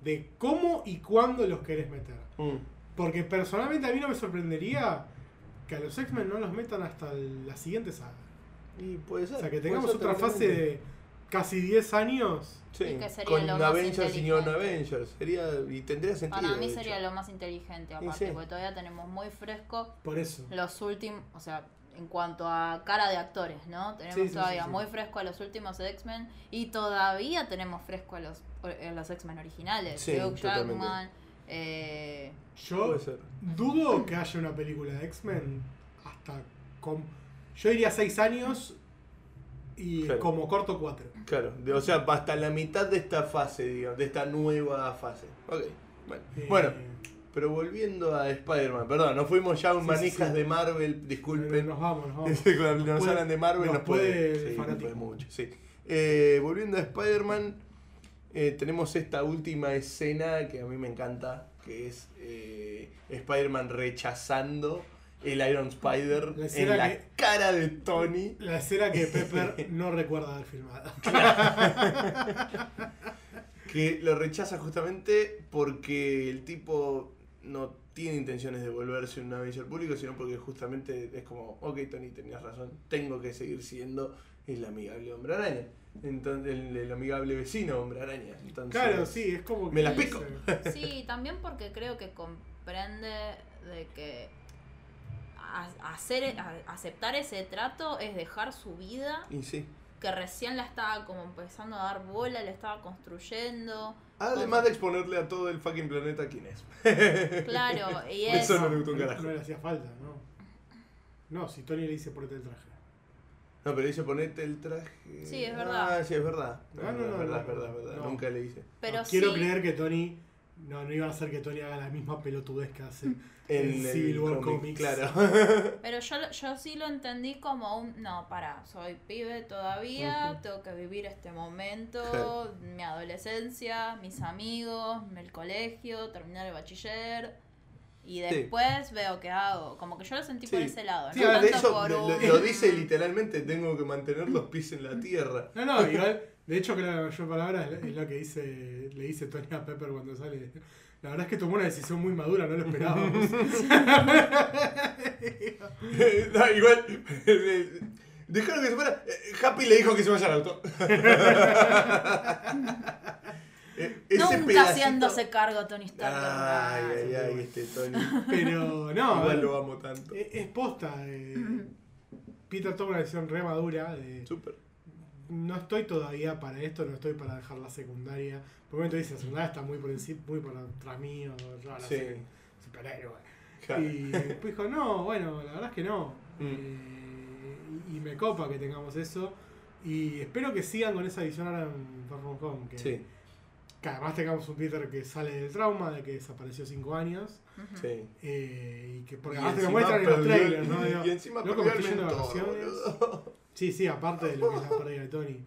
Speaker 2: de cómo y cuándo los querés meter.
Speaker 3: Mm.
Speaker 2: Porque personalmente a mí no me sorprendería que a los X-Men no los metan hasta el- la siguiente saga.
Speaker 3: Y puede ser.
Speaker 2: O sea, que
Speaker 3: puede
Speaker 2: tengamos
Speaker 3: ser
Speaker 2: otra fase
Speaker 3: tranquilamente.
Speaker 2: de casi 10 años.
Speaker 3: Sí,
Speaker 1: Y que sería
Speaker 3: con
Speaker 1: lo más
Speaker 3: Avengers y no
Speaker 1: inteligente.
Speaker 3: Avengers. Sería, y tendría sentido.
Speaker 1: Para mí
Speaker 3: de
Speaker 1: sería
Speaker 3: hecho.
Speaker 1: lo más inteligente,
Speaker 3: Y
Speaker 1: aparte,
Speaker 3: sí.
Speaker 1: porque todavía tenemos muy fresco
Speaker 2: Por eso.
Speaker 1: los últimos, o sea, en cuanto a cara de actores, ¿no? Tenemos
Speaker 2: Sí, sí,
Speaker 1: todavía
Speaker 2: sí, sí.
Speaker 1: muy fresco a los últimos X-Men y todavía tenemos fresco a los, a los X-Men originales.
Speaker 3: Sí,
Speaker 1: Hugh
Speaker 3: totalmente.
Speaker 1: Jackman, eh,
Speaker 2: Yo
Speaker 3: Puede ser.
Speaker 2: dudo que haya una película de X-Men hasta con... Yo diría 6 años y
Speaker 3: Claro.
Speaker 2: como corto 4.
Speaker 3: Claro, de- o sea, hasta la mitad de esta fase, digamos, de esta nueva fase. Ok, bueno.
Speaker 2: Eh,
Speaker 3: Bueno, pero volviendo a Spider-Man, perdón, nos fuimos ya un
Speaker 2: Sí, sí,
Speaker 3: manijas
Speaker 2: sí.
Speaker 3: de Marvel, disculpen.
Speaker 2: nos vamos,
Speaker 3: *laughs*
Speaker 2: nos vamos.
Speaker 3: Cuando nos
Speaker 2: puede-
Speaker 3: hablan de Marvel
Speaker 2: nos
Speaker 3: nos puede,
Speaker 2: puede
Speaker 3: sí, nos
Speaker 2: fanatismo.
Speaker 3: puede mucho, sí. Eh, volviendo a Spider-Man, eh, tenemos esta última escena que a mí me encanta, que es eh, Spider-Man rechazando el Iron Spider
Speaker 2: La escena
Speaker 3: en la
Speaker 2: que-
Speaker 3: cara de Tony.
Speaker 2: La escena que Pepper no recuerda haber filmado.
Speaker 3: que lo rechaza justamente porque el tipo no tiene intenciones de volverse un Avenger público, sino porque justamente es como, ok Tony, tenías razón, tengo que seguir siendo el amigable hombre araña. Entonces, el, el amigable vecino hombre araña. Entonces,
Speaker 2: Claro, sí, es como que...
Speaker 3: Me la pico.
Speaker 2: *laughs*
Speaker 1: Sí, también porque creo que comprende de que a- hacer, a- aceptar ese trato es dejar su vida,
Speaker 3: Y sí.
Speaker 1: que recién la estaba como empezando a dar bola, la estaba
Speaker 2: *laughs*
Speaker 1: construyendo.
Speaker 3: Además de exponerle a todo el fucking planeta quién es.
Speaker 1: Claro, y es...
Speaker 3: Eso no le gustó un
Speaker 2: No
Speaker 3: carajo.
Speaker 2: le hacía falta, ¿no? No, si Tony le dice ponete el traje.
Speaker 3: No, pero dice ponete el traje.
Speaker 1: Sí, es verdad.
Speaker 3: Ah, sí, es verdad.
Speaker 2: No, no, no,
Speaker 3: es verdad,
Speaker 2: no.
Speaker 3: es verdad, es verdad.
Speaker 2: No.
Speaker 3: Nunca le hice.
Speaker 1: Pero
Speaker 2: No, quiero
Speaker 1: sí,
Speaker 2: creer que Tony... No, no iba a ser que Tony haga la misma pelotudez que
Speaker 3: *laughs*
Speaker 2: hace. En
Speaker 3: el
Speaker 2: Civil War
Speaker 3: cómic,
Speaker 2: Comics.
Speaker 3: Claro.
Speaker 1: Pero yo, lo- yo sí lo entendí como un, no, para, soy pibe todavía,
Speaker 3: Ujú.
Speaker 1: tengo que vivir este momento,
Speaker 3: Claro.
Speaker 1: mi adolescencia, mis amigos, el colegio, terminar el bachiller. Y después veo qué hago. Como que yo lo sentí por
Speaker 3: Sí.
Speaker 1: ese lado,
Speaker 3: Sí,
Speaker 1: no
Speaker 3: de
Speaker 1: tanto
Speaker 3: eso
Speaker 1: por
Speaker 3: lo,
Speaker 1: un-
Speaker 3: lo
Speaker 1: *laughs*
Speaker 3: dice literalmente, tengo que mantener los pies en la tierra.
Speaker 2: No,
Speaker 3: *laughs*
Speaker 2: no, igual, de hecho que la mayor palabra es lo que dice, le dice Tony a Pepper cuando sale. La verdad es que tomó una decisión muy madura, no lo
Speaker 3: *laughs*
Speaker 2: esperábamos.
Speaker 3: No, igual, *laughs* dejaron que se fuera. Eh, Happy le dijo que se vaya al
Speaker 1: *laughs*
Speaker 3: auto. Eh, ese
Speaker 1: Nunca
Speaker 3: pedacito-
Speaker 1: haciéndose cargo Tony Stark.
Speaker 3: Ay,
Speaker 1: ¿verdad?
Speaker 3: ay, ay, este Tony.
Speaker 1: *laughs*
Speaker 2: Pero no, eh.
Speaker 3: Igual lo amo tanto.
Speaker 2: es, es posta.
Speaker 1: *clears throat*
Speaker 2: eh, Peter toma una decisión re madura de
Speaker 3: Súper.
Speaker 2: no estoy todavía para esto, no estoy para dejar la secundaria. Por un momento dice, la secundaria está muy por encima, muy por atrás mío, yo ahora
Speaker 3: Sí.
Speaker 2: soy superhéroe.
Speaker 3: Claro.
Speaker 2: Y después dijo, no, bueno, la verdad es que no.
Speaker 3: Mm.
Speaker 2: Eh, y y me copa que tengamos eso. Y espero que sigan con esa visión ahora en Far From Home. Que,
Speaker 3: Sí,
Speaker 2: que además tengamos un Peter que sale del trauma, de que desapareció 5 años.
Speaker 1: Ujú.
Speaker 3: sí.
Speaker 2: eh, y que porque
Speaker 3: Y
Speaker 2: además te lo
Speaker 3: encima
Speaker 2: muestran en los
Speaker 3: perdió-
Speaker 2: trailers, ¿no? Digo,
Speaker 3: *laughs* Y encima
Speaker 2: loco,
Speaker 3: perdió
Speaker 2: me estoy
Speaker 3: el
Speaker 2: yendo de
Speaker 3: mentor,
Speaker 2: vacaciones.
Speaker 3: boludo.
Speaker 2: Sí, sí, aparte de lo que es la pérdida de Tony.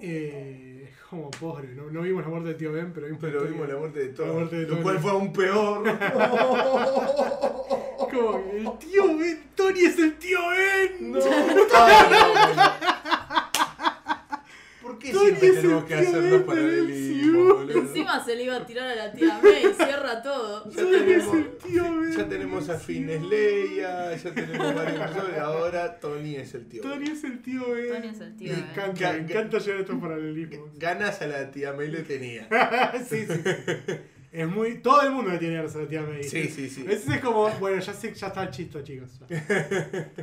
Speaker 2: Eh, es como pobre, no, no vimos la muerte de tío Ben, pero vimos,
Speaker 3: Pero
Speaker 2: Tony.
Speaker 3: vimos la muerte de
Speaker 2: La
Speaker 3: Tony,
Speaker 2: muerte de
Speaker 3: lo
Speaker 2: Tony.
Speaker 3: cual fue aún peor.
Speaker 2: *laughs* Es como, el tío Ben, Tony es el tío Ben.
Speaker 3: No,
Speaker 2: *laughs*
Speaker 3: ah, no, boludo. ¿Por qué
Speaker 2: Tony
Speaker 3: siempre
Speaker 2: es
Speaker 3: tenemos
Speaker 2: el
Speaker 3: que
Speaker 2: tío
Speaker 3: hacernos
Speaker 2: Ben
Speaker 3: paralelismos,
Speaker 2: del
Speaker 3: boludo?
Speaker 4: Encima se le iba a tirar a la tía May
Speaker 1: *laughs*
Speaker 4: y cierra todo.
Speaker 3: Ya
Speaker 2: Tony es
Speaker 3: tenemos-
Speaker 2: el tío Ben.
Speaker 3: Ya tenemos a Fines Leia, ya tenemos varios personajes, ahora Tony es el tío.
Speaker 2: Tony es el tío Ben.
Speaker 1: Tony es el tío
Speaker 2: Me
Speaker 1: Ben.
Speaker 2: encanta, me
Speaker 3: Ga- ga-
Speaker 2: encanta llegar a estos paralelismos.
Speaker 3: Ganas a la tía May
Speaker 2: *laughs*
Speaker 3: le tenía.
Speaker 2: sí, sí, sí. Es muy. Todo el mundo le tiene ganas a la tía May.
Speaker 3: Sí, sí, sí.
Speaker 2: A veces es como, bueno, ya sé, ya está el chiste, chicos. ya. O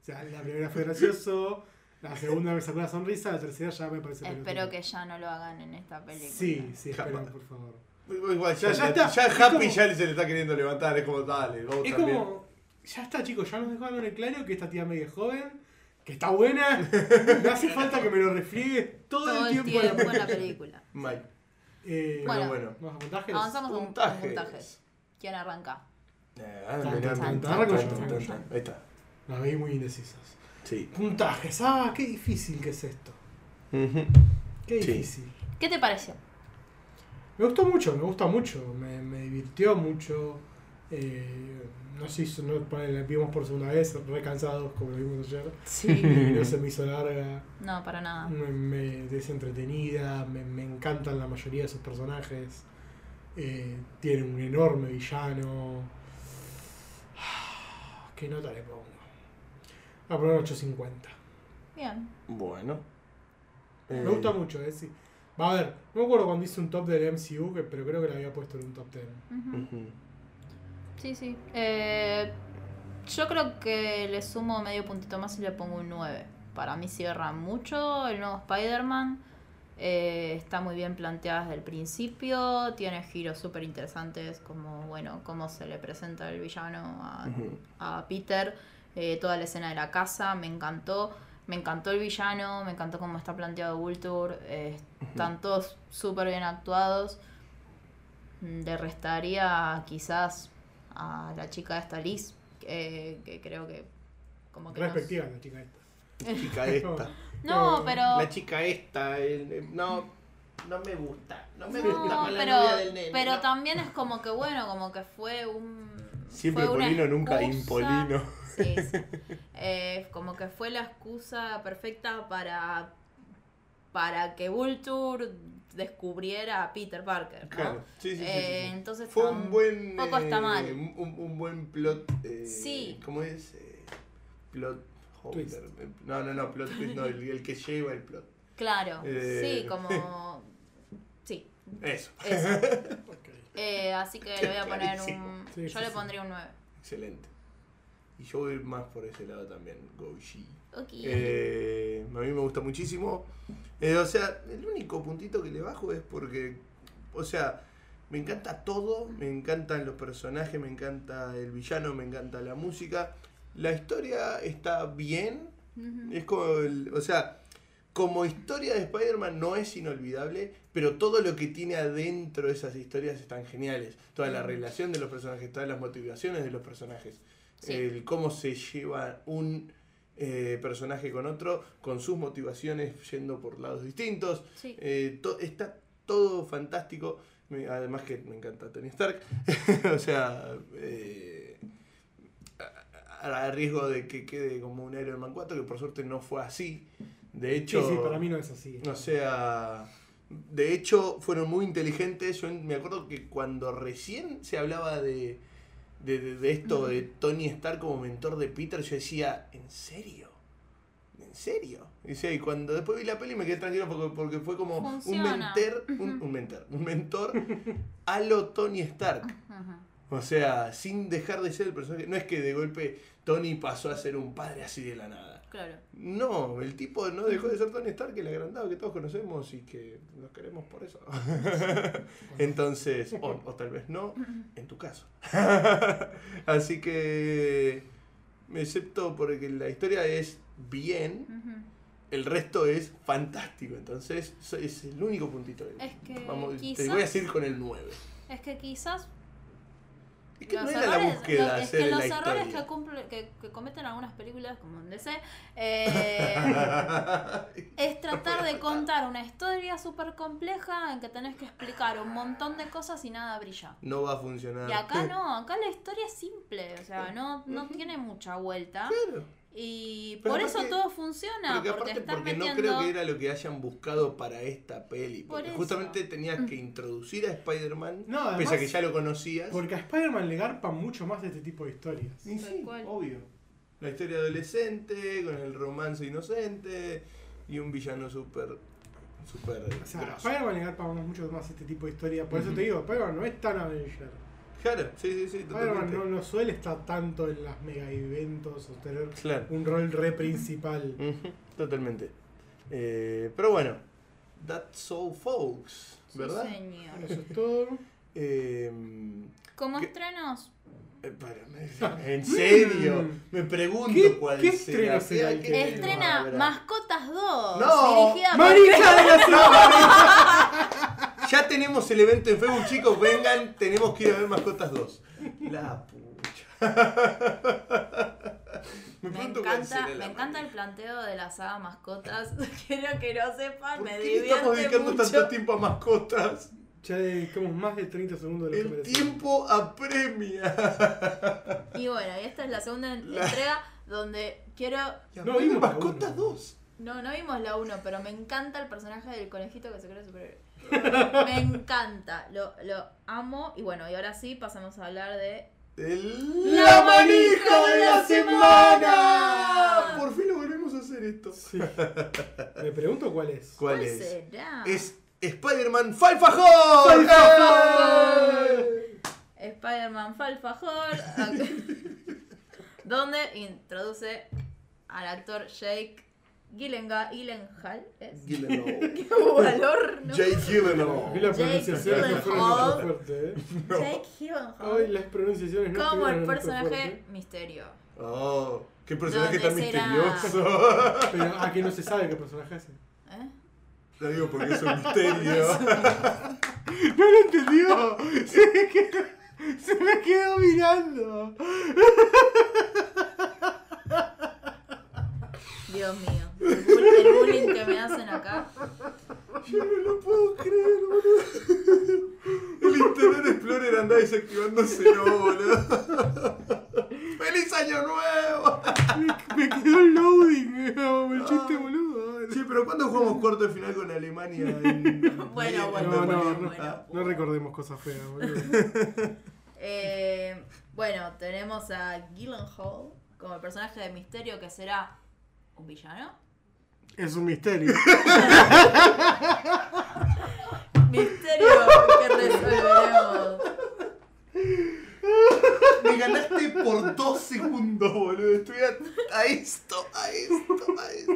Speaker 2: sea, la primera fue gracioso, la segunda me sacó una sonrisa, la tercera ya me parece
Speaker 1: Espero
Speaker 2: pelotudo.
Speaker 1: que ya no lo hagan en esta película.
Speaker 2: Sí, sí, espero,
Speaker 3: Capaz.
Speaker 2: por favor.
Speaker 3: Igual, ya,
Speaker 2: Ya- ya
Speaker 3: ya-
Speaker 2: está.
Speaker 3: ya
Speaker 2: Es
Speaker 3: Happy
Speaker 2: como-
Speaker 3: ya se le está queriendo levantar, es como, dale, vamos
Speaker 2: Es
Speaker 3: también.
Speaker 2: como. Ya está, chicos, ya nos dejaron en claro que esta tía May es joven, que está buena, no hace falta que me lo refriegues todo,
Speaker 1: Todo
Speaker 2: el tiempo.
Speaker 1: en
Speaker 2: *laughs*
Speaker 3: *laughs*
Speaker 1: la película.
Speaker 3: Mal.
Speaker 2: Eh,
Speaker 1: Bueno.
Speaker 3: Pero bueno.
Speaker 2: ¿Vamos a puntajes?
Speaker 1: Avanzamos a un puntaje.
Speaker 3: Puntajes.
Speaker 1: ¿Quién arranca?
Speaker 3: Ah,
Speaker 2: Tan,
Speaker 3: mirá,
Speaker 2: tan, tan,
Speaker 3: tan, tan,
Speaker 2: tan, tan,
Speaker 3: tan, tan, tan. Ahí está.
Speaker 2: Nos veis muy indecisos.
Speaker 3: Sí.
Speaker 2: Puntajes, ah, qué difícil que es esto.
Speaker 3: Ujú.
Speaker 2: Qué
Speaker 3: Sí.
Speaker 2: difícil.
Speaker 1: ¿Qué te pareció?
Speaker 2: Me gustó mucho, me gusta mucho, me, me divirtió mucho. eh, no se hizo, no, ponele, la vimos por segunda vez, recansados como lo vimos ayer.
Speaker 1: Sí.
Speaker 2: No se me hizo larga,
Speaker 1: No, para nada.
Speaker 2: me, me- es entretenida, me, me encantan la mayoría de sus personajes. eh, tiene un enorme villano. *sighs* ¿Qué nota le Ah, pongo? A poner 850.
Speaker 1: Bien.
Speaker 3: Bueno.
Speaker 2: Me gusta mucho, eh, sí. Va a ver, no me acuerdo cuando hice un top del MCU, que- pero creo que la había puesto en un top 10.
Speaker 1: Ujú. Sí, sí. Eh, yo creo que le sumo medio puntito más y le pongo un 9. Para mí cierra mucho el nuevo Spider-Man. Eh, está muy bien planteada desde el principio. Tiene giros súper interesantes como, bueno, cómo se le presenta el villano a, a Peter. Eh, toda la escena de la casa, me encantó. Me encantó el villano, me encantó cómo está planteado Vulture. eh, están todos súper bien actuados. Mm, Le restaría quizás a la chica esta Liz, eh, que creo que como que... nos-
Speaker 2: Respectiva la chica esta. *laughs*
Speaker 3: Chica esta.
Speaker 1: No, pero...
Speaker 3: Eh, La chica esta. el- el- no, no me gusta. No me gusta
Speaker 1: No,
Speaker 3: con la
Speaker 1: pero,
Speaker 3: novia del nene.
Speaker 1: pero
Speaker 3: no.
Speaker 1: también es como que bueno, como que fue un...
Speaker 3: Siempre
Speaker 1: fue una
Speaker 3: polino, nunca
Speaker 1: excusa.
Speaker 3: impolino.
Speaker 1: Sí, sí.
Speaker 3: *laughs*
Speaker 1: Eh, como que fue la excusa perfecta para, para que Vulture descubriera a Peter Parker. ¿no?
Speaker 3: Claro. Sí, sí, sí, sí, sí.
Speaker 1: Eh, Entonces
Speaker 3: Fue
Speaker 1: tam-
Speaker 3: un buen.
Speaker 1: poco está
Speaker 3: eh,
Speaker 1: mal.
Speaker 3: Un, un buen plot. eh,
Speaker 1: Sí.
Speaker 3: ¿Cómo es? Eh, plot.
Speaker 2: Twist.
Speaker 3: holder. eh, No, no, no, plot twist, no, el, el que lleva el plot.
Speaker 1: Claro,
Speaker 3: Eh.
Speaker 1: sí,
Speaker 3: *laughs*
Speaker 1: como... Sí,
Speaker 3: Eso,
Speaker 1: eso.
Speaker 2: Ok.
Speaker 1: Eh, así que le voy a poner un...
Speaker 3: Clarísimo.
Speaker 2: Sí,
Speaker 1: yo
Speaker 2: sí,
Speaker 1: le
Speaker 2: sí.
Speaker 1: pondría un 9.
Speaker 3: excelente. Y yo voy más por ese lado también, Goshi.
Speaker 1: Ok.
Speaker 3: Eh, a mí me gusta muchísimo. Eh, o sea, el único puntito que le bajo es porque, o sea, me encanta todo, me encantan los personajes, me encanta el villano, me encanta la música. La historia está bien,
Speaker 1: Ujú.
Speaker 3: es como, el- o sea, como historia de Spider-Man no es inolvidable, pero todo lo que tiene adentro esas historias están geniales. Toda la relación de los personajes, todas las motivaciones de los personajes,
Speaker 1: Sí.
Speaker 3: el cómo se lleva un eh, personaje con otro, con sus motivaciones yendo por lados distintos.
Speaker 1: Sí.
Speaker 3: Eh, to- está todo fantástico. Me- además que me encanta Tony Stark. *laughs* o sea, eh, a, a- a riesgo de que quede como un Iron Man 4, que por suerte no fue así. De
Speaker 2: Sí,
Speaker 3: hecho,
Speaker 2: sí, para mí no es así.
Speaker 3: o sea, de hecho fueron muy inteligentes. Yo me acuerdo que cuando recién se hablaba de, de, de- de esto de Tony Stark como mentor de Peter, yo decía, ¿en serio? ¿En serio? Y, sí, y cuando después vi la peli me quedé tranquilo porque, porque fue como un
Speaker 1: Funciona.
Speaker 3: mentor, un, un mentor, un mentor a lo Tony Stark.
Speaker 1: Ujú.
Speaker 3: O sea, sin dejar de ser el personaje. No es que de golpe Tony pasó a ser un padre así de la nada.
Speaker 1: Claro.
Speaker 3: No, el tipo no dejó de ser Tony Stark, el agrandado que todos conocemos y que nos queremos por eso. *laughs* Entonces, o, o tal vez no, en tu caso. *laughs* Así que, excepto porque la historia es bien,
Speaker 1: Ujú.
Speaker 3: el resto es fantástico. Entonces, so- es el único puntito.
Speaker 1: Es que
Speaker 3: Vamos, te
Speaker 1: quizás-
Speaker 3: voy a seguir con el 9.
Speaker 1: Es que quizás
Speaker 3: Es que
Speaker 1: los
Speaker 3: no era la
Speaker 1: errores,
Speaker 3: búsqueda
Speaker 1: lo- es
Speaker 3: hacer
Speaker 1: que los
Speaker 3: la
Speaker 1: errores que,
Speaker 3: historia.
Speaker 1: cumple- que- que cometen algunas películas como en DC eh, es tratar de contar una historia súper compleja en que tenés que explicar un montón de cosas y nada brilla.
Speaker 3: *laughs* no va a funcionar.
Speaker 1: Y acá no, acá la historia es simple, o sea, no, no tiene mucha vuelta.
Speaker 3: Claro.
Speaker 1: Y
Speaker 3: Pero
Speaker 1: por eso
Speaker 3: aparte-
Speaker 1: todo funciona,
Speaker 3: Pero que
Speaker 1: porque
Speaker 3: aparte
Speaker 1: están
Speaker 3: porque no
Speaker 1: metiendo...
Speaker 3: creo que era lo que hayan buscado para esta peli.
Speaker 1: Por
Speaker 3: Porque
Speaker 1: eso. Mm.
Speaker 3: justamente tenías que introducir a Spider-Man,
Speaker 2: No, además-
Speaker 3: pese a que ya lo conocías.
Speaker 2: Porque a Spider-Man le garpan mucho más de este tipo de historias.
Speaker 3: Y sí,
Speaker 1: Tal cual.
Speaker 3: obvio. La historia adolescente, con el romance inocente y un villano súper, súper
Speaker 2: O sea, a
Speaker 3: grosso.
Speaker 2: Spider-Man le garpan mucho más este tipo de historias. Por eso
Speaker 3: Ujú.
Speaker 2: te digo, Spider-Man no es tan Avenger.
Speaker 3: Claro, sí, sí, sí,
Speaker 2: Spider-Man
Speaker 3: totalmente.
Speaker 2: no, no suele estar tanto en las mega eventos o tener
Speaker 3: Claro.
Speaker 2: un rol re
Speaker 3: *laughs*
Speaker 2: principal.
Speaker 3: Ujú, Totalmente. Eh, pero bueno, that's all folks,
Speaker 1: Sí,
Speaker 3: ¿verdad?
Speaker 1: señor.
Speaker 2: Eso es todo.
Speaker 3: Em,
Speaker 1: Como
Speaker 3: Que-
Speaker 1: estrenos,
Speaker 3: Eh, para- ¿En
Speaker 2: *laughs*
Speaker 3: serio?
Speaker 2: Mm.
Speaker 3: Me pregunto
Speaker 2: ¿Qué-
Speaker 3: cuál
Speaker 2: qué
Speaker 3: será.
Speaker 2: estreno será el
Speaker 3: ¿Qué
Speaker 2: que
Speaker 1: estrena
Speaker 3: habrá? *laughs*
Speaker 1: Mascotas 2,
Speaker 3: No,
Speaker 1: dirigida por
Speaker 2: ¡Marica de la
Speaker 3: Ya tenemos el evento en Facebook, chicos. Vengan, tenemos que ir a ver Mascotas 2. La pucha. *laughs* Me
Speaker 1: Me
Speaker 3: pregunto cuál
Speaker 1: encanta,
Speaker 3: será la
Speaker 1: me encanta el planteo de la saga mascotas. *laughs* Quiero que lo sepan,
Speaker 3: ¿Por
Speaker 1: me
Speaker 3: qué le estamos
Speaker 1: divierte
Speaker 3: dedicando
Speaker 1: mucho.
Speaker 3: tanto tiempo a mascotas?
Speaker 2: Ya le dedicamos más de 30 segundos de lo que
Speaker 3: El
Speaker 2: merecemos.
Speaker 3: tiempo apremia.
Speaker 1: Y bueno, y esta es la segunda en- entrega donde quiero.
Speaker 3: No, vimos
Speaker 2: vimos la
Speaker 3: Mascotas
Speaker 2: uno.
Speaker 3: 2.
Speaker 1: No, no vimos la 1, pero me encanta el personaje del conejito que se cree superhéroe. Me encanta, lo, lo amo. Y bueno, y ahora sí pasamos a hablar de.
Speaker 3: El- ¡La manija de la semana! Por fin lo volvemos a hacer. hacer esto. *laughs*
Speaker 2: Me pregunto cuál es.
Speaker 3: ¿Cuál es?
Speaker 1: será?
Speaker 3: Es Spider-Man Falfajor.
Speaker 2: ¡Falfajor!
Speaker 3: ¡Eh!
Speaker 1: Spider-Man Falfajor, ac-
Speaker 3: *laughs*
Speaker 1: donde introduce al actor Jake Gyllenha- Gyllenhaal. ¿es? *laughs*
Speaker 3: Gyllenhaal.
Speaker 1: ¡Qué valor! ¿no?
Speaker 3: Jake
Speaker 2: Y las
Speaker 3: Gyllenhaal.
Speaker 1: Jake
Speaker 2: pronunciaciones no fueron
Speaker 1: Gyllenhaal.
Speaker 2: muy fuertes, ¿eh?
Speaker 1: Jake
Speaker 2: Hoy
Speaker 1: Gyllenhaal.
Speaker 2: las pronunciaciones no
Speaker 1: Como el
Speaker 2: estuvieron
Speaker 1: personaje
Speaker 2: fuertes,
Speaker 1: misterio.
Speaker 3: Oh, qué personaje tan
Speaker 1: ¿Dónde será?
Speaker 3: misterioso.
Speaker 1: *laughs*
Speaker 2: Pero aquí no se sabe qué personaje hace.
Speaker 1: ¿Eh?
Speaker 3: Lo digo porque es
Speaker 1: *laughs*
Speaker 3: un misterio.
Speaker 2: ¡No lo entendió! Se me quedó, se me quedó mirando.
Speaker 1: Dios mío. El bull- el bullying que me hacen acá.
Speaker 3: Yo no lo puedo creer, boludo. El Internet Explorer anda desactivándose, no, boludo. *laughs* ¡Feliz Año Nuevo!
Speaker 2: Me, me quedó el loading, como el chiste boludo.
Speaker 3: Sí, pero ¿cuándo jugamos cuarto de final con Alemania?
Speaker 1: *laughs*
Speaker 3: en- Ah,
Speaker 1: Bueno,
Speaker 3: en-
Speaker 1: bueno,
Speaker 2: No, no,
Speaker 1: bueno,
Speaker 2: no,
Speaker 1: bueno.
Speaker 2: no recordemos cosas feas, boludo. *laughs*
Speaker 1: Eh, bueno, tenemos a Gyllenhaal como el personaje de misterio que será un villano.
Speaker 2: Es un misterio.
Speaker 1: Misterio que resolveremos.
Speaker 3: Me ganaste por dos segundos, boludo. Estoy a, a esto, a esto, a esto.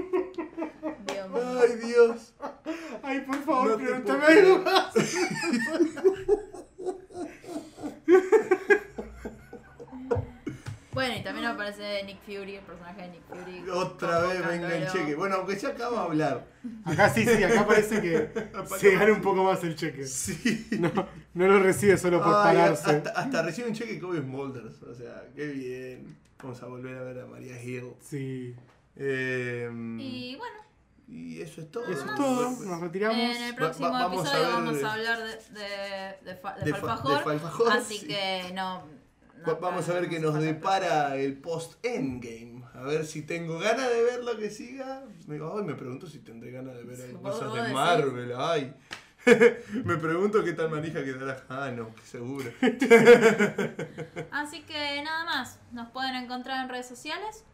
Speaker 1: Dios mío.
Speaker 3: Ay, Dios.
Speaker 2: *laughs* Ay, por
Speaker 3: No
Speaker 2: favor,
Speaker 3: te
Speaker 2: pregúntame
Speaker 3: puedo
Speaker 2: algo
Speaker 3: creer.
Speaker 2: más.
Speaker 1: Bueno, y también aparece Nick Fury, el personaje de Nick Fury.
Speaker 3: Otra
Speaker 1: como
Speaker 3: vez me
Speaker 1: Candoro.
Speaker 3: enganché. que- Bueno, aunque ya acabo de hablar.
Speaker 2: Acá sí, sí, acá parece que se gana un poco más el cheque.
Speaker 3: Sí.
Speaker 2: No, no lo recibe solo por
Speaker 3: Ay,
Speaker 2: pagarse.
Speaker 3: Hasta, hasta recibe un cheque Kobe Smulders. O sea, qué bien. Vamos a volver a ver a María Hill.
Speaker 2: Sí.
Speaker 3: Eh, y...
Speaker 1: Y bueno,
Speaker 3: eso es todo.
Speaker 2: Eso es todo, nos retiramos.
Speaker 1: en el próximo
Speaker 3: va- vamos a
Speaker 1: episodio
Speaker 3: ver-
Speaker 1: vamos a hablar de, de, de, fa- de
Speaker 3: De fa-
Speaker 1: Falfajor.
Speaker 3: de Falfajor,
Speaker 1: así
Speaker 3: sí.
Speaker 1: que no. no-
Speaker 3: Va- Vamos a ver qué nos
Speaker 1: falta.
Speaker 3: depara el post-endgame. A ver si tengo ganas de ver lo que siga. Me, digo, ay, me pregunto si tendré ganas de ver
Speaker 1: Vos-
Speaker 3: cosas
Speaker 1: vos
Speaker 3: de
Speaker 1: decís.
Speaker 3: Marvel. Ay. *laughs* me pregunto qué tal manija quedará. Ah, no, que seguro.
Speaker 1: Así que nada más, nos pueden encontrar en redes sociales.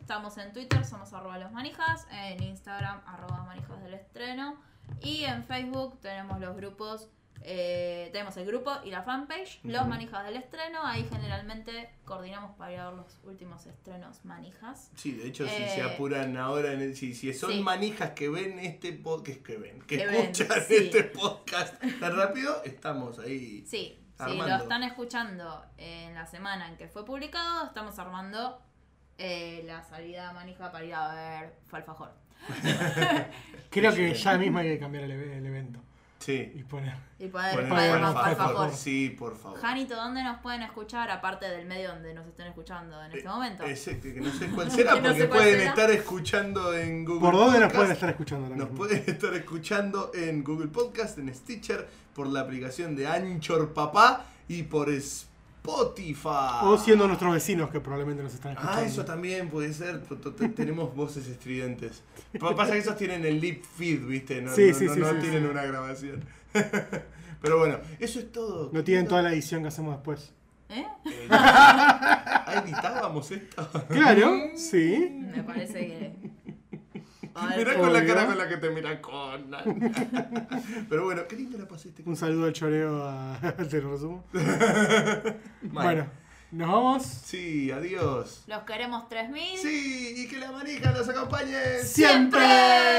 Speaker 1: Estamos en Twitter, somos arroba los manijas, en Instagram, arroba manijas del estreno, y en Facebook tenemos los grupos, eh, tenemos el grupo y la fanpage, los
Speaker 3: Ujú.
Speaker 1: manijas del estreno, ahí generalmente coordinamos para ir a ver los últimos estrenos manijas.
Speaker 3: Sí, de hecho,
Speaker 1: Eh,
Speaker 3: si se apuran ahora, en el- si, si son
Speaker 1: sí.
Speaker 3: manijas que ven este podcast, que ven, que,
Speaker 1: Que ven,
Speaker 3: escuchan
Speaker 1: sí.
Speaker 3: este podcast tan rápido, estamos ahí.
Speaker 1: Sí, si
Speaker 3: Armando.
Speaker 1: lo están escuchando en la semana en que fue publicado, estamos armando eh, la salida manija para ir a ver Falfajor.
Speaker 2: Creo que ya mismo hay que cambiar el, eve- el evento
Speaker 3: Sí.
Speaker 2: y poner.
Speaker 1: Y poder
Speaker 3: Ponen
Speaker 1: ver
Speaker 2: Bueno,
Speaker 1: Falfajor.
Speaker 2: Spider-Man, bueno,
Speaker 3: Falfajor.
Speaker 2: Falfajor.
Speaker 3: Sí, por favor.
Speaker 1: Janito, ¿dónde nos pueden escuchar? Aparte del medio donde nos estén escuchando en este momento.
Speaker 3: Eh, Ese que no sé
Speaker 1: *laughs*
Speaker 3: cuál será,
Speaker 1: Que no
Speaker 3: porque
Speaker 1: sé cuál
Speaker 3: pueden
Speaker 1: será.
Speaker 3: estar escuchando en Google
Speaker 2: ¿Por dónde nos
Speaker 3: Podcast,
Speaker 2: pueden estar escuchando ahora
Speaker 3: Nos
Speaker 2: mismo?
Speaker 3: pueden estar escuchando en Google Podcast, en Stitcher, por la aplicación de Anchor Papá y por Spotify.
Speaker 2: O siendo nuestros vecinos que probablemente nos están Oh, escuchando.
Speaker 3: Ah, eso también puede ser. T- t- Tenemos voces estridentes. Pero pasa que esos tienen el lip feed, ¿viste? No,
Speaker 2: Sí,
Speaker 3: no,
Speaker 2: sí,
Speaker 3: no-
Speaker 2: sí,
Speaker 3: no
Speaker 2: sí,
Speaker 3: tienen
Speaker 2: sí.
Speaker 3: una grabación. *laughs* Pero bueno, eso es todo.
Speaker 2: No tienen toda la edición que hacemos después.
Speaker 1: ¿Eh?
Speaker 3: Eh,
Speaker 2: *laughs*
Speaker 3: ah, editábamos esto.
Speaker 2: Claro, sí.
Speaker 1: Me parece que. A ver,
Speaker 3: Mirá con la
Speaker 2: Obvio.
Speaker 3: cara con la que te mira Conan. *laughs* Pero bueno, qué lindo la este. pasaste.
Speaker 2: Un saludo al choreo a. *laughs* Te lo resumo.
Speaker 3: Mal.
Speaker 2: Bueno, nos vamos.
Speaker 3: Sí, adiós.
Speaker 1: los queremos 3000.
Speaker 3: Sí, y que la manija los acompañe.
Speaker 1: ¡Siempre!